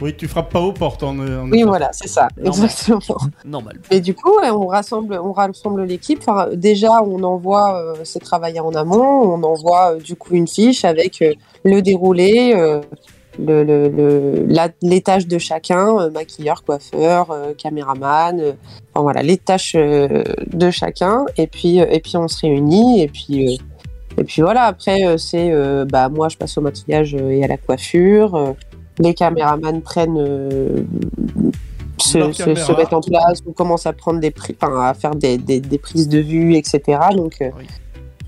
Oui, tu frappes pas aux portes en. en Oui, voilà, c'est ça, Normal. exactement. Normal. Et du coup, ouais, on rassemble, on rassemble l'équipe. Enfin, déjà, on envoie, euh, c'est travaillé en amont, on envoie euh, du coup une fiche avec euh, le déroulé, euh, le, le- le- la- les tâches de chacun, euh, maquilleur, coiffeur, euh, caméraman, euh, enfin voilà, les tâches euh, de chacun. Et puis, euh, et puis on se réunit, et puis, euh, et puis voilà, après, euh, c'est euh, bah, moi, je passe au maquillage euh, et à la coiffure. euh, les caméramans prennent euh, se, Leur se- caméra. se mettent en place, on commence à prendre des pri- enfin, à faire des, des- des prises de vue, etc. Donc, euh, Oui.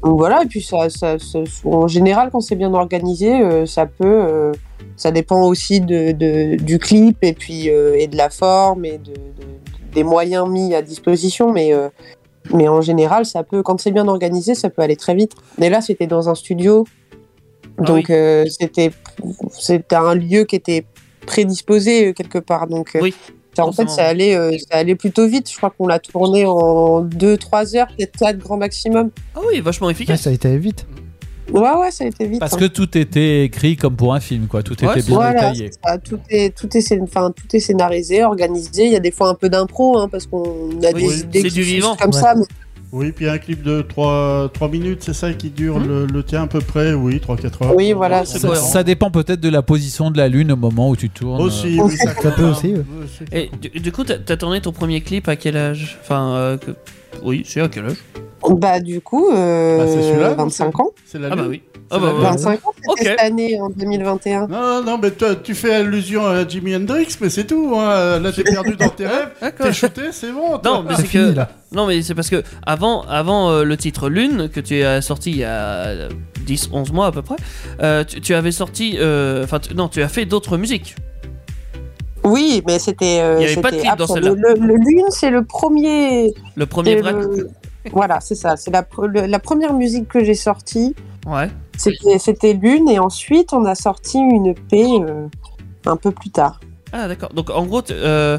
donc voilà, et puis ça, ça- ça- en général, quand c'est bien organisé, euh, ça peut, euh, ça dépend aussi de, de- du clip et puis euh, et de la forme et de, de- des moyens mis à disposition, mais euh, mais en général, ça peut, quand c'est bien organisé, ça peut aller très vite. Mais là, c'était dans un studio, Ah donc euh, c'était c'était un lieu qui était prédisposé euh, quelque part, donc. euh, Oui, ça, en fait, forcément. ça allait, euh, ça allait plutôt vite. Je crois qu'on l'a tourné en 2-3 heures, peut-être 4 grand maximum. Ah oui, vachement efficace. Ouais, ça a été vite. Ouais, ouais, ça a été vite. Parce hein. que tout était écrit comme pour un film, quoi. Tout Ouais, était bien voilà, détaillé. c'est ça. tout est, tout, est, scén- enfin, tout est scénarisé, organisé. Il y a des fois un peu d'impro, hein, parce qu'on a Oui, des c'est idées du qui sont vivant. comme Ouais. ça. mais- Oui, puis un clip de 3, minutes, c'est ça qui dure Hmm. le, le tien à peu près Oui, 3-4 heures. Oui, voilà, c'est Ça, cohérent. ça dépend peut-être de la position de la lune au moment où tu tournes. euh. Aussi, oui, ça, Ça peut compte, aussi, hein. ouais. Et du, du coup, t'as t'as tourné ton premier clip à quel âge Enfin, euh, que- oui, c'est à quel âge Bah, du coup, euh, Bah, c'est celui-là, 25 ans. C'est la Ah bah lune. oui. Ah bah la- ouais. Bah, 25 ans, c'était Ok. cette année, en 2021. Non, non, mais toi, tu fais allusion à Jimi Hendrix, mais c'est tout. Hein. Là, t'es perdu dans tes rêves. D'accord. T'es shooté, c'est bon. toi. Non, mais C'est c'est fini que là. Euh, non, mais c'est parce que avant, avant euh, le titre Lune que tu as sorti il y a 10 11 mois à peu près, euh, tu, tu avais sorti euh, enfin tu- non, tu as fait d'autres musiques. Oui, mais c'était. euh, Il y avait pas de c'était clip dans après. celle-là. Le, le Lune, c'est le premier. Le premier c'est vrai le- Voilà, c'est ça. C'est la, pre- le- la première musique que j'ai sortie. Ouais. C'était c'était Lune et ensuite on a sorti une EP euh, un peu plus tard. Ah d'accord. Donc en gros t- euh,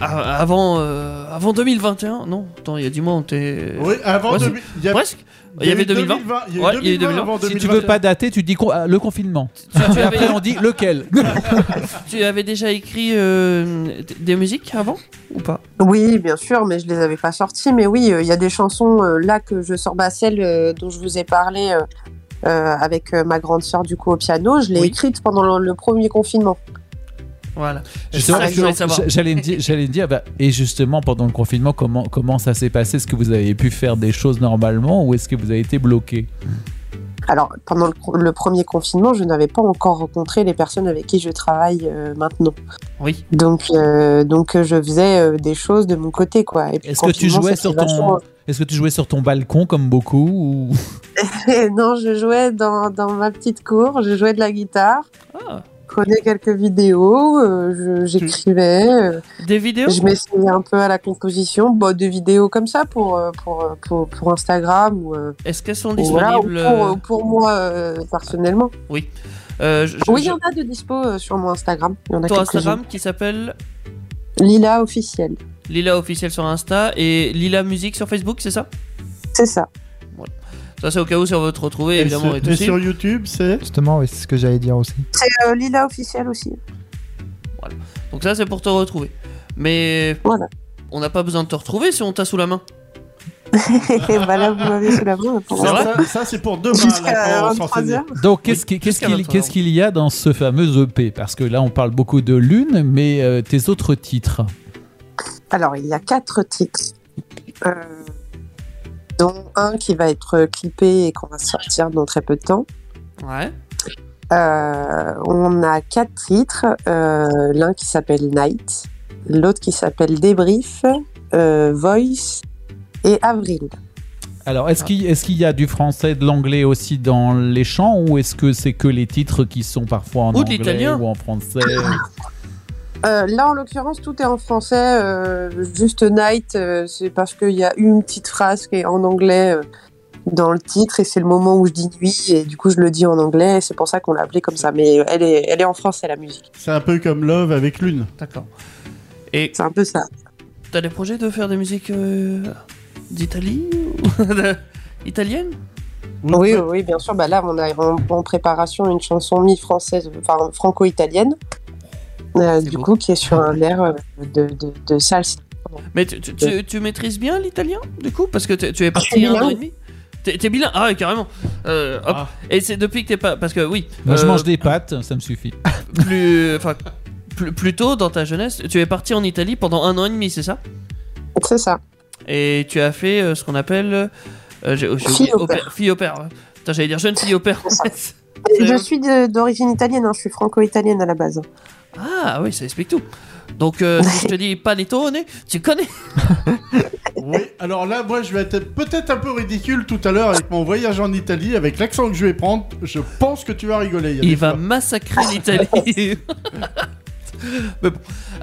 a- avant euh, avant 2021, non, attends, il y a du monde t'es Oui, avant Ouais, 2000. Il y a- presque il y avait 2020. 2020. Il Ouais, y a eu 2020 avant Si tu veux 2021. pas dater, tu dis con- ah, le confinement. tu, tu Et avais, après, on dit lequel tu avais déjà écrit euh, d- des musiques avant ou pas Oui, bien sûr, mais je les avais pas sorties. Mais oui, euh, il y a des chansons euh, là que je sors, bah, celle euh, dont je vous ai parlé euh, euh, avec euh, ma grande sœur du coup au piano, je l'ai Oui. écrite pendant le, le premier confinement. Voilà. Je C'est ça que je voulais savoir. J'allais me dire, j'allais me dire bah, et justement pendant le confinement, comment, comment ça s'est passé Est-ce que vous avez pu faire des choses normalement ou est-ce que vous avez été bloqué Alors pendant le, co- le premier confinement, je n'avais pas encore rencontré les personnes avec qui je travaille euh, maintenant. Oui. Donc euh, donc euh, je faisais euh, des choses de mon côté quoi. Et puis, Est-ce que tu confinement, jouais ça sur fait vachement- ton Est-ce que tu jouais sur ton balcon comme beaucoup ou... Et non, je jouais dans, dans ma petite cour, je jouais de la guitare, Ah, prenais quelques vidéos, euh, je- j'écrivais, euh, des Mmh. vidéos je m'essayais un peu à la composition, bah, de vidéos comme ça pour, euh, pour, euh, pour, pour Instagram ou, euh, Est-ce qu'elles sont ou voilà, ou disponibles pour, euh, pour moi euh, personnellement. euh, je- je- Oui, il y en a de dispo euh, sur mon Instagram. Il y en a Ton quelques-unes. Instagram qui s'appelle Lila officiel, Lila officiel sur Insta et Lila musique sur Facebook, c'est ça c'est ça. Ça c'est au cas où si on veut te retrouver Et évidemment sur- et tout et ça. sur YouTube, c'est. Justement, oui, c'est ce que j'allais dire aussi. C'est euh, Lila officiel aussi. Donc ça c'est pour te retrouver. Mais Voilà. on n'a pas besoin de te retrouver si on t'a sous la main. bah là, vous m'avez sous la main. pour C'est Ça, moi. vrai ça- ça, c'est pour demain. là, Jusqu'à pour 23 s'entraîner. heures. Donc qu'est-ce qui- qu'est-ce jusqu'à qu'il 23. qu'est-ce qu'il y a dans ce fameux EP Parce que là, on parle beaucoup de lune, mais euh, tes autres titres. Alors, il y a quatre titres, euh, dont un qui va être clippé et qu'on va sortir dans très peu de temps. Ouais. Euh, on a quatre titres, euh, l'un qui s'appelle Night, l'autre qui s'appelle Débrief, euh, Voice et Avril. Alors, est-ce qu'il est-ce qu'il y a du français, de l'anglais aussi dans les chants, ou est-ce que c'est que les titres qui sont parfois en Ou de anglais l'italien. ou en français Euh, là, en l'occurrence, tout est en français. euh, juste Night, euh, c'est parce qu'il y a une petite phrase qui est en anglais euh, dans le titre et c'est le moment où je dis nuit et du coup je le dis en anglais. C'est pour ça qu'on l'a appelé comme ça. Mais elle est, elle est en français la musique. C'est un peu comme Love avec Lune. D'accord. Et C'est un peu ça. t'as des projets de faire des musiques euh, d'Italie ou de- italienne Oui, oui, oui, bien sûr. Bah là, on a en, en préparation une chanson mi-française, enfin franco-italienne. euh, C'est du beau. coup, qui est sur un air euh, de, de, de salsa. Mais tu, tu- tu- tu maîtrises bien l'italien, du coup Parce que t'es- tu es parti un bilingue. an et demi T'es t'es bilingue Ah, ouais, carrément Euh, hop. Et c'est depuis que t'es pas. Parce que oui. Moi, je euh, mange des pâtes, ça me suffit. plus, enfin, plus, plus tôt dans ta jeunesse, tu es parti en Italie pendant un an et demi, c'est ça C'est ça. Et tu as fait euh, ce qu'on appelle euh, j'ai- j'ai Fille oublié- au père. fille au père. ouais. Putain, j'allais dire jeune fille au père. C'est- Je suis de- d'origine italienne, hein, je suis franco-italienne à la base. ah oui, ça explique tout. Donc euh, quand je te dis panettone, tu connais Oui, alors là, moi, je vais être peut-être un peu ridicule tout à l'heure avec mon voyage en Italie, avec l'accent que je vais prendre. Je pense que tu vas rigoler. Yannick. Il va massacrer l'Italie. Mais bon.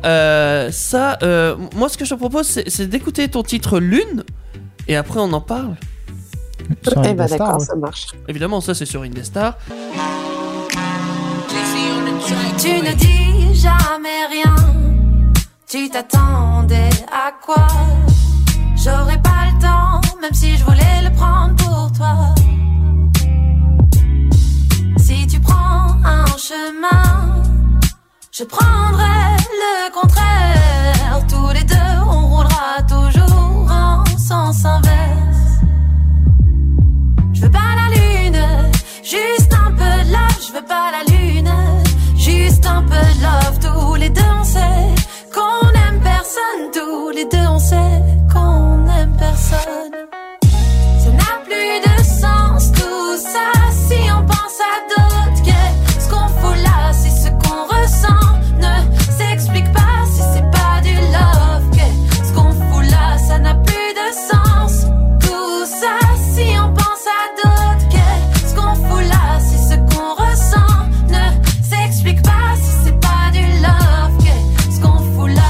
Euh, ça, euh, moi, ce que je te propose, c'est c'est d'écouter ton titre Lune, et après, on en parle. Sur eh ben Indestar, d'accord, ouais. ça marche. Évidemment, ça, c'est sur Indestar. Tu ne dis jamais rien, tu t'attendais à quoi J'aurais pas le temps, même si je voulais le prendre pour toi. Si tu prends un chemin, je prendrai le contraire. Tous les deux, on roulera toujours en sens inverse. Je veux pas la lune, juste un peu de love. Je veux pas la lune, juste un peu de love. Tous les deux on sait qu'on aime personne. Tous les deux on sait qu'on aime personne. Ça n'a plus de sens tout ça si on pense à d'autres. que ce qu'on fout là, c'est ce qu'on ressent. Ne s'explique pas si c'est pas du love. que ce qu'on fout là, ça n'a plus de sens. Tout ça si on pense à d'autres. que ce qu'on fout là, c'est ce qu'on ressent. Ne s'explique pas si c'est pas du love. que ce qu'on fout là.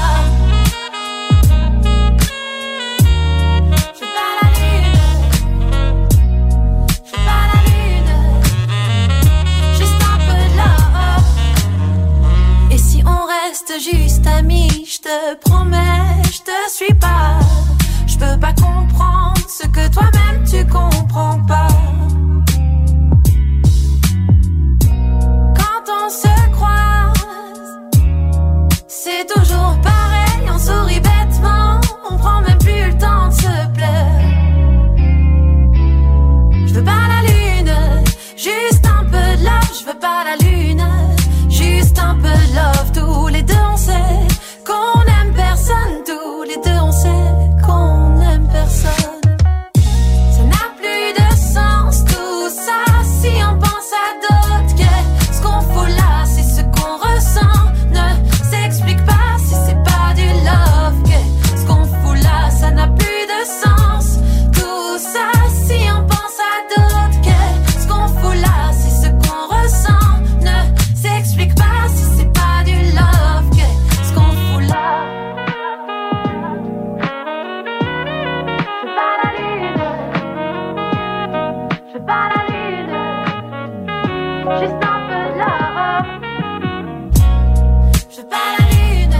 Je veux pas la lune. Je veux pas la lune, juste un peu de love. Et si on reste juste amis, je te promets, je te suis pas. Je peux pas comprendre ce que toi-même tu comprends pas. Quand on se croise, c'est toujours pareil. On sourit bêtement, on prend même plus le temps de se plaire. Je veux pas la lune, juste un peu de love. Je veux pas la lune, juste un peu de love. Tous les deux on sait qu'on aime personne. Tous les deux on sait qu'on aime personne. Ça n'a plus de sens tout ça si on pense à d'autres. Que ce qu'on fout là, c'est ce qu'on ressent. Ne s'explique pas si c'est pas du love. Que ce qu'on fout là, ça n'a plus de sens. Tout ça si on pense à d'autres. Que ce qu'on fout là, c'est ce qu'on ressent. Ne s'explique pas si c'est pas du love. Que ce qu'on fout là. Je veux pas la lune, je veux pas la lune, juste un peu de love. Je veux pas la lune,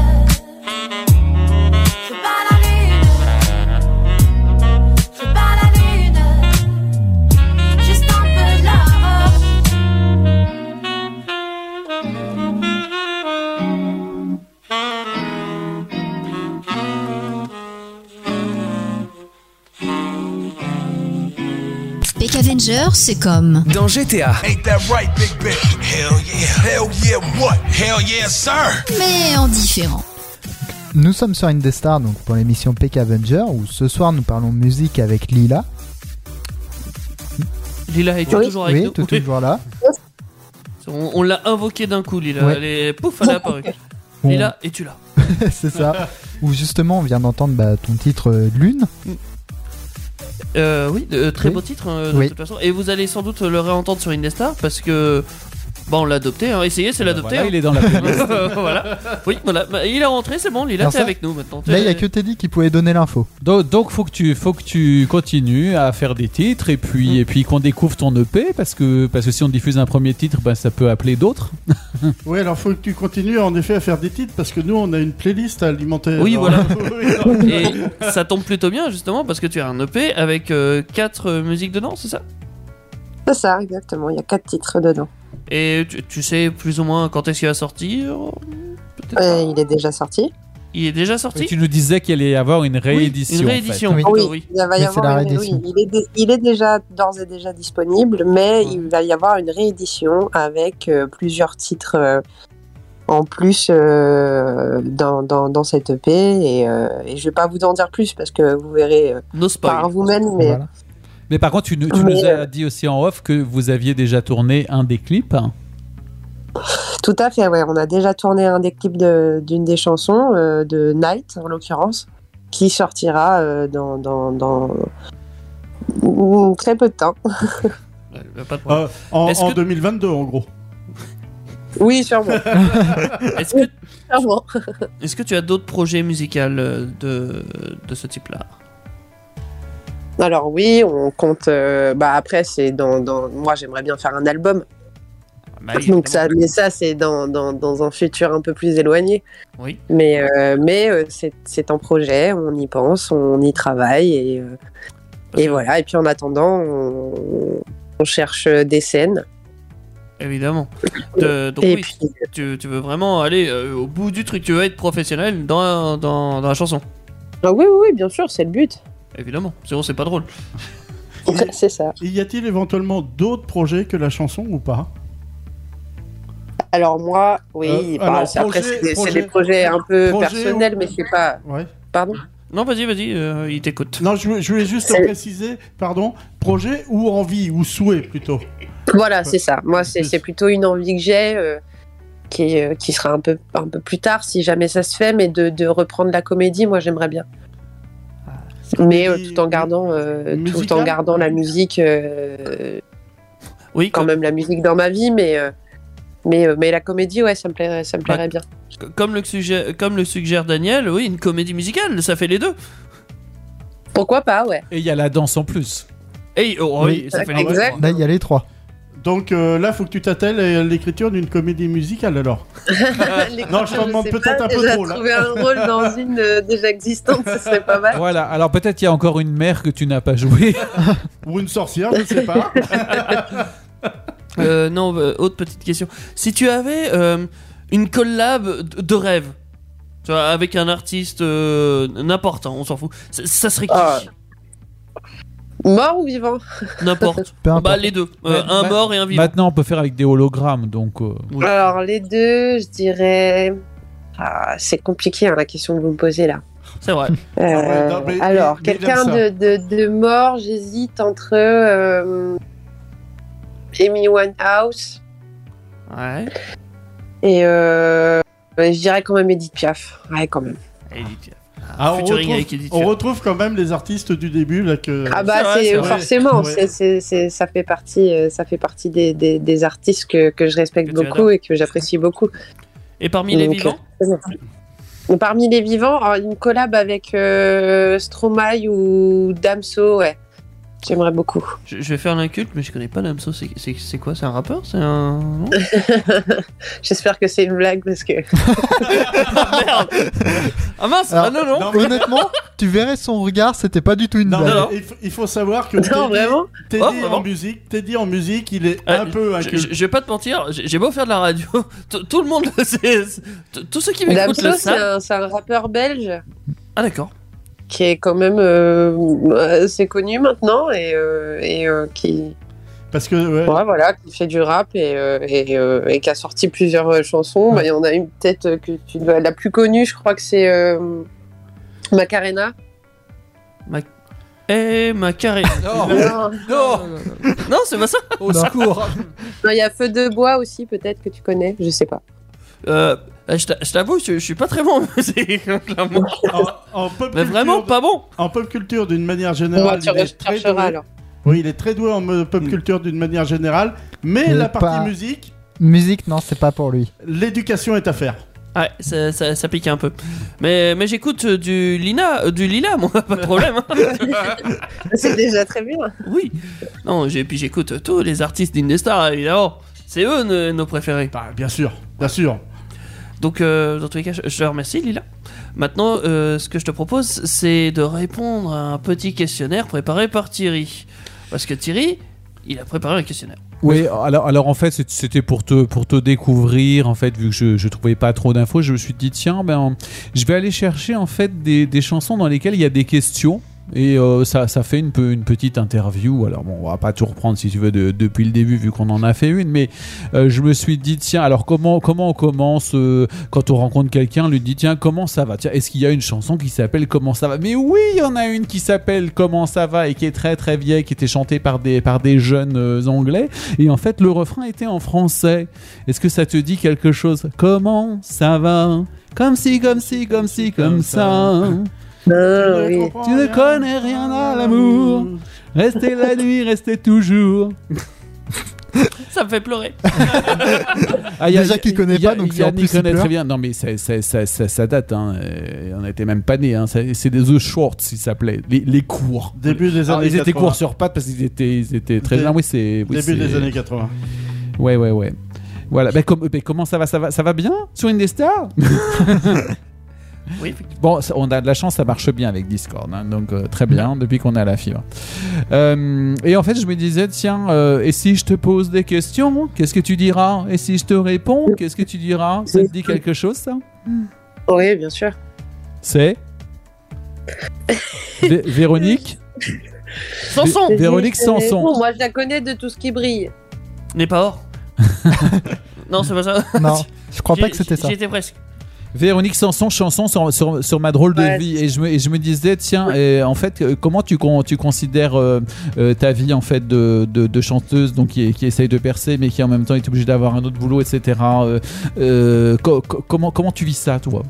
je veux pas la lune, je veux pas la lune, juste un peu de love. Peck Avenger, c'est comme. Dans GTA. Ain't that right, Big Ben? Hell yeah. Hell yeah, what? Hell yeah, sir. Mais en différent. Nous sommes sur Indestar donc pour l'émission Peck Avenger où ce soir nous parlons musique avec Lila. Lila est toujours avec oui, nous. tout toujours là. On, on l'a invoqué d'un coup, Lila. Ouais. Elle est... Pouf, elle est apparue. Bon. Lila, es-tu là c'est ça. Où justement on vient d'entendre bah, ton titre euh, Lune. Euh, oui, de- euh, très Oui. beau titre euh, de Oui. toute façon. Et vous allez sans doute le réentendre sur Indestar parce que. Bah, on l'a adopté, hein. essayez, c'est l'adopter. Bah, voilà, hein. il est dans la playlist. voilà. Oui, voilà. Bah, il est rentré, c'est bon, Lila, Alors t'es ça, avec nous maintenant. Là il y a T'es- que Teddy qui pouvait donner l'info. Donc, donc faut que tu faut que tu continues à faire des titres et puis Mm. et puis qu'on découvre ton EP parce que parce que si on diffuse un premier titre bah, ça peut appeler d'autres. Oui, alors faut que tu continues en effet à faire des titres parce que nous, on a une playlist à alimenter. Oui, Alors- voilà. Oui, alors- Et ça tombe plutôt bien, justement, parce que tu as un EP avec 4 musiques dedans, c'est ça C'est ça, exactement. Il y a quatre titres dedans. Et tu, tu sais plus ou moins quand est-ce qu'il va sortir peut-être Euh, il est déjà sorti. Il est déjà sorti Tu nous disais qu'il allait y avoir une réédition. une réédition, en fait. Oui. Ah Oui, oui. il va y Mais c'est avoir la une- réédition. oui, il, est dé- il est déjà d'ores et déjà disponible, mais il va y avoir une réédition avec euh, plusieurs titres euh, en plus euh, dans, dans, dans cette EP. Et, euh, et je vais pas vous en dire plus parce que vous verrez euh, par vous-même. Mais Voilà. Mais par contre, tu, nous- tu Mais, Oh. nous as euh, dit aussi en off que vous aviez déjà tourné un des clips. hein. tout à fait, ouais, on a déjà tourné un des clips de- d'une des chansons, euh, de Night en l'occurrence, qui sortira euh, dans, dans, dans très peu de temps. bah, Euh, en, Est-ce en que- 2022, en gros. oui, sûrement. Ah. Est-ce que, Sûrement. est-ce que tu as d'autres projets musicaux euh, de, de ce type-là Alors oui, on compte. euh, bah après, c'est dans, dans- Moi, j'aimerais bien faire un album. Bah, Donc ça, mais ça, c'est dans, dans, dans un futur un peu plus éloigné. Oui. Mais euh, mais euh, c'est- c'est en projet. On y pense, on y travaille et euh, et voilà. Et puis en attendant, on, on cherche des scènes. Évidemment. De- donc Et oui, tu, tu veux vraiment aller euh, au bout du truc, tu veux être professionnel dans, dans, dans la chanson. Ah oui, oui, oui, bien sûr, c'est le but. Évidemment, sinon c'est pas drôle. c'est ça. Et y a-t-il éventuellement d'autres projets que la chanson ou pas Alors moi, oui. Euh, bah, alors, c'est- après, projet- c'est des, c'est projet- des projets un peu projet personnels, ou- mais c'est pas. Ouais. Pardon. Non, vas-y, vas-y, euh, il t'écoute. Non, je, je voulais juste C'est- préciser, pardon, projet ou envie, ou souhait plutôt. Voilà, c'est ça. Moi, c'est c'est plutôt une envie que j'ai, euh, qui, euh, qui sera un peu, un peu plus tard, si jamais ça se fait, mais de, de reprendre la comédie, moi, j'aimerais bien. Mais euh, tout en gardant, euh, tout en musicale gardant la musique, euh, oui, quand même la musique dans ma vie, mais, euh, mais, euh, mais la comédie, ouais, ça me plairait, ça me plairait bien. C- Comme le, suggère, comme le suggère Daniel, oui, une comédie musicale, ça fait les deux. Pourquoi pas, ouais. Et il y a la danse en plus. Et oh, oui, ça fait les deux. Là, il y a les trois. Donc euh, là, faut que tu t'attelles à l'écriture d'une comédie musicale alors. Non, je t'en demande sais peut-être pas, un peu déjà trop, là. trouver un rôle dans une euh, déjà existante, ce serait pas mal. Voilà, alors peut-être il y a encore une mère que tu n'as pas jouée. Ou une sorcière, je sais pas. Euh, non, euh, autre petite question. Si tu avais euh, une collab de de rêve, tu vois, avec un artiste euh, n'importe, hein, on s'en fout, ça, ça serait qui Mort ou vivant N'importe. Peu importe. Bah, les deux. Euh, Ma- un ma- mort et un vivant. Maintenant, on peut faire avec des hologrammes, donc. euh, Alors, les deux, je dirais. Ah, c'est compliqué hein, la question que vous me posez là. C'est vrai. Euh, Ah ouais, non, mais- alors, mais- mais quelqu'un j'aime ça. de, de, de mort, j'hésite entre euh, Amy Winehouse Ouais. et euh, ouais, je dirais quand même Edith Piaf. Ouais, quand même. Ah, on, Featuring retrouve, avec Edith on Piaf. retrouve quand même les artistes du début là que. Ah bah c'est Ouais. forcément, Ouais. c'est- c'est- c'est- ça fait partie, euh, ça fait partie des, des, des artistes que, que je respecte tu beaucoup adores. et que j'apprécie beaucoup. Et parmi les Donc, vivants euh, bon, Parmi les vivants, alors, une collab avec euh, Stromae ou Damso, ouais. J'aimerais beaucoup. je, je vais faire l'inculte, mais je connais pas Damso. C'est- C'est c'est quoi C'est un rappeur C'est un. non J'espère que c'est une blague parce que. Ah mince, Alors, ah non, non. Honnêtement, tu verrais son regard, c'était pas du tout une Non, blague. mais Il, faut, il faut savoir que Non, Teddy, vraiment Teddy Oh, vraiment en musique, Teddy en musique, il est un peu Je, je- inculte. je vais pas te mentir, j'ai j'ai beau faire de la radio, tout tout le monde le sait, tout- tous ceux qui m'écoutent Damso, le c'est savent. un, c'est un rappeur belge Ah d'accord. qui est quand même euh, assez connu maintenant et, euh, et, euh, qui. Parce que ouais. Ouais, voilà, qui fait du rap et, euh, et, euh, et qui a sorti plusieurs euh, chansons. Bah, Il y en a une peut-être euh, que tu dois- la plus connue, je crois que c'est euh, Macarena. Ma... Eh ma carré. Non, Non. Oh. non, non, c'est pas ça. Au secours. Non, Il y a Feu de bois aussi, peut-être que tu connais, je sais pas. Euh, je t'a- je t'avoue, je, je suis pas très bon en musique, clairement. En pop Mais culture, vraiment pas bon. En pop culture d'une manière générale. tu il est très rechercheras, doué. alors. Oui, il est très doué en mo- pop culture d'une manière générale, mais Mais la partie pas- musique, Musique, non, c'est pas pour lui. l'éducation est à faire. Ouais, Ah, ça, ça, ça pique un peu. Mais, mais j'écoute euh, du Lina, euh, du Lila, moi, pas de problème. hein. C'est déjà très bien. oui. Non, j'ai- puis j'écoute euh, tous les artistes d'Indestar, évidemment. C'est eux nos, nos préférés. bien sûr, bien sûr. Donc, euh, dans tous les cas, je, je te remercie, Lila. Maintenant, euh, ce que je te propose, c'est de répondre à un petit questionnaire préparé par Thierry. Parce que Thierry, il a préparé un questionnaire. Oui, alors, alors en fait, c'est- c'était pour te, pour te découvrir, en fait, vu que je, je trouvais pas trop d'infos, je me suis dit, tiens, ben, je vais aller chercher, en fait, des, des chansons dans lesquelles il y a des questions. Et euh, ça, ça fait une, peu, une petite interview. Alors, bon, on va pas tout reprendre si tu veux de- depuis le début, vu qu'on en a fait une. Mais euh, je me suis dit, tiens, alors comment, comment on commence euh, quand on rencontre quelqu'un, lui dit, tiens, comment ça va Tiens, est-ce qu'il y a une chanson qui s'appelle Comment ça va Mais oui, il y en a une qui s'appelle Comment ça va et qui est très très vieille, qui était chantée par des, par des jeunes euh, anglais. Et en fait, le refrain était en français. Est-ce que ça te dit quelque chose Comment ça va Comme si, comme si, comme si, comme ça. Ah, Tu ne connais rien à l'amour. Restez la nuit, restez toujours. Ça me fait pleurer. Ah, y a- Déjà qu'il y- connaît y a- pas, donc y c'est a- en il plus, il connaît pleure. très bien. Non, mais ça, ça, ça, ça- ça date. hein. Euh, On n'était même pas nés. hein. Ça- C'est des The Shorts, ils s'appelaient. Les, les cours. Début des Alors, années Ah, Ils étaient 80. courts sur pattes parce qu'ils étaient, ils étaient très Dé- bien. Oui, c'est. oui, début c'est- des années 80. Ouais, ouais, ouais. Voilà. Ben, com- ben, comment ça va, ça va Ça va bien sur Indestar Oui, Bon, ça- on a de la chance, ça marche bien avec Discord. hein. donc euh, très bien, depuis qu'on a la fibre. Euh, et en fait, je me disais, tiens, euh, et si je te pose des questions, qu'est-ce que tu diras Et si je te réponds, qu'est-ce que tu diras Ça te dit quelque chose, ça Oui, bien sûr. C'est Vé- Véronique Sanson Vé- Véronique Bon, Sanson moi, je la connais de tout ce qui brille. N'est pas hors. non, c'est pas ça. Non, je crois pas J'y- que c'était ça. J'y étais presque. Véronique Sanson, chanson sur, sur, sur ma drôle de Ouais. vie. Et je, me, et je me disais, tiens, et en fait, euh, comment tu, con- tu considères euh, euh, ta vie en fait de, de- de chanteuse donc qui, est- qui essaye de percer, mais qui en même temps est obligée d'avoir un autre boulot, etc. euh, euh, co- co- comment, comment tu vis ça, toi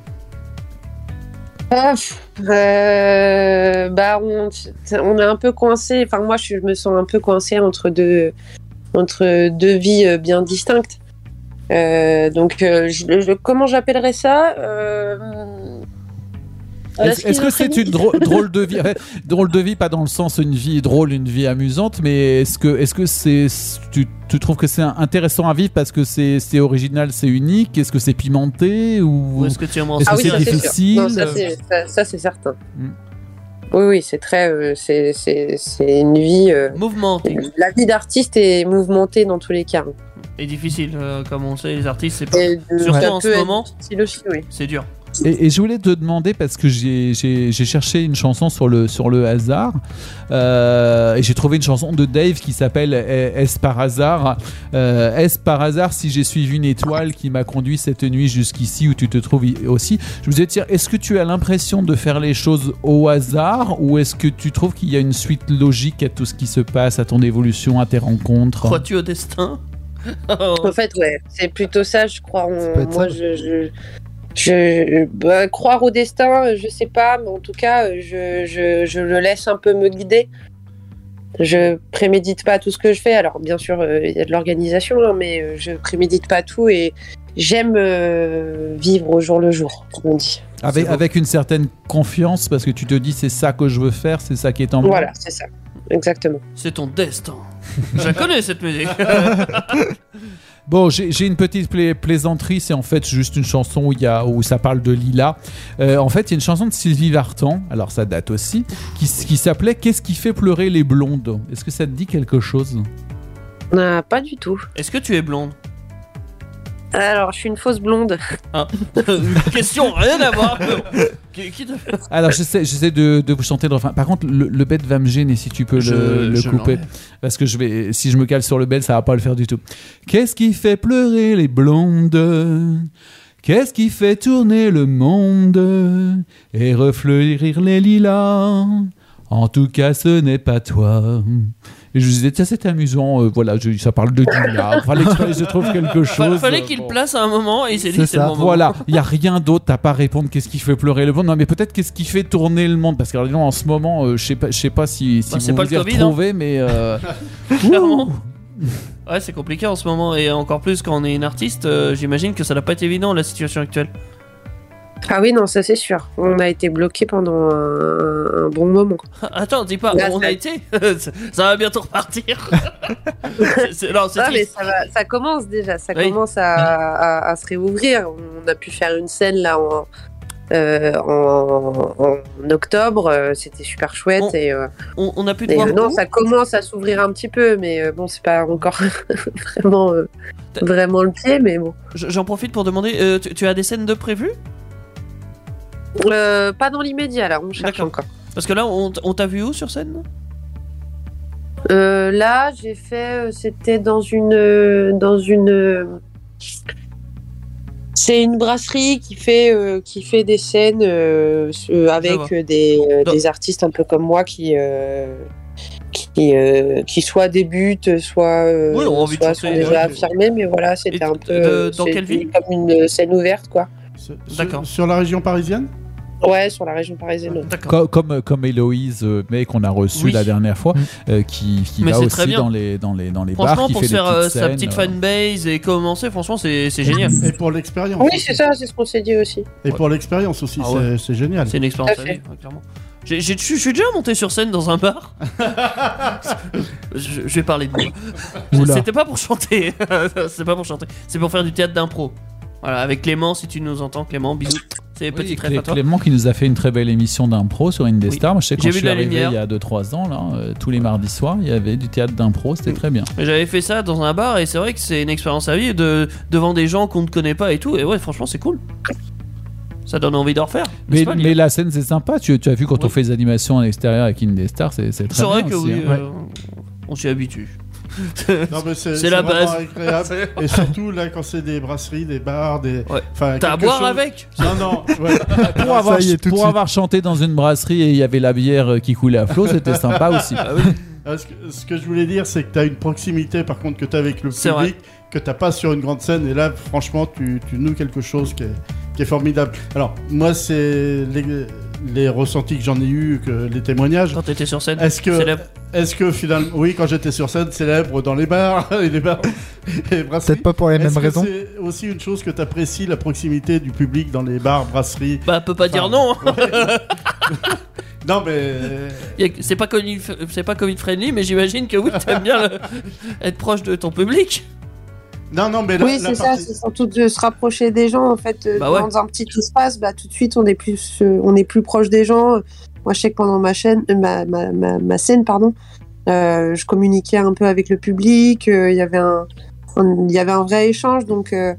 Ah, pff, euh, bah, on, on est un peu coincé. Enfin, moi, je me sens un peu coincé entre deux, entre deux vies euh, bien distinctes. Euh, donc, euh, je- je- comment j'appellerais ça Euh, la Est-ce est-ce que c'est une schizophrénie. drôle, drôle de vie en fait, Drôle de vie, pas dans le sens une vie drôle, une vie amusante, mais est-ce que, est-ce que c'est, tu, tu trouves que c'est intéressant à vivre parce que c'est, c'est original, c'est unique Est-ce que c'est pimenté ou, est-ce que tu aimes en est-ce que Ah oui, ça, c'est c'est sûr. difficile Mm. Non, ça, c'est- ça- ça, c'est certain. Oui, oui, c'est très. euh, c'est- c'est c'est une vie. euh, Mouvementée. La vie d'artiste est mouvementée dans tous les cas. Et difficile, euh, comme on sait, les artistes, c'est pas. Et de- Surtout ça en peut ce être moment, difficile aussi, oui. c'est dur. Et, et je voulais te demander parce que j'ai- j'ai j'ai cherché une chanson sur le sur le hasard euh, et j'ai trouvé une chanson de Dave qui s'appelle euh, Est-ce par hasard Euh, Est-ce par hasard si j'ai suivi une étoile qui m'a conduit cette nuit jusqu'ici où tu te trouves i- aussi Je me disais tiens est-ce que tu as l'impression de faire les choses au hasard ou est-ce que tu trouves qu'il y a une suite logique à tout ce qui se passe à ton évolution à tes rencontres Crois-tu au destin Oh. En fait, ouais, c'est plutôt ça, je crois. On- peut être moi, ça. je, je- je- bah, croire au destin, je sais pas, mais en tout cas, je, je- je le laisse un peu me guider. Je prémédite pas tout ce que je fais. Alors, bien sûr, euh, il y a de l'organisation, hein, mais euh, je prémédite pas tout et j'aime euh, vivre au jour le jour, comme on dit. Avec, avec une certaine confiance parce que tu te dis c'est ça que je veux faire c'est ça qui est en moi Voilà, c'est ça, exactement. C'est ton destin. Je la connais cette musique. Bon, j'ai j'ai une petite pla- plaisanterie, c'est en fait juste une chanson où, il y a, où ça parle de Lila. Euh, en fait, il y a une chanson de Sylvie Vartan, alors ça date aussi, qui, s- qui s'appelait Qu'est-ce qui fait pleurer les blondes Est-ce que ça te dit quelque chose Ah, pas du tout. Est-ce que tu es blonde Alors, je suis une fausse blonde. Ah. Une Question, rien à voir. Qui- qui te- Alors, j'essaie j'essaie de, de vous chanter le refrain. Par contre, le, le bête va me gêner si tu peux le, Je- le je couper. l'enlève. Parce que je vais, si je me cale sur le bête, ça va pas le faire du tout. Qu'est-ce qui fait pleurer les blondes Qu'est-ce qui fait tourner le monde et refleurir les lilas En tout cas, ce n'est pas toi. Et je vous disais, tiens, c'est amusant. euh, voilà, je- ça parle de lilas. Fallait que je trouve quelque chose. euh, Fallait qu'il place à un moment et il s'est dit c'est le bon moment. Voilà, il y a rien d'autre, t'as pas à répondre qu'est-ce qui fait pleurer le monde. Non, mais peut-être qu'est-ce qui fait tourner le monde parce que alors, disons, en ce moment euh, je sais pas je sais pas si si Bah, c'est vous pas vous le y Covid, hein. retrouvez mais euh, Clairement. Ouais, c'est compliqué en ce moment et encore plus quand on est une artiste, euh, j'imagine que ça n'a pas été évident la situation actuelle. Ah oui, non, ça c'est sûr. On a été bloqué pendant un- un bon moment. Attends, dis pas, Là, on ça- a été Ça va bientôt repartir. C'est- c'est- non, c'est Ah, mais triste. ça, va- ça commence déjà, ça Oui. commence à, à- à se réouvrir. On a pu faire une scène là en, euh, en, en octobre. euh, C'était super chouette. et, euh, On, on a pu te et, voir euh, non, où ça commence à s'ouvrir un petit peu, mais euh, bon, c'est pas encore vraiment, euh, vraiment le pied, mais bon. J- J'en profite pour demander, euh, tu, tu as des scènes de prévues Euh, pas dans l'immédiat, là, on cherche encore. Parce que là, on, t- on t'a vu où sur scène Euh, là, j'ai fait. euh, C'était dans une. euh, dans une. euh, c'est une brasserie qui fait euh, qui fait des scènes euh, euh, avec vois. euh, des, euh, des artistes un peu comme moi qui euh, qui, euh, qui soit débutent, soit, euh, Oui, ont envie de soit chanter, sont déjà ouais. affirmés, mais voilà, c'était un peu euh, dans c'est quelle ville comme une scène ouverte quoi. D'accord. Sur la région parisienne Ouais, sur la région Ah, parisienne. Co- Comme, comme, Héloïse euh, May qu'on a reçue Oui. la dernière fois, euh, qui, qui Mm. Mais va c'est aussi très bien. dans les, dans les, dans les bars. Franchement, qui pour fait se faire les petites euh, sa scènes, petite euh, fanbase et commencer, franchement, c'est c'est génial. Et pour l'expérience. Oui, c'est ça, c'est ce qu'on s'est dit aussi. Et pour l'expérience aussi, Ah ouais. c'est- c'est génial. C'est une expérience à Tout à fait. vivre, ouais, clairement. J'ai- j'ai- Je suis je suis déjà monté sur scène dans un bar. je, je vais parler de moi. euh, Oula. C'était pas pour chanter. c'est pas pour chanter. C'est pour faire du théâtre d'impro. Voilà, avec Clément, si tu nous entends, Clément, bisous. C'est Oui, petit Clé- rêve à toi. Clément qui nous a fait une très belle émission d'impro sur Indestar. Moi, je sais que J'ai quand vu je suis de la arrivé lumière. il y a 2-3 ans, là, euh, tous les mardis soirs, il y avait du théâtre d'impro, c'était très bien. Mais J'avais fait ça dans un bar et c'est vrai que c'est une expérience à vie de, devant des gens qu'on ne connaît pas et tout. Et ouais, franchement, c'est cool. Ça donne envie d'en refaire. n'est-ce Mais, pas, mais la scène, c'est sympa. Tu, tu as vu quand on fait des animations à l'extérieur avec Indestar, c'est c'est très C'est bien. vrai que aussi, oui, hein. euh, on s'y habitue. Non, mais c'est C'est la vraiment base. agréable. Et surtout, là, quand c'est des brasseries, des bars, des. Enfin, T'as à quelque boire chose- avec Non, non. ouais. Pour, avoir, Ça y est, tout de pour suite. avoir chanté dans une brasserie et il y avait la bière euh, qui coulait à flot, c'était sympa aussi. Ah, ce, que, ce que je voulais dire, c'est que tu as une proximité, par contre, que tu as avec le C'est public, que tu pas sur une grande scène. Et là, franchement, tu, tu noues quelque chose qui est, qui est formidable. Alors, moi, c'est les, les ressentis que j'en ai eu, que les témoignages. Quand tu étais sur scène, est-ce que, célèbre. Est-ce que finalement. Oui, quand j'étais sur scène, célèbre dans les bars et les bars. Peut-être pas pour les mêmes raisons. C'est aussi une chose que tu apprécies, la proximité du public dans les bars, brasseries. Bah, peut pas dire non. Non, mais. Y a- C'est pas, Covid- c'est pas Covid friendly, mais j'imagine que oui, t'aimes bien le- être proche de ton public. Non, non, mais oui, c'est ça, c'est surtout de se rapprocher des gens. En fait, euh, Bah ouais. dans un petit espace, bah, tout de suite, on est, plus, euh, on est plus proche des gens. Moi, je sais que pendant ma, chaîne, euh, ma, ma, ma- ma scène, pardon, euh, je communiquais un peu avec le public. euh, Il y avait un un- il y avait un vrai échange. Donc, euh,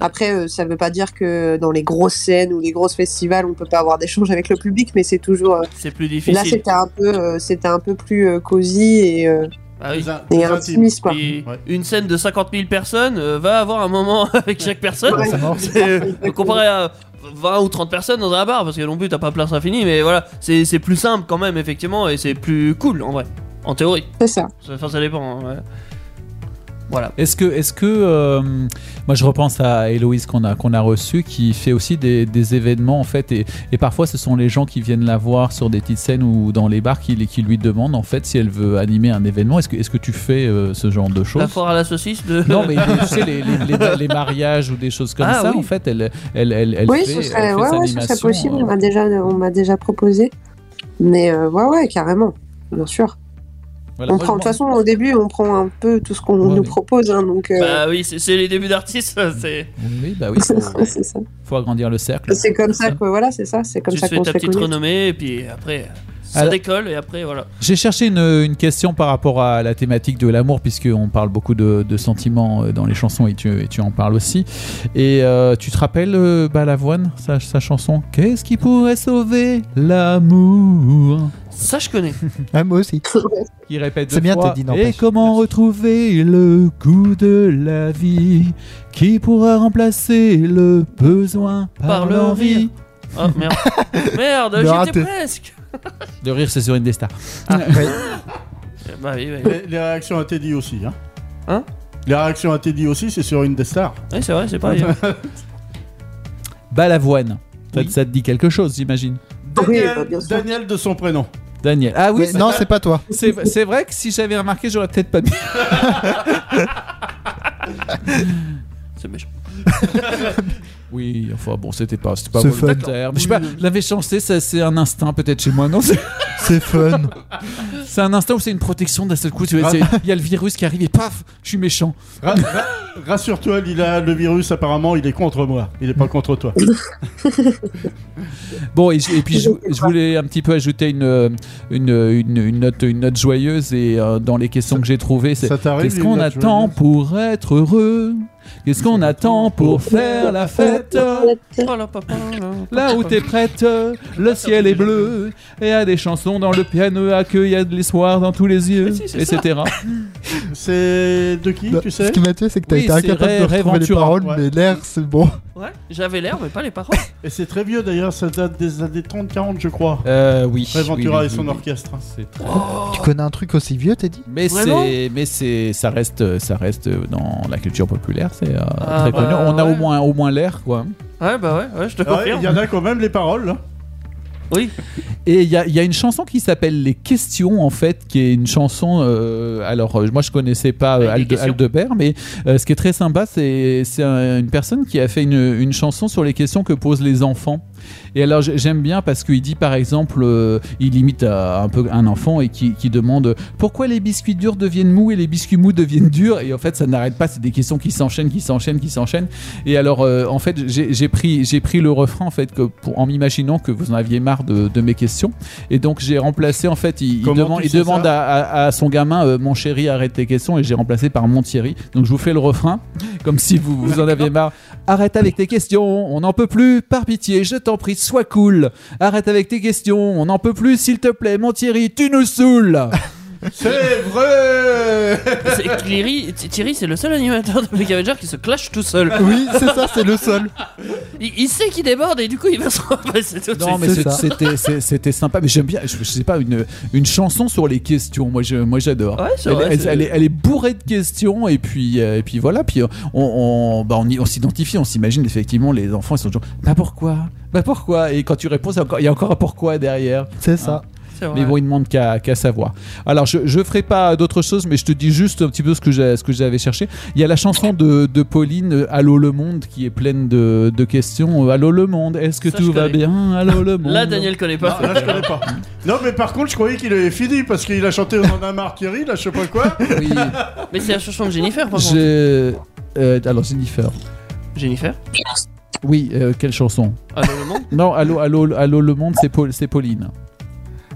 après, euh, ça veut pas dire que dans les grosses scènes ou les grosses festivals, on peut pas avoir d'échange avec le public, mais c'est toujours. euh, C'est plus là, difficile. c'était un, peu, euh, c'était un peu plus euh, cosy et. euh, Ah oui. et intimiste, quoi. Et Une scène de 50 000 personnes euh, va avoir un moment avec chaque personne. Ouais, c'est mort. C'est- euh, comparé à 20 ou 30 personnes dans un bar, parce que non plus t'as pas place infinie, mais voilà, c'est c'est plus simple quand même, effectivement, et c'est plus cool en vrai. En théorie. C'est ça. Enfin, ça dépend. hein, ouais. Voilà. Est-ce que, est-ce que euh, moi je repense à Héloïse qu'on a, qu'on a reçue, qui fait aussi des, des événements en fait, et, et parfois ce sont les gens qui viennent la voir sur des petites scènes ou dans les bars qui, qui lui demandent en fait si elle veut animer un événement. Est-ce que, est-ce que tu fais euh, ce genre de choses La foire à la saucisse de. Non, mais tu sais, les, les- les- les mariages ou des choses comme Ah, ça, oui. en fait, elle, elle, elle, elle oui, fait, ce elle serait, fait ouais, sa ouais, ce serait animation, possible. euh, On m'a déjà, on m'a déjà proposé. Mais euh, ouais, ouais, carrément, bien sûr. Voilà, Bah, on moi, prend, je de toute façon, au début, on prend un peu tout ce qu'on nous propose. hein, donc, euh, Bah oui, c'est c'est les débuts d'artistes, ça, c'est. Oui, bah oui, faut, c'est ça. faut agrandir le cercle. c'est comme ça que, voilà, c'est ça. C'est comme bah, Tu ça te fais qu'on se ta fait petite connaître. renommée, et puis après, ça Alors- décolle, et après, voilà. J'ai cherché une, une question par rapport à la thématique de l'amour, puisqu'on parle beaucoup de, de sentiments euh, dans les chansons et tu, et tu en parles aussi. Et euh, tu te rappelles euh, Balavoine, sa, sa chanson Qu'est-ce qui pourrait sauver l'amour Ça, je connais. Ah, moi aussi. Qui répète C'est deux bien, fois, t'as dit, Et n'empêche. comment retrouver le goût de la vie Qui pourra remplacer le besoin par, Par le l'envie rire. Oh merde. merde, Le j'y raté. étais presque. Le rire, c'est sur une des stars. Bah oui, oui. Les, les réactions à Teddy aussi, hein. Hein Les réactions à Teddy aussi, c'est sur une des stars. Ouais, c'est vrai, c'est pareil. hein. Balavoine, ça, ça te dit quelque chose, j'imagine Daniel, bah, Daniel de son prénom. Daniel. Ah oui, Mais non, c'est pas toi. C'est c'est vrai que si j'avais remarqué, j'aurais peut-être pas mis. c'est méchant. Oui, enfin bon, c'était pas, c'était pas C'est fun. volontaire. Mais je sais pas, je l'avais chanté, ça c'est un instinct peut-être chez moi, non c'est- C'est fun. C'est un instant où c'est une protection d'un seul coup. tu vois, Ah. c'est- Il y a le virus qui arrive et paf, je suis méchant. Ra- ra- Rassure-toi, Lila, le virus, apparemment, il est contre moi. Il est pas contre toi. Bon, et, je- et puis je, je voulais un petit peu ajouter une, euh, une, une, une note, une note joyeuse et euh, dans les questions que j'ai trouvées, c'est ça t'arrive, qu'est-ce une qu'on note attend pour être heureux Qu'est-ce qu'on attend pour faire la fête Oh Là où t'es prête, le ciel est bleu et y a des chansons dans le piano à queue, y a de l'espoir dans tous les yeux, si, c'est ça. etc. C'est de qui, tu sais Bah, Ce qui m'a tué, c'est que t'as Oui, été c'est incapable Ray- de Ray retrouver les Ventura. paroles, Ouais. mais l'air, c'est bon. Ouais, j'avais l'air, mais pas les paroles. Et c'est très vieux d'ailleurs, ça date des années 30-40, je crois. Euh, oui. Ray Ventura Oui, oui, et son oui, oui. orchestre. C'est très... Tu connais un truc aussi vieux, t'es dit Mais Vraiment c'est, mais c'est, ça reste, ça reste dans la culture populaire. C'est euh, Ah, très bah, connu. On a ouais. au moins, au moins l'air, quoi. Ouais, bah ouais, ouais, je te Ah ouais, confirme. Il y en a quand même les paroles. hein. là. Oui. Et il y a, il y a une chanson qui s'appelle Les Questions, en fait, qui est une chanson. euh, alors, euh, moi, je connaissais pas euh, Alde- questions. Aldebert, mais euh, ce qui est très sympa, c'est, c'est un- une personne qui a fait une, une chanson sur les questions que posent les enfants. Et alors, j'ai- j'aime bien parce qu'il dit, par exemple, euh, il imite euh, un peu un enfant et qui, qui demande pourquoi les biscuits durs deviennent mous et les biscuits mous deviennent durs. Et en fait, ça n'arrête pas. C'est des questions qui s'enchaînent, qui s'enchaînent, qui s'enchaînent. Et alors, euh, en fait, j'ai j'ai pris, j'ai pris le refrain en fait que pour, en m'imaginant que vous en aviez marre de, de mes questions. Et donc, j'ai remplacé en fait. Il, il Comment demande, tu il sais demande ça à, à- à son gamin, euh, mon chéri, arrête tes questions. Et j'ai remplacé par mon Thierry. Donc, je vous fais le refrain comme si vous, vous en aviez marre. Arrête avec tes questions. On n'en peut plus. Par pitié, je t'en prie, sois cool. Arrête avec tes questions. On n'en peut plus, s'il te plaît, mon Thierry, tu nous saoules. C'est vrai C'est- Thierry, Thierry, c'est le seul animateur de Black Avenger qui se clash tout seul. Oui, c'est ça, c'est le seul. Il, il sait qu'il déborde et du coup il va se repasser tout de Non, mais suite. c'est- c'était c'est- c'était sympa. Mais j'aime bien, je, je sais pas, une, une chanson sur les questions. Moi, je- moi j'adore. Ouais, Ah, c'est elle, vrai, elle- c'est- elle est, elle est bourrée de questions. Et puis, euh, et puis voilà. Puis euh, on, on, bah, on, y- on s'identifie, on s'imagine effectivement les enfants, ils sont toujours Bah pourquoi Bah pourquoi Et quand tu réponds, c'est encore- il y a encore un pourquoi derrière. C'est ça. C'est vrai. Mais bon, il ne demande qu'à qu'à savoir. Alors, je ne ferai pas d'autres choses, mais je te dis juste un petit peu ce que j'ai- ce que j'avais cherché. Il y a la chanson de, de Pauline, euh, Allô le monde, qui est pleine de, de questions. Euh, Allô le monde, est-ce que Ça, je tout va connais. bien Allô le monde. Là, Daniel connaît pas. Ah, là, je connais pas. Non, mais par contre, je croyais qu'il avait fini parce qu'il a chanté On en a marre Thierry, là, je sais pas quoi. Oui. Mais c'est la chanson de Jennifer, par contre. Je- euh, alors, Jennifer. Jennifer Oui, euh, quelle chanson Allô le monde Non, Allô, allô, allô le monde, c'est Paul- c'est Pauline.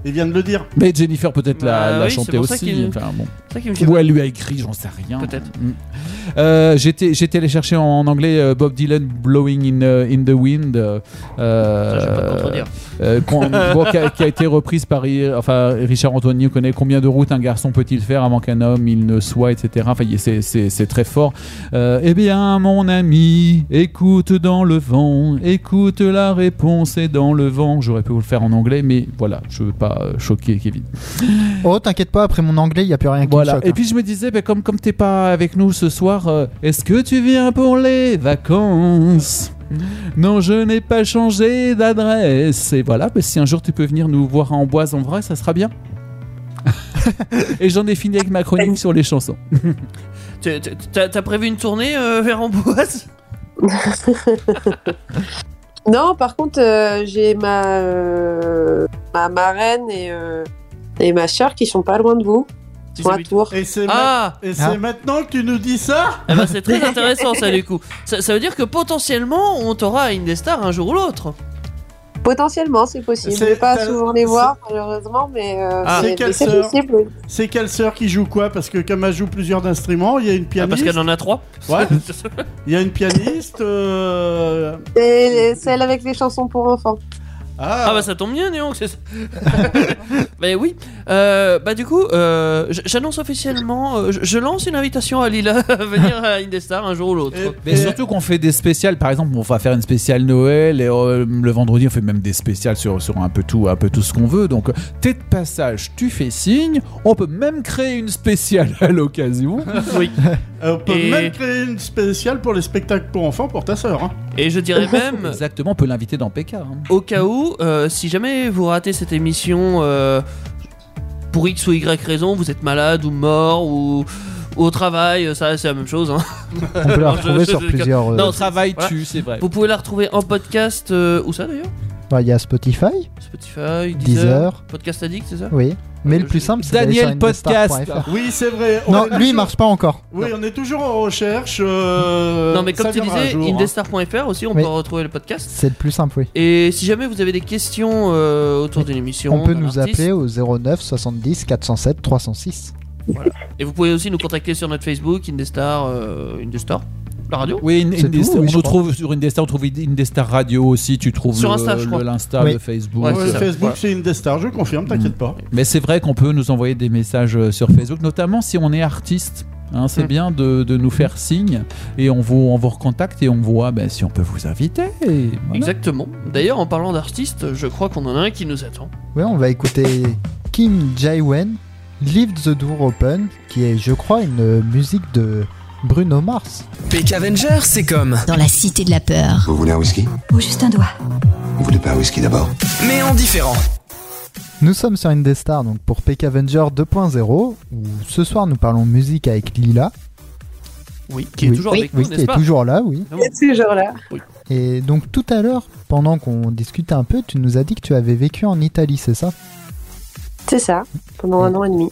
Il vient de le dire. Mais Jennifer peut-être Bah l'a, l'a oui, c'est chantée pour ça aussi. qu'il- Enfin, bon. C'est ça qui me fait Ou elle lui a écrit, j'en sais rien. Peut-être. Mm. Euh, J'étais j'étais allé chercher en, en anglais euh, Bob Dylan Blowing in, euh, in the Wind. euh, je vais pas te euh, contredire. euh, qu'on- bon, qui, a, qui a été reprise par euh, enfin, Richard Anthony. On connaît combien de routes un garçon peut-il faire avant qu'un homme il ne soit, etc. Enfin, il- c'est- c'est c'est très fort. Euh, eh bien, mon ami, écoute dans le vent, écoute la réponse est dans le vent. J'aurais pu vous le faire en anglais, mais voilà, je veux pas euh, choquer Kevin. Oh, t'inquiète pas, après mon anglais, il a plus rien qui me Voilà. choque. Et puis je me disais, ben, comme, comme t'es pas avec nous ce soir, euh, est-ce que tu viens pour les vacances Non, je n'ai pas changé d'adresse. Et voilà, ben, si un jour tu peux venir nous voir à Amboise en vrai, ça sera bien. Et j'en ai fini avec ma chronique sur les chansons. Tu- tu- T'as t'as prévu une tournée euh, vers Amboise Non, par contre, euh, j'ai ma, euh, ma marraine et, euh, et ma sœur qui sont pas loin de vous. Ils sont à Tours. Et c'est Ah ma- et c'est Ah. maintenant que tu nous dis ça Eh ben, C'est très intéressant ça du coup. Ça, ça veut dire que potentiellement on t'aura à Indestar un jour ou l'autre. Potentiellement, c'est possible. Je C'est- vais pas t'as- souvent les voir, malheureusement, mais, euh, Ah. mais- C'est quelle mais c'est sœur possible. C'est quelle sœur qui joue quoi Parce que comme elle joue plusieurs instruments, il y a une Ah, parce pianiste. qu'elle en a trois. Ouais. Il y a une pianiste. euh, C'est celle avec les chansons pour enfants. Ah, Ah bah ça tombe bien Néon que c'est ça. bah oui. Euh, bah du coup, euh, j- j'annonce officiellement, euh, je- je lance une invitation à Lila à venir à Indestar un jour ou l'autre. Et- Mais surtout qu'on fait des spéciales, par exemple, on va faire une spéciale Noël et euh, le vendredi on fait même des spéciales sur, sur un peu tout, un peu tout ce qu'on veut. Donc t'es de passage, tu fais signe. On peut même créer une spéciale à l'occasion. ben, Oui. On peut Et- même créer une spéciale pour les spectacles pour enfants pour ta sœur. hein. Et je dirais même, Exactement, on peut l'inviter dans PK. hein. au cas où, euh, si jamais vous ratez cette émission euh, pour X ou Y raison, vous êtes malade ou mort ou, ou au travail, euh, ça c'est la même chose. hein. On peut la Non, je- retrouver je- sur je- plusieurs. euh, Non, Au travail Voilà. tu, c'est vrai. Vous pouvez la retrouver en podcast, euh, où ça d'ailleurs Alors, il y a Spotify. Spotify, Deezer, Deezer. Podcast Addict, c'est ça Oui. Mais Euh, le plus je- simple, c'est d'aller sur indestar.fr. Oui, c'est vrai. On Non, est lui, il toujours- marche pas encore. Oui, on est toujours en recherche. euh, non, mais comme ça tu viendra disais, un jour, hein. indestar.fr aussi, on Oui. peut retrouver le podcast. C'est le plus simple, oui. Et si jamais vous avez des questions euh, autour d'une émission, On peut d'un nous artiste, appeler au 09 70 407 306. voilà. Et vous pouvez aussi nous contacter sur notre Facebook, Indestar, euh, Indestar, la radio. Oui, une- C'est une tout, Indestar- oui, on je crois. nous trouve sur Indestar, on trouve Indestar Radio aussi, tu trouves Sur le- Insta, je le- crois. l'Insta, Oui. le Facebook. hein. Ouais, euh, Facebook, c'est Indestar, je confirme, t'inquiète pas. Mais c'est vrai qu'on peut nous envoyer des messages euh, sur Facebook, notamment si on est artiste. Hein, Mm. c'est bien de, de nous faire signe et on vous, on vous recontacte et on voit ben, si on peut vous inviter. et voilà. Exactement. D'ailleurs, en parlant d'artistes, je crois qu'on en a un qui nous attend. Ouais, on va écouter Kim Jae-wen, Leave the Door Open, qui est, je crois, une euh, musique de Bruno Mars. PK Avenger, c'est comme. Dans la cité de la peur. Vous voulez un whisky Ou juste un doigt. Vous voulez pas un whisky d'abord Mais en différent. Nous sommes sur Indestar, donc pour PK Avenger 2.0, où ce soir nous parlons musique avec Lila. Oui, qui est toujours oui, avec nous, qui n'est-ce est pas toujours là, oui. toujours là. Et donc tout à l'heure, pendant qu'on discutait un peu, tu nous as dit que tu avais vécu en Italie, c'est ça C'est ça, pendant un an et demi.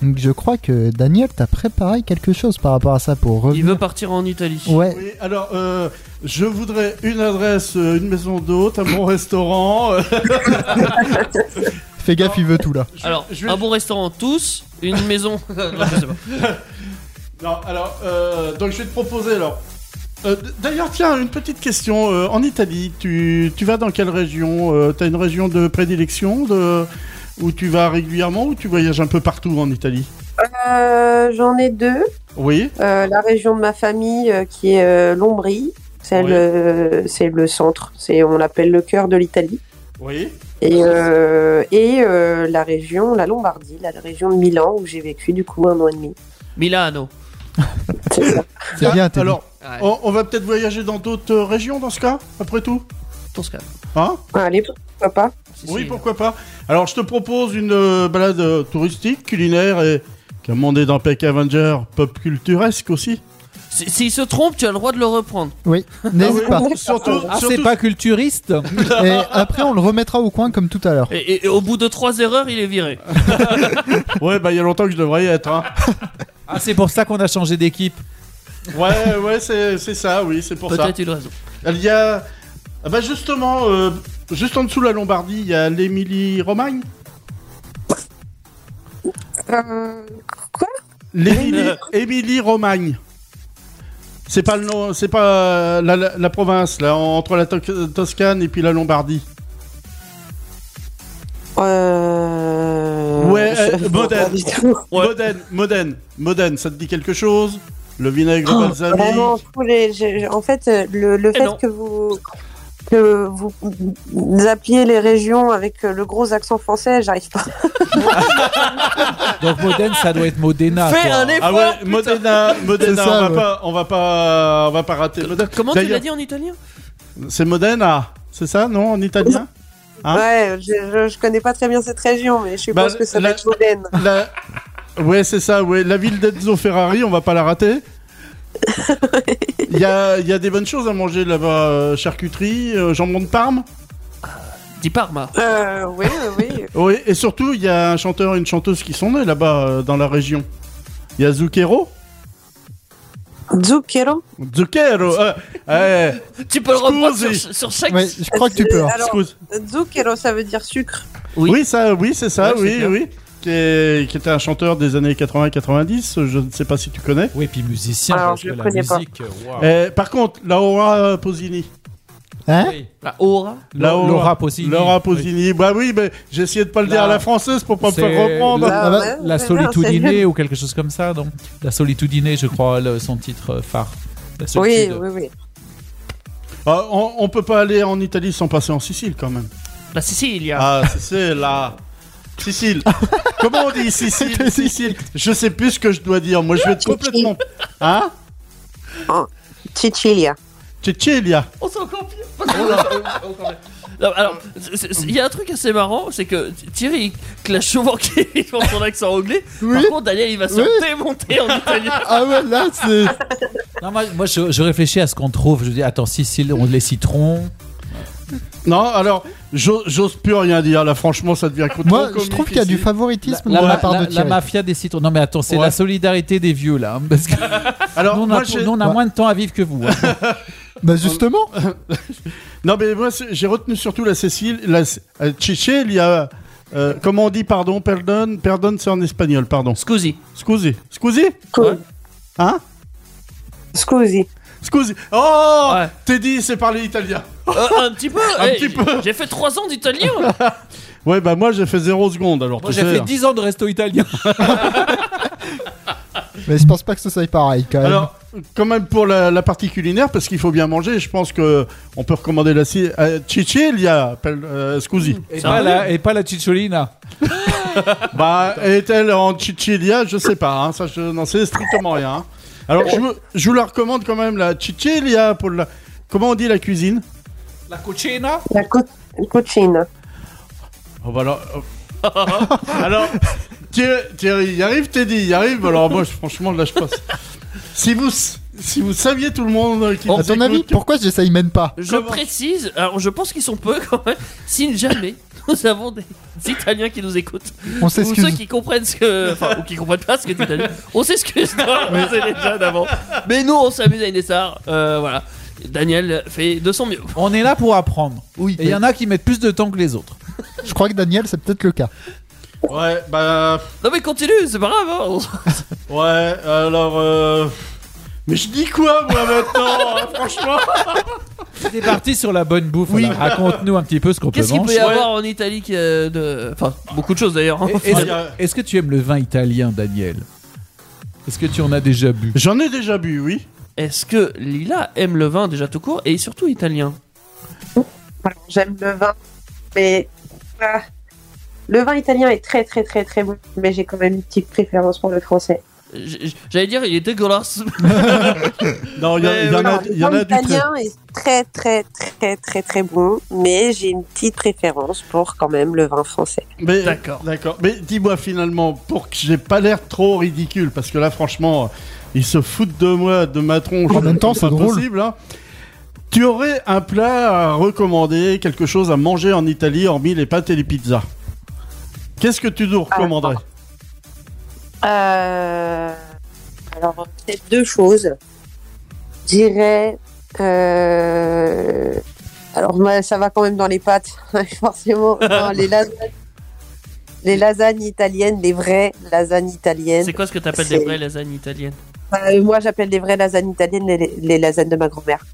Donc je crois que Daniel t'a préparé quelque chose par rapport à ça pour Il revenir. veut partir en Italie. Ouais. Oui, alors, euh, je voudrais une adresse, euh, une maison d'hôte, un bon restaurant. euh, Fais gaffe, il veut tout là. Alors, un bon restaurant tous, une maison. Non, je sais pas. non, alors, euh, donc je vais te proposer alors. Euh, d- D'ailleurs, tiens, une petite question. euh, en Italie, tu, tu vas dans quelle région Euh, T'as une région de prédilection de, où tu vas régulièrement ou tu voyages un peu partout en Italie Euh, J'en ai deux. Oui. Euh, la région de ma famille euh, qui est euh, Lombrie, c'est Oui. le, c'est le centre, c'est on l'appelle le cœur de l'Italie. Oui. Et, euh, et euh, la région, la Lombardie, la région de Milan où j'ai vécu du coup un an et demi. Milano. C'est bien, t'es Alors, Ouais. on, on va peut-être voyager dans d'autres euh, régions dans ce cas, après tout Dans ce cas. Hein Allez, pourquoi pas Oui, pourquoi pas. Alors, je te propose une euh, balade euh, touristique, culinaire et, comme on est dans Peck Avenger, pop culturesque aussi. Si- S'il se trompe, tu as le droit de le reprendre. Oui, n'hésite Ah pas. oui, surtout- Ah, c'est surtout- pas culturiste Et après, on le remettra au coin comme tout à l'heure. Et, et- et au bout de trois erreurs, il est viré. Ah, Ouais, bah, il y a longtemps que je devrais y être. hein. Ah, c'est pour ça qu'on a changé d'équipe. Ouais, ouais, c'est c'est ça, oui, c'est pour ça. Peut-être une raison. Il y a. Ah bah, justement, euh, juste en dessous de la Lombardie, il y a l'Émilie-Romagne. Euh, quoi L'Émilie-Romagne. C'est pas le nom, c'est pas la, la- la province là entre la To- Toscane et puis la Lombardie. Euh, Ouais, je- euh, je- Modène. du tout. Modène, Modène, Modène, ça te dit quelque chose Le vinaigre Ah, Oh, balsamique Vraiment, tous les- j'ai- j'ai- en fait, euh, le, le fait que vous que vous vous appeliez les régions avec euh, le gros accent français, j'arrive pas. Donc Modène, ça doit être Modena. Fais quoi. un effort Ah ouais, Modena, Modena, C'est ça, on, va ouais. pas, on va pas, on va pas rater Modène. Comment tu l'as D'ailleurs, dit en italien C'est Modena, c'est ça, non, en italien Hein ouais, je, je, je connais pas très bien cette région, mais je suppose Bah, que ça la- doit être Modène. La- Ouais, c'est ça, ouais. La ville d'Enzo Ferrari, on va pas la rater. Il y a, il y a des bonnes choses à manger là-bas. euh, charcuterie, euh, jambon de Parme. Dis Parma. Euh, oui, oui, oui. Oui, et surtout, il y a un chanteur et une chanteuse qui sont nés là-bas, euh, dans la région. Il y a Zucchero. Zucchero Zucchero euh, euh, Tu peux le reprendre Oh, sur, Scusi. sur chaque. Ouais, je crois que tu peux. hein. Alors, excuse. Zucchero, ça veut dire sucre. Oui. ça, oui, c'est ça, Ouais, c'est oui, clair. oui. Qui, est- qui était un chanteur des années 80-90, je ne sais pas si tu connais. Oui, puis musicien, Alors, parce je que le la connais pas. musique. euh, waouh. Eh, par contre, Laura Posini. Hein Oui. La aura. Laura Pausini. Laura Pausini. Bah oui, mais j'ai essayé de pas le dire La- à la française pour pas me C'est faire reprendre. Ah bah, ouais, La ouais, non, c'est Solitudine bien. ou quelque chose comme ça, non La Solitudine, je crois, le- son titre euh, phare. La Oui, solitude. oui, oui. Ah, on, on peut pas aller en Italie sans passer en Sicile quand même. La Sicilia. Ah, c'est là. Sicile. Comment on dit Sicile Sicile. Je sais plus ce que je dois dire. Moi, je vais être complètement. Hein Sicilia. Cecilia. On s'en encore pire. Non, alors, c'est- c'est- il y a un truc assez marrant, c'est que Thierry il clash souvent qui dans son accent anglais. Oui. Par contre, Daniel il va se Oui. démonter en italien. Ah ouais, là, c'est. Non, moi, moi, je, je réfléchis à ce qu'on trouve. Je dis, attends, Sicile, on, les citrons. Non, alors, j'o- j'ose plus rien dire là, franchement, ça devient trop Moi, je comique trouve qu'il y a ici. du favoritisme la, de la ma- part la- de la Thierry. mafia des citrons. Non mais attends, c'est Ouais. la solidarité des vieux là. hein, parce que Alors, nous, on moi, a, j'ai- nous, on a Ouais. moins de temps à vivre que vous. hein. Bah justement Non, mais moi, c'est- j'ai retenu surtout la Cécile, la euh, Chiché, il y a... euh, comment on dit, pardon, perdon Perdon, c'est en espagnol, pardon. Scusi. Scusi. Scusi Cool. Hein Scusi. Scusi. Oh Teddy, c'est parler italien. Euh, un petit peu, Un eh, petit peu. J'ai fait 3 ans d'italien. Ouais, bah moi, j'ai fait 0 seconde, alors Moi j'ai fait 10 ans de resto italien. Mais je pense pas que ce soit pareil quand même. Alors, hein. Euh, quand même pour la, la partie culinaire, parce qu'il faut bien manger, je pense que on peut recommander la ci- euh, Chiché, il y a pel- euh, Scusi. Et pas, la, et pas la cicciolina. Bah, est-elle en Chichilia Je sais pas, hein, ça je n'en sais strictement rien. hein. Alors, je, vous- je vous la recommande quand même, la Chichilia, pour la... Comment on dit la cuisine La cucina La co- coachine. Oh, bah alors... euh, alors, Thierry, Thierry, y arrive Teddy, y arrive Alors moi, je- franchement, là, je passe. Si vous, si vous saviez tout le monde euh, qui à nous ton écoute- avis, pourquoi j'essaye même pas Je précise, alors je pense qu'ils sont peu quand même, si jamais nous avons des Italiens qui nous écoutent, On ou s'excuse. ceux qui comprennent ce que. Enfin, ou qui comprennent pas ce que dit Italien, on s'excuse d'avoir posé les déjà d'avant. Mais nous, on s'amuse à une star, euh, voilà. Daniel fait de son mieux. On est là pour apprendre. Oui. Et il y en a qui mettent plus de temps que les autres. Je crois que Daniel, c'est peut-être le cas. Ouais, bah... Non mais continue, c'est pas grave. hein. Ouais, alors... euh, Mais je dis quoi, moi, maintenant hein, Franchement T'es parti sur la bonne bouffe. Oui. alors Raconte-nous un petit peu ce qu'on peut Qu'est-ce qu'il manger. peut y avoir en Italie qui, euh, de... Enfin, beaucoup de choses d'ailleurs. hein. Et- Est-ce est-ce que tu aimes le vin italien, Daniel Est-ce que tu en as déjà bu J'en ai déjà bu, oui. Est-ce que Lila aime le vin déjà tout court et surtout italien Alors, J'aime le vin, mais ah, le vin italien est très très très très bon, mais j'ai quand même une petite préférence pour le français. J- j- J'allais dire, il est dégueulasse. Non, il y, a- Mais il y en a, voilà. il y en a le du vin très... italien est très très très très très bon, mais j'ai une petite préférence pour quand même le vin français. Mais- D'accord. D'accord. Mais dis-moi finalement, pour que j'ai pas l'air trop ridicule, parce que là, franchement, euh, ils se foutent de moi, de ma tronche. En même temps, c'est pas drôle. possible, hein. Tu aurais un plat à recommander, quelque chose à manger en Italie, hormis les pâtes et les pizzas. Qu'est-ce que tu nous recommanderais Euh, alors, peut-être deux choses. Je dirais. euh, alors, moi, ça va quand même dans les pâtes, forcément. Non, les, lasagnes, les lasagnes italiennes, les vraies lasagnes italiennes. C'est quoi ce que t'appelles des C'est- vraies lasagnes italiennes Euh, moi, j'appelle les vraies lasagnes italiennes les, les lasagnes de ma grand-mère.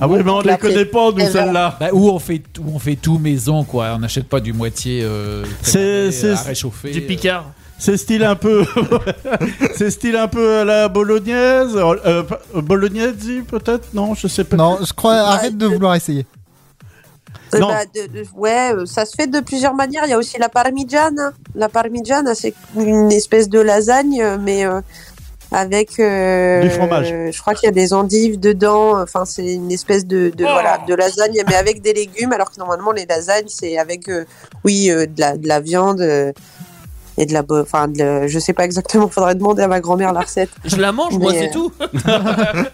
Ah oui, mais on la les connaît pas, nous, Et voilà. celles-là. Bah, où, on fait, où on fait tout maison, quoi. On n'achète pas du moitié euh, C'est- préparé, c'est- à réchauffer. euh, euh. Du Picard C'est style un peu, c'est style un peu à la bolognaise, euh, euh, bolognaise peut-être Non, je sais pas. Non, je crois. Arrête de vouloir essayer. Euh, Non. bah, de- de- ouais, euh, ça se fait de plusieurs manières. Il y a aussi la parmigiana. La parmigiana, c'est une espèce de lasagne, euh, mais euh, avec euh, Du fromage. Je crois qu'il y a des endives dedans. Enfin, c'est une espèce de, de, voilà, de lasagne, mais avec des légumes. Alors que normalement, les lasagnes, c'est avec euh, oui euh, de, la, de la viande. euh, et de la, bo- enfin, de la- je sais pas exactement. Faudrait demander à ma grand-mère la recette. Je la mange, moi, Mais, c'est euh, tout.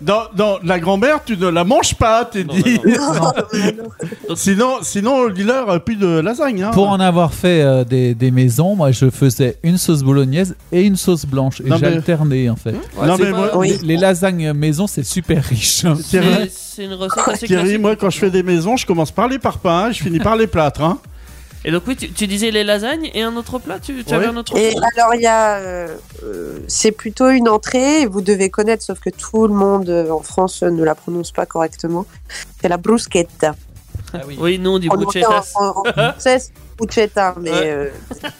Non, non, la grand-mère, tu ne la manges pas, t'es Non, dit. Non. Sinon, sinon, Lila aurait plus de lasagne. Hein. Pour en avoir fait euh, des, des maisons, moi je faisais une sauce bolognaise et une sauce blanche. Et Non, mais- j'alternais en fait. Ouais, non, c'est mais pas- moi- oui. Les, les lasagnes maison, c'est super riche. hein. C'est- Thierry, C'est une Ah, recette assez Thierry, classique. moi, quand je fais des maisons, je commence par les parpaings, je finis par les plâtres. Hein. Et donc, oui, tu, tu disais les lasagnes et un autre plat Tu, tu Ouais. avais un autre Et alors, il y a. euh, euh, c'est plutôt une entrée, et vous devez connaître, sauf que tout le monde euh, en France euh, ne la prononce pas correctement. C'est la bruschetta. oui. nous, on dit En anglais, bruschettas. en- en- en français, c'est bruschetta, mais, Ouais. euh,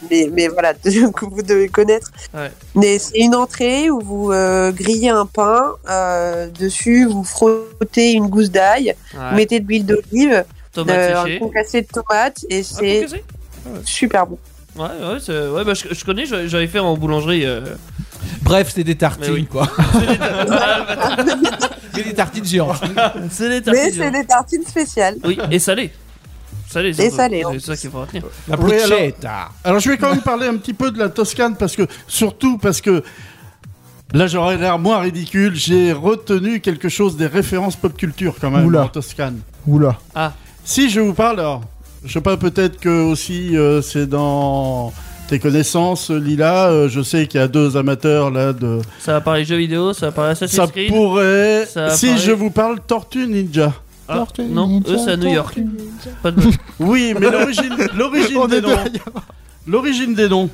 mais, mais voilà, que vous devez connaître. Ouais. Mais c'est une entrée où vous euh, grillez un pain, euh, dessus, vous frottez une gousse d'ail, Ouais. vous mettez de l'huile d'olive, Tomate euh, un séchée. concassé de tomates, et Ah, c'est concassé super bon. Ouais, ouais, c'est- ouais bah, je, je connais, je- j'avais fait en boulangerie. euh. Bref, c'est des tartines Mais oui. quoi. C'est des tartines géantes. C'est des Mais tartines. c'est des tartines spéciales. Oui, et salé. Salé, Et salé, en C'est ça qu'il faut retenir. La ah. Oui, alors- bruschetta. Alors, je vais quand même parler un petit peu de la Toscane, parce que, surtout parce que, là, j'aurais l'air moins ridicule, j'ai retenu quelque chose des références pop culture quand même Oula. en Toscane. Oula. Ah, Si je vous parle, alors, je sais pas, peut-être que aussi euh, c'est dans tes connaissances, Lila. euh, je sais qu'il y a deux amateurs là de. Ça va parler jeux vidéo, ça va parler Assassin's Ça Creed. pourrait. ça va si parler- je vous parle Tortue Ninja. Ah, non, eux c'est à New York. Pas de Oui, mais l'origine, l'origine des noms. L'origine des noms.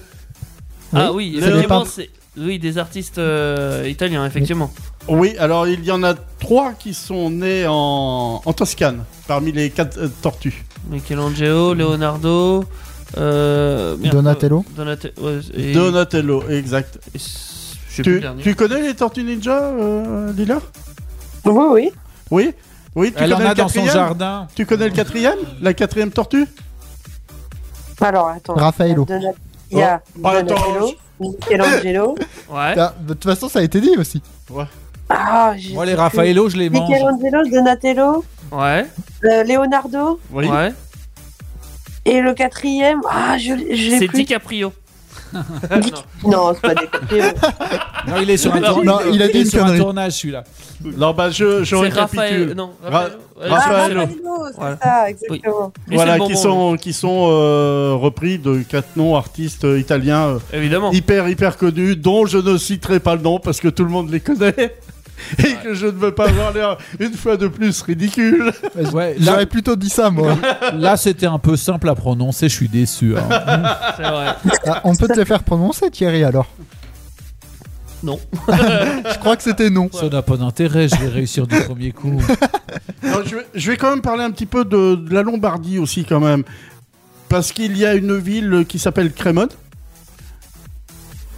Ah oui, Les- effectivement, c'est oui, des artistes euh, italiens, effectivement. Oui, alors il y en a trois qui sont nés en, en Toscane, parmi les quatre euh, tortues. Michelangelo, Leonardo, euh, merde, Donatello. euh, Donate- ouais, et- Donatello, exact. sais plus le Tu, dernier. tu connais les tortues ninja, euh, Lila Oui, oui. Oui Oui, tu Elle en connais a le dans son quatrième jardin. Tu connais le quatrième La quatrième tortue Alors, attends. Raffaello. Donat- Il y a Oh, attends, Donatello, Michelangelo. Ouais. Ah, De toute façon, ça a été dit aussi. Ah, j'ai- Moi, les Raffaello, je les mange. Michelangelo, Donatello, Ouais. euh, Leonardo. Ouais. Et le quatrième, ah, je, je l'ai C'est plus. DiCaprio. Ah, Non, c'est pas DiCaprio. Non, il est sur un, Non, tour- non, il a est dit une sur un connerie. tournage, celui-là. Non, bah je, je C'est récapitule. Raphaël- non, Ra- Raphaël- ouais, Raphaël. Raphaël. c'est Voilà. ça, exactement. Lui, Voilà, c'est le qui bonbon, sont, qui sont euh, repris de quatre noms artistes euh, italiens euh, Évidemment. hyper, hyper connus, dont je ne citerai pas le nom parce que tout le monde les connaît et que je ne veux pas avoir l'air une fois de plus ridicule. Ouais, là, J'aurais plutôt dit ça, moi. là, c'était un peu simple à prononcer, je suis déçu. hein. C'est vrai. Ah, on peut te le faire prononcer, Thierry, alors Non. Je crois que c'était non. Ça n'a pas d'intérêt, je vais réussir du premier coup. Alors, je, vais, je vais quand même parler un petit peu de, de la Lombardie aussi, quand même. Parce qu'il y a une ville qui s'appelle Crémone.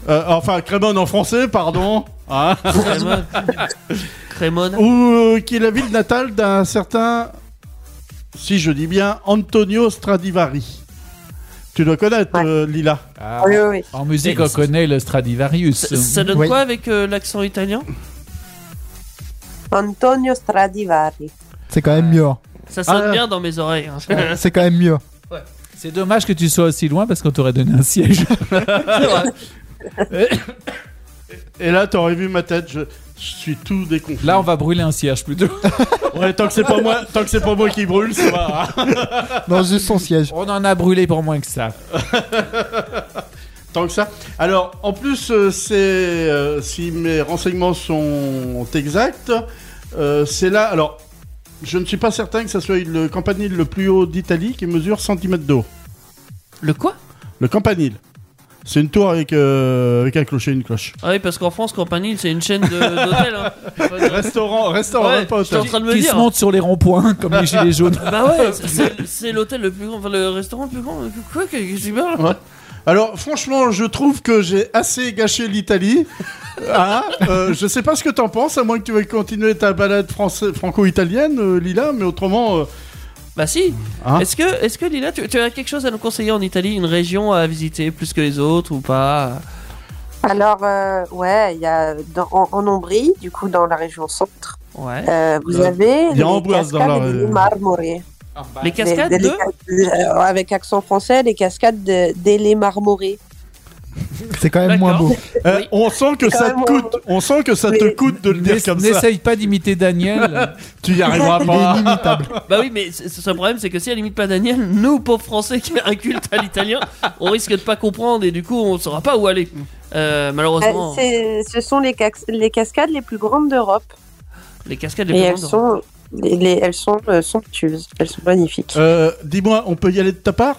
Euh, enfin, Crémone en français, pardon. Hein Crémone. Crémone. Ou euh, qui est la ville natale d'un certain, si je dis bien, Antonio Stradivari. Tu dois connaître, euh, Lila. Oui, oui, oui. En musique, Et- on connaît le Stradivarius. Ça, ça donne Oui. quoi avec euh, l'accent italien Antonio Stradivari. C'est quand même mieux. hein. Ça sonne Ah. bien dans mes oreilles. hein. Ah. Ouais, C'est quand même mieux. C'est dommage que tu sois aussi loin parce qu'on t'aurait donné un siège. Et là, t'aurais vu ma tête, je, je suis tout déconfit. Là, on va brûler un siège plutôt. Ouais, tant que c'est pas moi, tant que c'est pas moi qui brûle, ça va. hein. Non, juste son siège. On en a brûlé pour moins que ça. Tant que ça. Alors, en plus, euh, c'est euh, si mes renseignements sont exacts, euh, c'est là. Alors, je ne suis pas certain que ça soit le campanile le plus haut d'Italie qui mesure 100 cm de haut. Le quoi Le campanile. C'est une tour avec, euh, avec un clocher et une cloche. Ah oui, parce qu'en France, Campanile, c'est une chaîne de- d'hôtels. hein. Restaurant, restaurant, Ouais, même pas j'étais en hôtel. train de me Qui dire. hein. se monte sur les ronds-points comme les gilets jaunes. Bah ouais, c'est- c'est- c'est l'hôtel le plus grand, enfin le restaurant le plus grand. Quoi que que tu parles Ouais. Alors, franchement, je trouve que j'ai assez gâché l'Italie. Hein Euh, je sais pas ce que t'en penses, à moins que tu veuilles continuer ta balade français- franco-italienne, euh, Lila, mais autrement. euh, Bah si. Hein est-ce que, est-ce que Lila, tu, tu as quelque chose à nous conseiller en Italie, une région à visiter plus que les autres ou pas Alors, euh, ouais, il y a dans- en, en Ombrie, du coup, dans la région centre, Ouais. euh, vous Euh, avez il y a Amboise dans la cascades région. de marmorés. les Bah, Des- cascades des- de des- euh, Avec accent français, les cascades de- des les marmorés. C'est quand même moins D'accord. beau. euh, Oui. On sent que Quand ça même, te coûte, on sent que ça Oui. te coûte de le dire N'ess- comme ça. N'essaye pas d'imiter Daniel. Tu y arriveras Il est pas. inimitable. Bah oui, mais c'est- c'est ça le problème, c'est que si elle limite pas Daniel, nous pauvres Français qui incultent à l'italien, on risque de pas comprendre et du coup on saura pas où aller. Euh, Euh, malheureusement, c'est- ce sont les, cax- les cascades les plus grandes d'Europe. les cascades Et les elles plus sont, grandes. les- les- elles sont euh, somptueuses. Elles sont magnifiques. Euh, Dis-moi, on peut y aller de ta part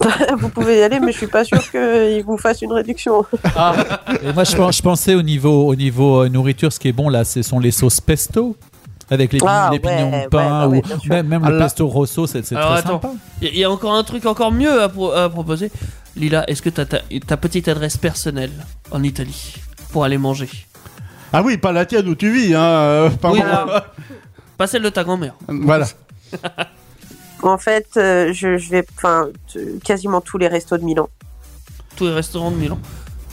vous pouvez y aller, mais je suis pas sûre qu'ils vous fassent une réduction. Et moi, je, pens- je pensais au niveau, au niveau euh, nourriture, ce qui est bon là, ce sont les sauces pesto. Avec les, Ah, les pignons ouais, de pain ouais, ouais, ou bien sûr. même, même le Alors- pesto rosso, c'est c'est Alors, très attends. sympa. Il y, a encore un truc encore mieux à, pro- à proposer. Lila, est-ce que t'as ta, ta petite adresse personnelle en Italie pour aller manger Ah oui, pas la tienne où tu vis, hein. euh, pardon. Oui, voilà. Pas celle de ta grand-mère. Voilà. En fait, euh, je, je vais, enfin, t- quasiment tous les restos de Milan. Tous les restaurants de Milan.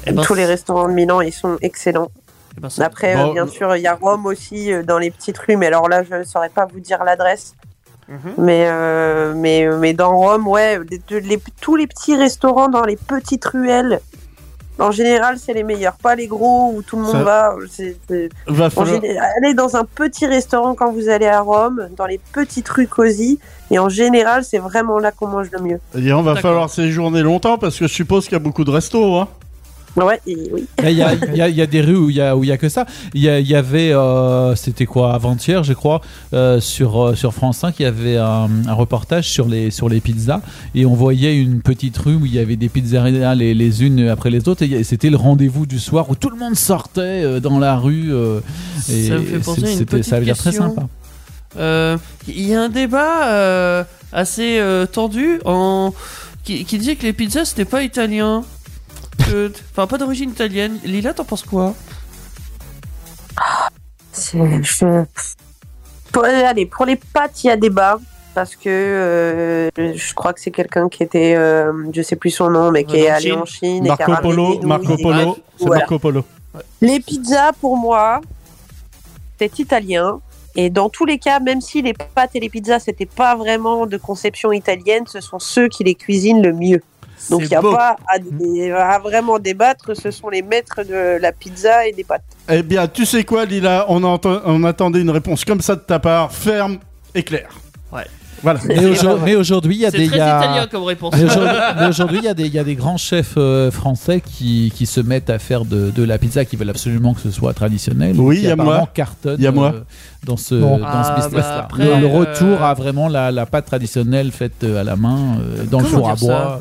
Eh ben, tous les restaurants de Milan, ils sont excellents. eh ben, c'est- Après, Bon, euh, bien euh, sûr, il y a Rome aussi euh, dans les petites rues, mais alors là, je ne saurais pas vous dire l'adresse. Mhm. Mais, euh, mais, mais dans Rome, ouais, les- les- tous les petits restaurants dans les petites ruelles, En général, c'est les meilleurs, pas les gros où tout le monde Ça- va. C'est- c'est- Va en falloir- géné- Allez dans un petit restaurant quand vous allez à Rome, dans les petites rues cosy. Et en général, c'est vraiment là qu'on mange le mieux. Et on eh va falloir séjourner longtemps parce que je suppose qu'il y a beaucoup de restos. Hein. Ouais, et oui. Il y, a- il y a- il y a des rues où il y a, où il y a que ça. Il y, a- il y avait, euh, c'était quoi, avant-hier, je crois, euh, sur, euh, sur France 5, il y avait un, un reportage sur les, sur les pizzas. Et on voyait une petite rue où il y avait des pizzerias les, les unes après les autres. Et il y a- c'était le rendez-vous du soir où tout le monde sortait euh, dans la rue. euh, et ça me fait penser à une c'était- petite Ça avait l'air très question. sympa. Euh, Il y a un débat euh, assez euh, tendu en... qui, qui disait que les pizzas c'était pas italien. Que- Enfin, pas d'origine italienne. Lila, t'en penses quoi C'est- je- Pour, allez, pour les pâtes, il y a débat. Parce que euh, je crois que c'est quelqu'un qui était, euh, je sais plus son nom, mais qui est allé en Chine. et qui a Marco ramené des Polo, nouilles. Marco Polo, c'est Voilà. Marco Polo. Les pizzas, pour moi, c'est italien. Et dans tous les cas, même si les pâtes et les pizzas, c'était pas vraiment de conception italienne, ce sont ceux qui les cuisinent le mieux. Donc il n'y a beau. pas à, dé- à vraiment débattre, ce sont les maîtres de la pizza et des pâtes. Eh bien, tu sais quoi, Lila on, ent- on attendait une réponse comme ça de ta part, ferme et claire. Ouais. Voilà. Mais aujourd'hui, mais aujourd'hui, il y a C'est des. très il y a- italien comme réponse. Mais aujourd'hui, mais aujourd'hui, il y a des- il y, a des grands chefs euh, français qui, qui se mettent à faire de, de la pizza, qui veulent absolument que ce soit traditionnel. Oui, qui il y a apparemment moi. cartonnent, Il y a moi. euh, dans ce, Bon. dans Ah, ce business-là. bah le, après, le euh, retour à vraiment la, la pâte traditionnelle faite euh, à la main, euh, dans le Comment four à dire bois.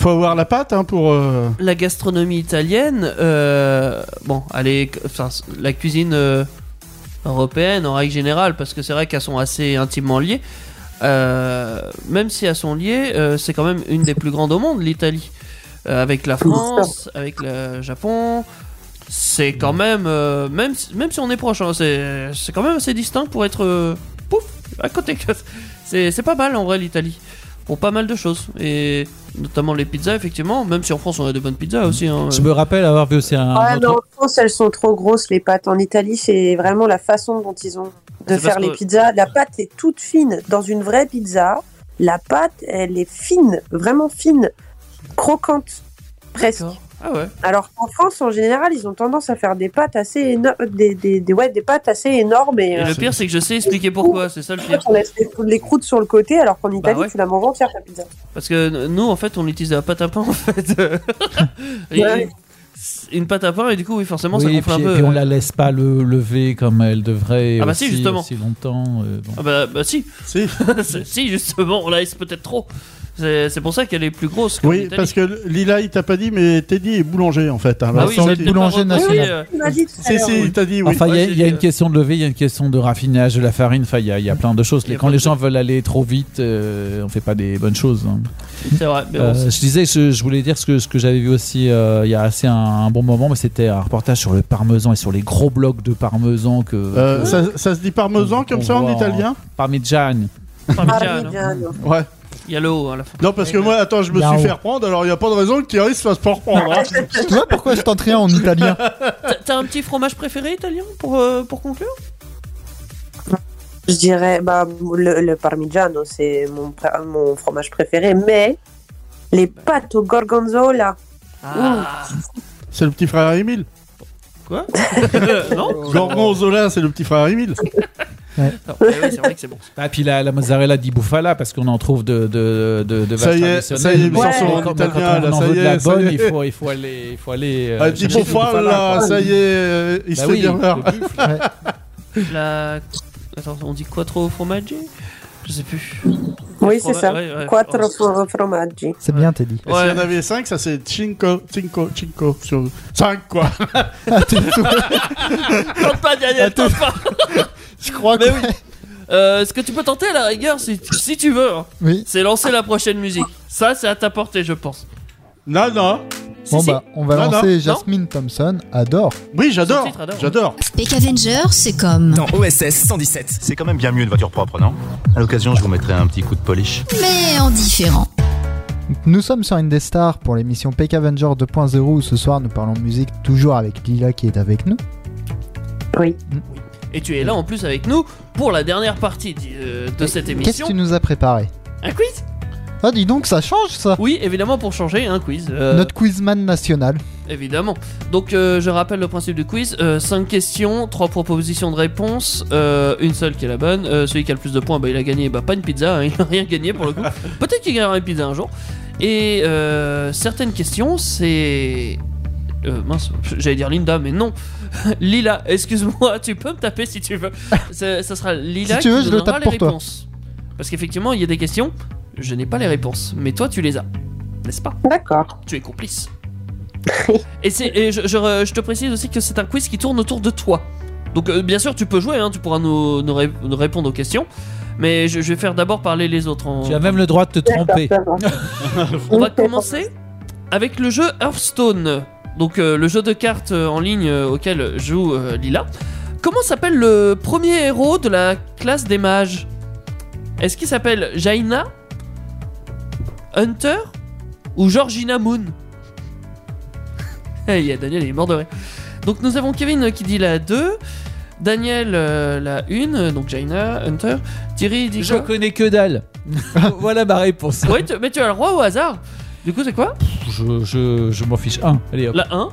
Faut avoir la pâte hein, pour. euh, la gastronomie italienne, euh, bon, elle est, enfin, la cuisine euh, européenne en règle générale, parce que c'est vrai qu'elles sont assez intimement liées. euh, même si elles sont liées, euh, c'est quand même une des plus grandes au monde, l'Italie, Euh, avec la France, avec le Japon. C'est quand même, euh, même, si- même si on est proche, hein, c'est c'est quand même assez distinct pour être euh, pouf à côté. C'est c'est pas mal en vrai l'Italie pour pas mal de choses et notamment les pizzas effectivement. Même si en France on a de bonnes pizzas aussi. hein. Je me rappelle avoir vu aussi un. Ouais, autre- mais en France, elles sont trop grosses, les pâtes. En Italie, c'est vraiment la façon dont ils ont de C'est faire parce les que- pizzas. La pâte est toute fine. Dans une vraie pizza, la pâte, elle est fine, vraiment fine, croquante, presque. Ah ouais. Alors qu'en France, en général, ils ont tendance à faire des pâtes assez énormes, des, des, des- ouais, des pâtes assez énormes. Et, Et le euh, pire c'est que je sais expliquer pourquoi. C'est ça le pire. on laisse les, les croûtes sur le côté, alors qu'en Italie, Bah ouais. tu la manges entière, ta pizza. Parce que nous, en fait, on utilise la pâte à pain, en fait. Et Ouais. Une pâte à pain, et du coup, oui, forcément, ça Oui, et gonfle puis, un et peu. euh, puis on la laisse pas le, lever comme elle devrait. Ah bah aussi, si, justement. aussi longtemps. euh, bon. Ah bah, bah si. Si. si, justement, on la laisse peut-être trop. C'est c'est pour ça qu'elle est plus grosse. qu'en Oui, Italie. parce que Lila, il t'a pas dit, mais Teddy est boulanger en fait. hein. Ah Vincent, oui, j'ai il- peut-être Boulanger pas reconnu, national. euh, Tu m'as dit tout à Si, l'heure, si, oui. il t'a dit euh, Mm-hmm. oui. Enfin, Ah, il y a- il y, a une question de levée, il y a une question de raffinage de la farine, enfin, il y, a- il y a plein de choses. Quand les gens veulent aller trop vite, euh, on fait pas des bonnes choses. hein. C'est vrai. mais bon, Euh, c'est- je disais, je, je voulais dire ce que, ce que j'avais vu aussi euh, il y a assez un, un bon moment, mais c'était un reportage sur le parmesan et sur les gros blocs de parmesan que. Euh, que- ça, ça se dit parmesan comme qu'on ça en voit italien Parmigiano. Ah, Parmigiano. Ouais. Il y a le haut à la fin. Non, parce que moi, attends, je me Yao. suis fait reprendre, alors il n'y a pas de raison que Thierry se fasse pas reprendre. hein. Tu vois pourquoi je tente rien en italien T'as- T'as un petit fromage préféré italien pour, euh, pour conclure Je dirais bah, le, le parmigiano, c'est mon, pr- mon fromage préféré, mais les pâtes au gorgonzola. Ah. c'est le petit frère Émile. Quoi Non Gorgonzola, c'est le petit frère Émile. Non, mais oui, c'est vrai que c'est bon. Ah, puis la, la mozzarella di bufala, parce qu'on en trouve de, de, de, de Ça vaches y est, ça traditionnelles, y est, mais ils en quand- sont en quand- italien, quand on là, en ça veut y de est, la ça bonne, y est. il faut, il faut aller. Il faut aller euh, Ah, petit chercher du bufala, bufala, quoi. ça y est, euh, il Bah sait oui, dire l'heure. le buffle. La... Attends, on dit quattro fromaggi Je sais plus. Oui, c'est ça. Ouais, ouais. Quattro fro- fromaggi. C'est bien, Teddy. Et S'il y en avait 5, ça c'est cinco, cinco, cinco. 5 quoi. Tente pas, Daniel, tente pas Je crois Mais oui Euh, ce que tu peux tenter à la rigueur, si, si tu veux, hein, Oui. c'est lancer la prochaine musique. Ça, c'est à ta portée, je pense. Non, non. Bon, Si, bah, si. on va Non, lancer non. Jasmine Thompson. Adore. Oui, j'adore. Son titre, adore. J'adore. Peck Avenger, c'est comme. Dans OSS 117. C'est quand même bien mieux une voiture propre, non À l'occasion, je vous mettrai un petit coup de polish. Mais en différent. Nous sommes sur Indestar pour l'émission Peck Avenger 2.0 où ce soir nous parlons musique toujours avec Lila qui est avec nous. Oui. Et tu es là en plus avec nous pour la dernière partie euh, de cette Qu'est-ce émission. que tu nous as préparé Un quiz Ah, dis donc, ça change ça Oui, évidemment, pour changer, un quiz. euh, Notre quizman national. Évidemment. Donc, euh, je rappelle le principe du quiz 5 questions, 3 propositions de réponse, euh, une seule qui est la bonne. Euh, celui qui a le plus de points, bah, il a gagné bah, pas une pizza, hein, il n'a rien gagné pour le coup. Peut-être qu'il gagnera une pizza un jour. Et euh, certaines questions, c'est. Euh, mince, j'allais dire Linda, mais non. Lila, excuse-moi, tu peux me taper si tu veux. Ça, ça sera Lila Si tu veux, qui je le donnera tape les pour toi. réponses. Parce qu'effectivement, il y a des questions, je n'ai pas les réponses, mais toi, tu les as, n'est-ce pas D'accord. Tu es complice. et c'est- et je, je re- je te précise aussi que c'est un quiz qui tourne autour de toi. Donc euh, bien sûr, tu peux jouer, hein, tu pourras nous, nous ré- nous répondre aux questions, mais je, je vais faire d'abord parler les autres. En... Tu as même le droit de te tromper. On va commencer avec le jeu Hearthstone, donc euh, le jeu de cartes euh, en ligne euh, auquel joue euh, Lila. Comment s'appelle le premier héros de la classe des mages Est-ce qu'il s'appelle Jaina, Hunter ou Georgina Moon Eh, Il y a Daniel, il est mort de rire. Donc nous avons Kevin euh, qui dit la 2, Daniel euh, la 1, donc Jaina, Hunter, Thierry dit Je quoi connais que dalle. voilà ma réponse. Ouais, tu- mais tu as le roi au hasard. Du coup, c'est quoi Je, je, je m'en fiche. Un. Allez, hop. La 1.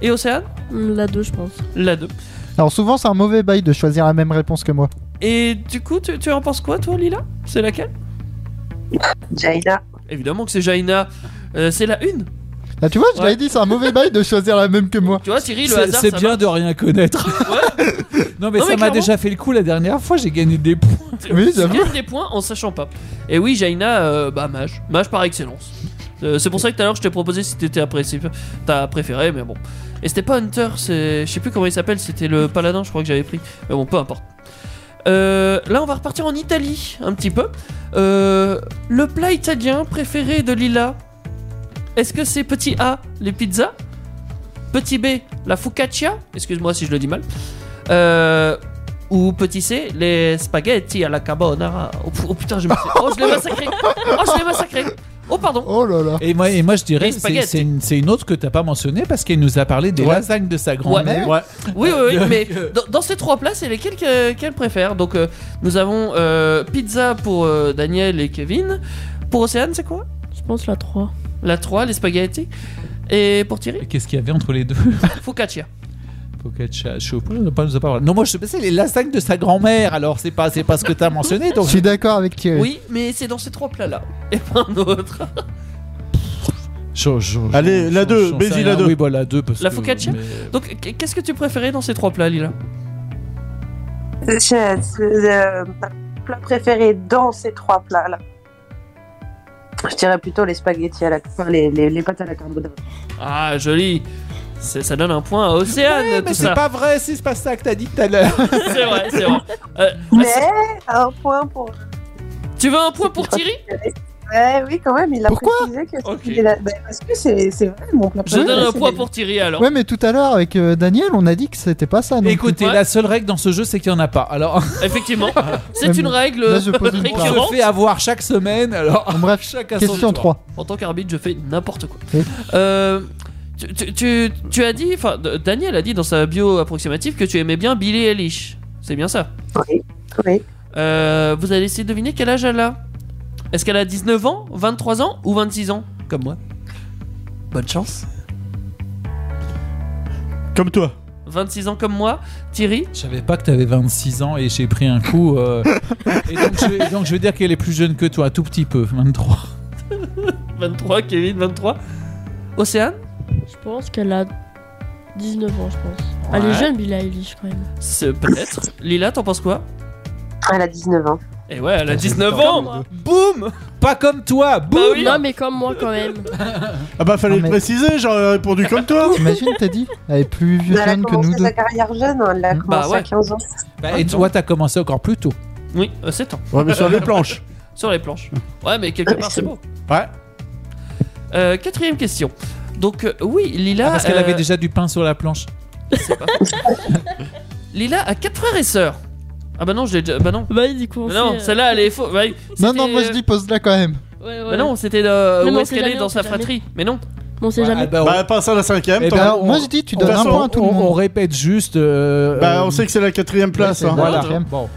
Et Océane Mm, La 2, je pense. La 2. Alors souvent, c'est un mauvais bail de choisir la même réponse que moi. Et du coup, tu, tu en penses quoi, toi, Lila C'est laquelle Jaina. Évidemment que c'est Jaina. Euh, c'est la 1. Ah, tu vois, je l'avais dit, c'est un mauvais bail de choisir la même que moi. Tu vois, Thierry, le C'est- hasard. C'est ça bien marche. de rien connaître. Non, non, mais mais ça m'a clairement. déjà fait le coup la dernière fois, j'ai gagné des points. Oui, Tu gagnes des points en sachant pas. Et oui, Jaina, euh, bah, mage. Mage par excellence. Euh, c'est pour ça que tout à l'heure, je t'ai proposé si t'étais à principe- ta préférée, mais bon. Et c'était pas Hunter, c'est. Je sais plus comment il s'appelle, c'était le paladin, je crois que j'avais pris. Mais bon, peu importe. Euh, là, on va repartir en Italie un petit peu. Euh, le plat italien préféré de Lila, est-ce que c'est petit A, les pizzas Petit B, la focaccia Excuse-moi si je le dis mal. Euh, ou petit C, les spaghettis à la carbonara. Oh, pu- oh, putain, je me suis- Oh, je l'ai massacré Oh, je l'ai massacré Oh, pardon Oh là là. Et moi, et moi je dirais, Les c'est spaghettis. c'est une, c'est une autre que t'as pas mentionnée parce qu'elle nous a parlé des Ouais. lasagnes de sa grand-mère. Ouais. Oui, oui, oui, Euh, mais dans, dans ces trois plats, c'est lesquels que- qu'elle préfère. Donc, euh, nous avons euh, pizza pour euh, Daniel et Kevin. Pour Océane, c'est quoi Je pense la 3. La 3, les spaghettis. Et pour Thierry, Qu'est-ce qu'il y avait entre les deux focaccia. Focaccia, je sais pas, on a pas- on a pas- Non, moi je sais, c'est les lasagnes de sa grand-mère, alors c'est pas, c'est pas ce que t'as mentionné. Je Donc... suis d'accord avec Euh. Thierry. Oui, mais c'est dans ces trois plats-là. Et pas un autre. Je- je- je- Allez, la je- deux, j'en sais Bézi, rien. la deux. Oui, bah la 2. La focaccia Donc, qu- qu'est-ce que tu préférais dans ces trois plats, Lila C'est le plat préféré euh, dans ces trois plats-là. Je dirais plutôt les spaghettis à la enfin, les, les, les pâtes à la carbonara. Ah, joli C'est- Ça donne un point à Océane, Ouais, tout mais ça. c'est pas vrai, c'est pas ça que t'as dit tout à l'heure. C'est vrai, c'est vrai. Euh, Mais un point pour. tu veux un point pour Thierry Ouais, oui, quand même, il a Pourquoi précisé que c'était la- Ben, parce que c'est c'est vrai, mon plat Je préféré. donne un c'est point les- pour Thierry alors. Ouais, mais tout à l'heure, avec euh, Daniel, on a dit que c'était pas ça. non plus. Écoutez, Ouais. la seule règle dans ce jeu, c'est qu'il y en a pas. Alors, Effectivement, c'est Ouais, une mais règle là, je pose une on se récurrente. fait avoir chaque semaine. Alors, Bon, bref, chacun son question tour. 3. En tant qu'arbitre, je fais n'importe quoi. Oui. Euh, tu, tu- tu- tu as dit, enfin, D- Daniel a dit dans sa bio approximative que tu aimais bien Billy Eilish. C'est bien ça. Oui, oui. Euh, vous allez essayer de deviner quel âge elle a. Est-ce qu'elle a 19 ans, 23 ans ou 26 ans Comme moi. Bonne chance. Comme toi. 26 ans comme moi. Thierry Je savais pas que t'avais 26 ans et j'ai pris un coup. euh, et donc je, vais- donc, je veux dire qu'elle est plus jeune que toi, un tout petit peu, 23. 23, Kevin 23. Océane Je pense qu'elle a 19 ans, je pense. Elle Ouais. est jeune, Billie Eilish, quand même. C'est- Peut-être. Lila, t'en penses quoi Elle a 19 ans. Eh ouais, elle a 19 Comme ans moi. Boum Pas comme toi, boum Bah oui Non, mais comme moi, quand même. Ah bah fallait Non, mais- le préciser, j'aurais répondu comme toi. T'imagines, t'as dit Elle est plus Ben, Elle Bah, a jeune que commencé nous deux. sa carrière jeune, hein, elle a commencé ouais. à 15 ans. Ah, Bah, Et toi, t'as commencé encore plus tôt. Oui, euh, 7 ans. Ouais, mais sur les planches. Sur les planches. Ouais, mais quelque part, c'est beau. Ah, Ouais. Euh, quatrième question. Donc, euh, oui, Lila. Ah, parce qu'elle euh, avait déjà du pain sur la planche. c'est pas faux. Lila a quatre frères et sœurs. Ah bah non, je l'ai déjà. Bah non. Bah, du coup, on non, sait, euh, celle-là, elle est faux. Ouais, Non, c'était- euh, non, moi je dis pose-la quand même. ouais, ouais. Bah non, c'était euh, Mais où on est-ce sait qu'elle est jamais, dans on sa sait fratrie. Mais non. On sait Ah, jamais. bah, Bah passe à la cinquième. Eh tant ben, pis. Alors, moi je dis, tu donnes toute un façon, point à tout le on, on monde. répète juste. euh, Bah on sait Bah, que c'est la quatrième place. Ouais, hein. c'est Voilà. Quatrième. Bon.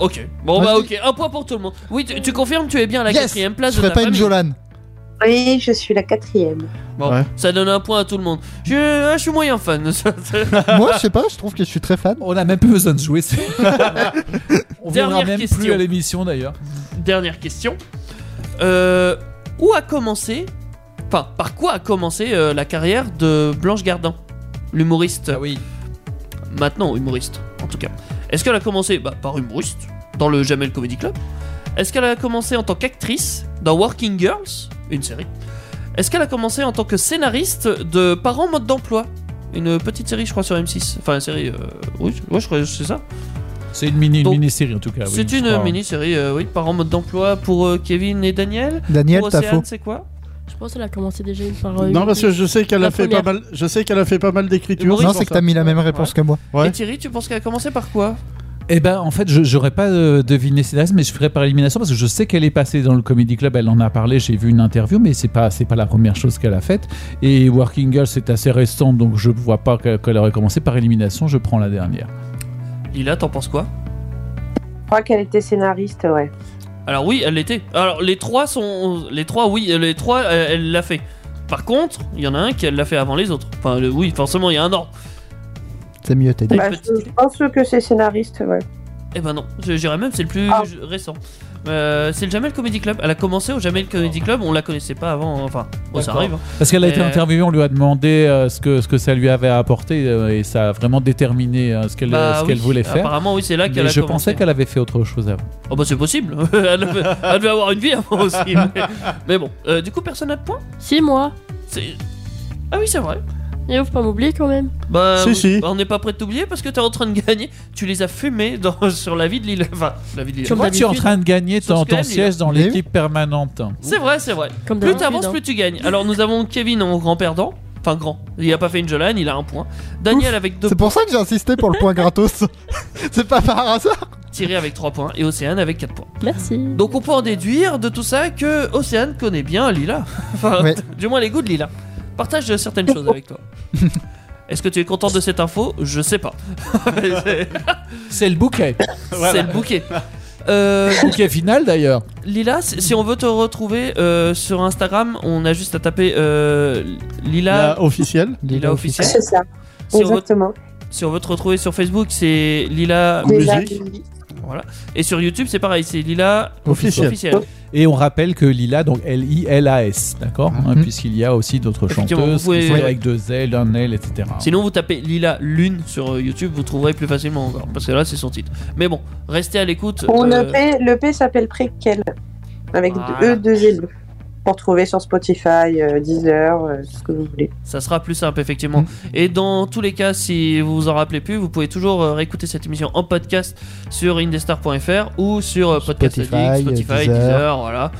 Ok. Bon, Moi, bah, je ok. Un point pour tout le monde. Oui, tu, tu confirmes, tu es bien à la Yes quatrième place Je de ferais ta pas une famille. Jolane. Oui, je suis la quatrième. Bon, ça donne un point à tout le monde. Je, je suis moyen fan. Moi, je sais pas, je trouve que je suis très fan. On a même plus besoin de jouer. On verra Dernière même question. plus à l'émission d'ailleurs. Dernière question. Euh, où a commencé, enfin, par quoi a commencé euh, la carrière de Blanche Gardin, l'humoriste oui. Maintenant, humoriste, en tout cas. Est-ce qu'elle a commencé bah, par humoriste, dans le Jamel Comedy Club Est-ce qu'elle a commencé en tant qu'actrice dans Working Girls, une série Est-ce qu'elle a commencé en tant que scénariste de Parents Mode d'emploi Une petite série, je crois, sur M6. Enfin, une série, euh, oui, ouais, je crois que c'est ça. C'est une mini, une mini-série en tout cas. Bah oui, C'est je une crois. hein. mini-série, euh, oui, par en mode d'emploi pour euh, Kevin et Daniel. Daniel, Pour t'as Océane, faux. c'est quoi Je pense qu'elle a commencé déjà une par. euh, Non, une- parce que je sais qu'elle la a fait pas première. mal. Je sais qu'elle a fait pas mal d'écriture. Non, c'est que t'as mis la même réponse que moi. Ouais. Et Thierry, tu penses qu'elle a commencé par quoi Eh ben, en fait, je j'aurais pas euh, deviné scénariste, mais je ferais par élimination parce que je sais qu'elle est passée dans le Comedy Club. Elle en a parlé. J'ai vu une interview, mais c'est pas c'est pas la première chose qu'elle a faite. Et Working Girl, c'est assez récent, donc je vois pas que- qu'elle aurait commencé par élimination. Je prends la dernière. Lila, t'en penses quoi Je crois qu'elle était scénariste, ouais. Alors oui, elle l'était. Alors les trois sont, les trois, oui, les trois, euh, elle l'a fait. Par contre, il y en a un qui l'a fait avant les autres. Enfin, le- oui, forcément, il y a un ordre. C'est mieux, t'es dit. Bah, je, je pense que c'est scénariste, ouais. Eh ben non, je- j'irais même, c'est le Ah. plus récent. Euh, c'est le Jamel Comedy Club. Elle a commencé au Jamel Comedy Club. On la connaissait pas avant. Enfin, bon, ça D'accord. arrive. hein. Parce qu'elle a été Mais- interviewée, on lui a demandé euh, ce, que, ce que ça lui avait apporté euh, et ça a vraiment déterminé euh, ce qu'elle Bah ce qu'elle oui, voulait faire. apparemment, oui, c'est là Mais qu'elle a Je commencé. pensais qu'elle avait fait autre chose avant. Oh bah c'est possible, elle, devait, elle devait avoir une vie avant aussi. Mais, mais bon, Euh, du coup personne n'a de points Si, moi. C'est- Ah oui c'est vrai. Et faut pas m'oublier quand même. Bah, Si, oui, si. bah, on n'est pas prêt de t'oublier parce que t'es en train de gagner. Tu les as fumés dans, sur la vie de Lille. Enfin, la vie de Lille. Tu vois, tu es en train de gagner Sur ton, ce que ton elle, il a. siège dans l'équipe permanente. C'est vrai, c'est vrai. Comme plus d'habitude, t'avances, hein. plus tu gagnes. Alors nous avons Kevin en grand perdant. Enfin grand. Il a pas fait une Jolane, il a un point. Daniel avec deux C'est pour ça que j'ai insisté pour le point gratos. c'est pas par hasard. Thierry avec 3 points et Océane avec 4 points. Merci. Donc on peut en déduire de tout ça que Océane connaît bien Lila. Enfin, Ouais. du moins les goûts de Lila. Partage euh, certaines choses avec toi. Est-ce que tu es content de cette info Je sais pas. C'est- C'est le bouquet. C'est le bouquet. Euh, bouquet final d'ailleurs. Lila, si si on veut te retrouver euh, sur Instagram, on a juste à taper euh, Lila. La officielle. Lila officielle. C'est ça. Si on veut- Exactement. Si on veut te retrouver sur Facebook, c'est Lila Lila Musique. Voilà. Et sur YouTube, c'est pareil, c'est Lila Officiel. officielle. Et on rappelle que Lila, donc L-I-L-A-S, d'accord Hein, Puisqu'il y a aussi d'autres Effectivement, chanteuses vous qui pouvez- sont avec deux L, un L, etc. Sinon, vous tapez Lila Lune sur euh, YouTube, vous trouverez plus facilement encore, parce que là, c'est son titre. Mais bon, restez à l'écoute. On euh, le E P, le P s'appelle Préquel. Avec Voilà. E, deux L. Pour trouver sur Spotify, euh, Deezer, euh, ce que vous voulez. Ça sera plus simple, effectivement. Mm. Et dans tous les cas, si vous vous en rappelez plus, vous pouvez toujours euh, réécouter cette émission en podcast sur indestar.fr ou sur euh, Podcast Spotify, Addict, euh, Deezer. Spotify, Deezer, voilà.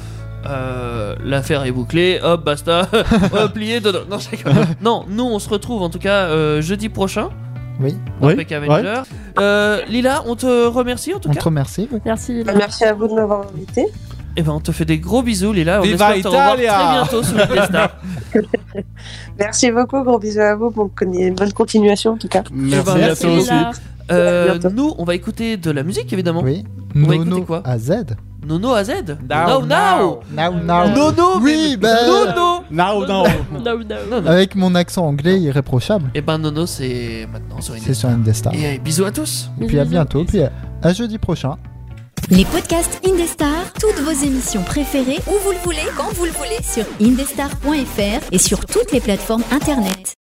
Euh, L'affaire est bouclée, hop, basta, Hop, plié dedans. Non, c'est comme- non, nous on se retrouve en tout cas euh, jeudi prochain. Oui. dans Peck Avenger. Euh, Lila, on te remercie en tout On cas. te remercie. oui. Merci. Bah, Merci à vous de m'avoir invité. Et ben on te fait des gros bisous, Lila. On Viva espère te revoir très Italia bientôt sur Indestar. Merci beaucoup, gros bisous à vous, bonne con- bonne continuation en tout cas. Merci Eh ben, à toi aussi. Lila. À Euh, bientôt. nous, on va écouter de la musique évidemment. Oui. On va Nono écouter quoi à Z. Nono à Z Now, now Now, now. Nono Oui, ben. Nono Now, now. No, no. Nono. Avec mon accent anglais irréprochable. Et ben Nono c'est maintenant sur C'est Indestar. sur Indestar. Et euh, bisous à tous Et puis à bientôt, puis à- à jeudi prochain. Les podcasts Indestar, toutes vos émissions préférées, où vous le voulez, quand vous le voulez, sur indestar.fr et sur toutes les plateformes internet.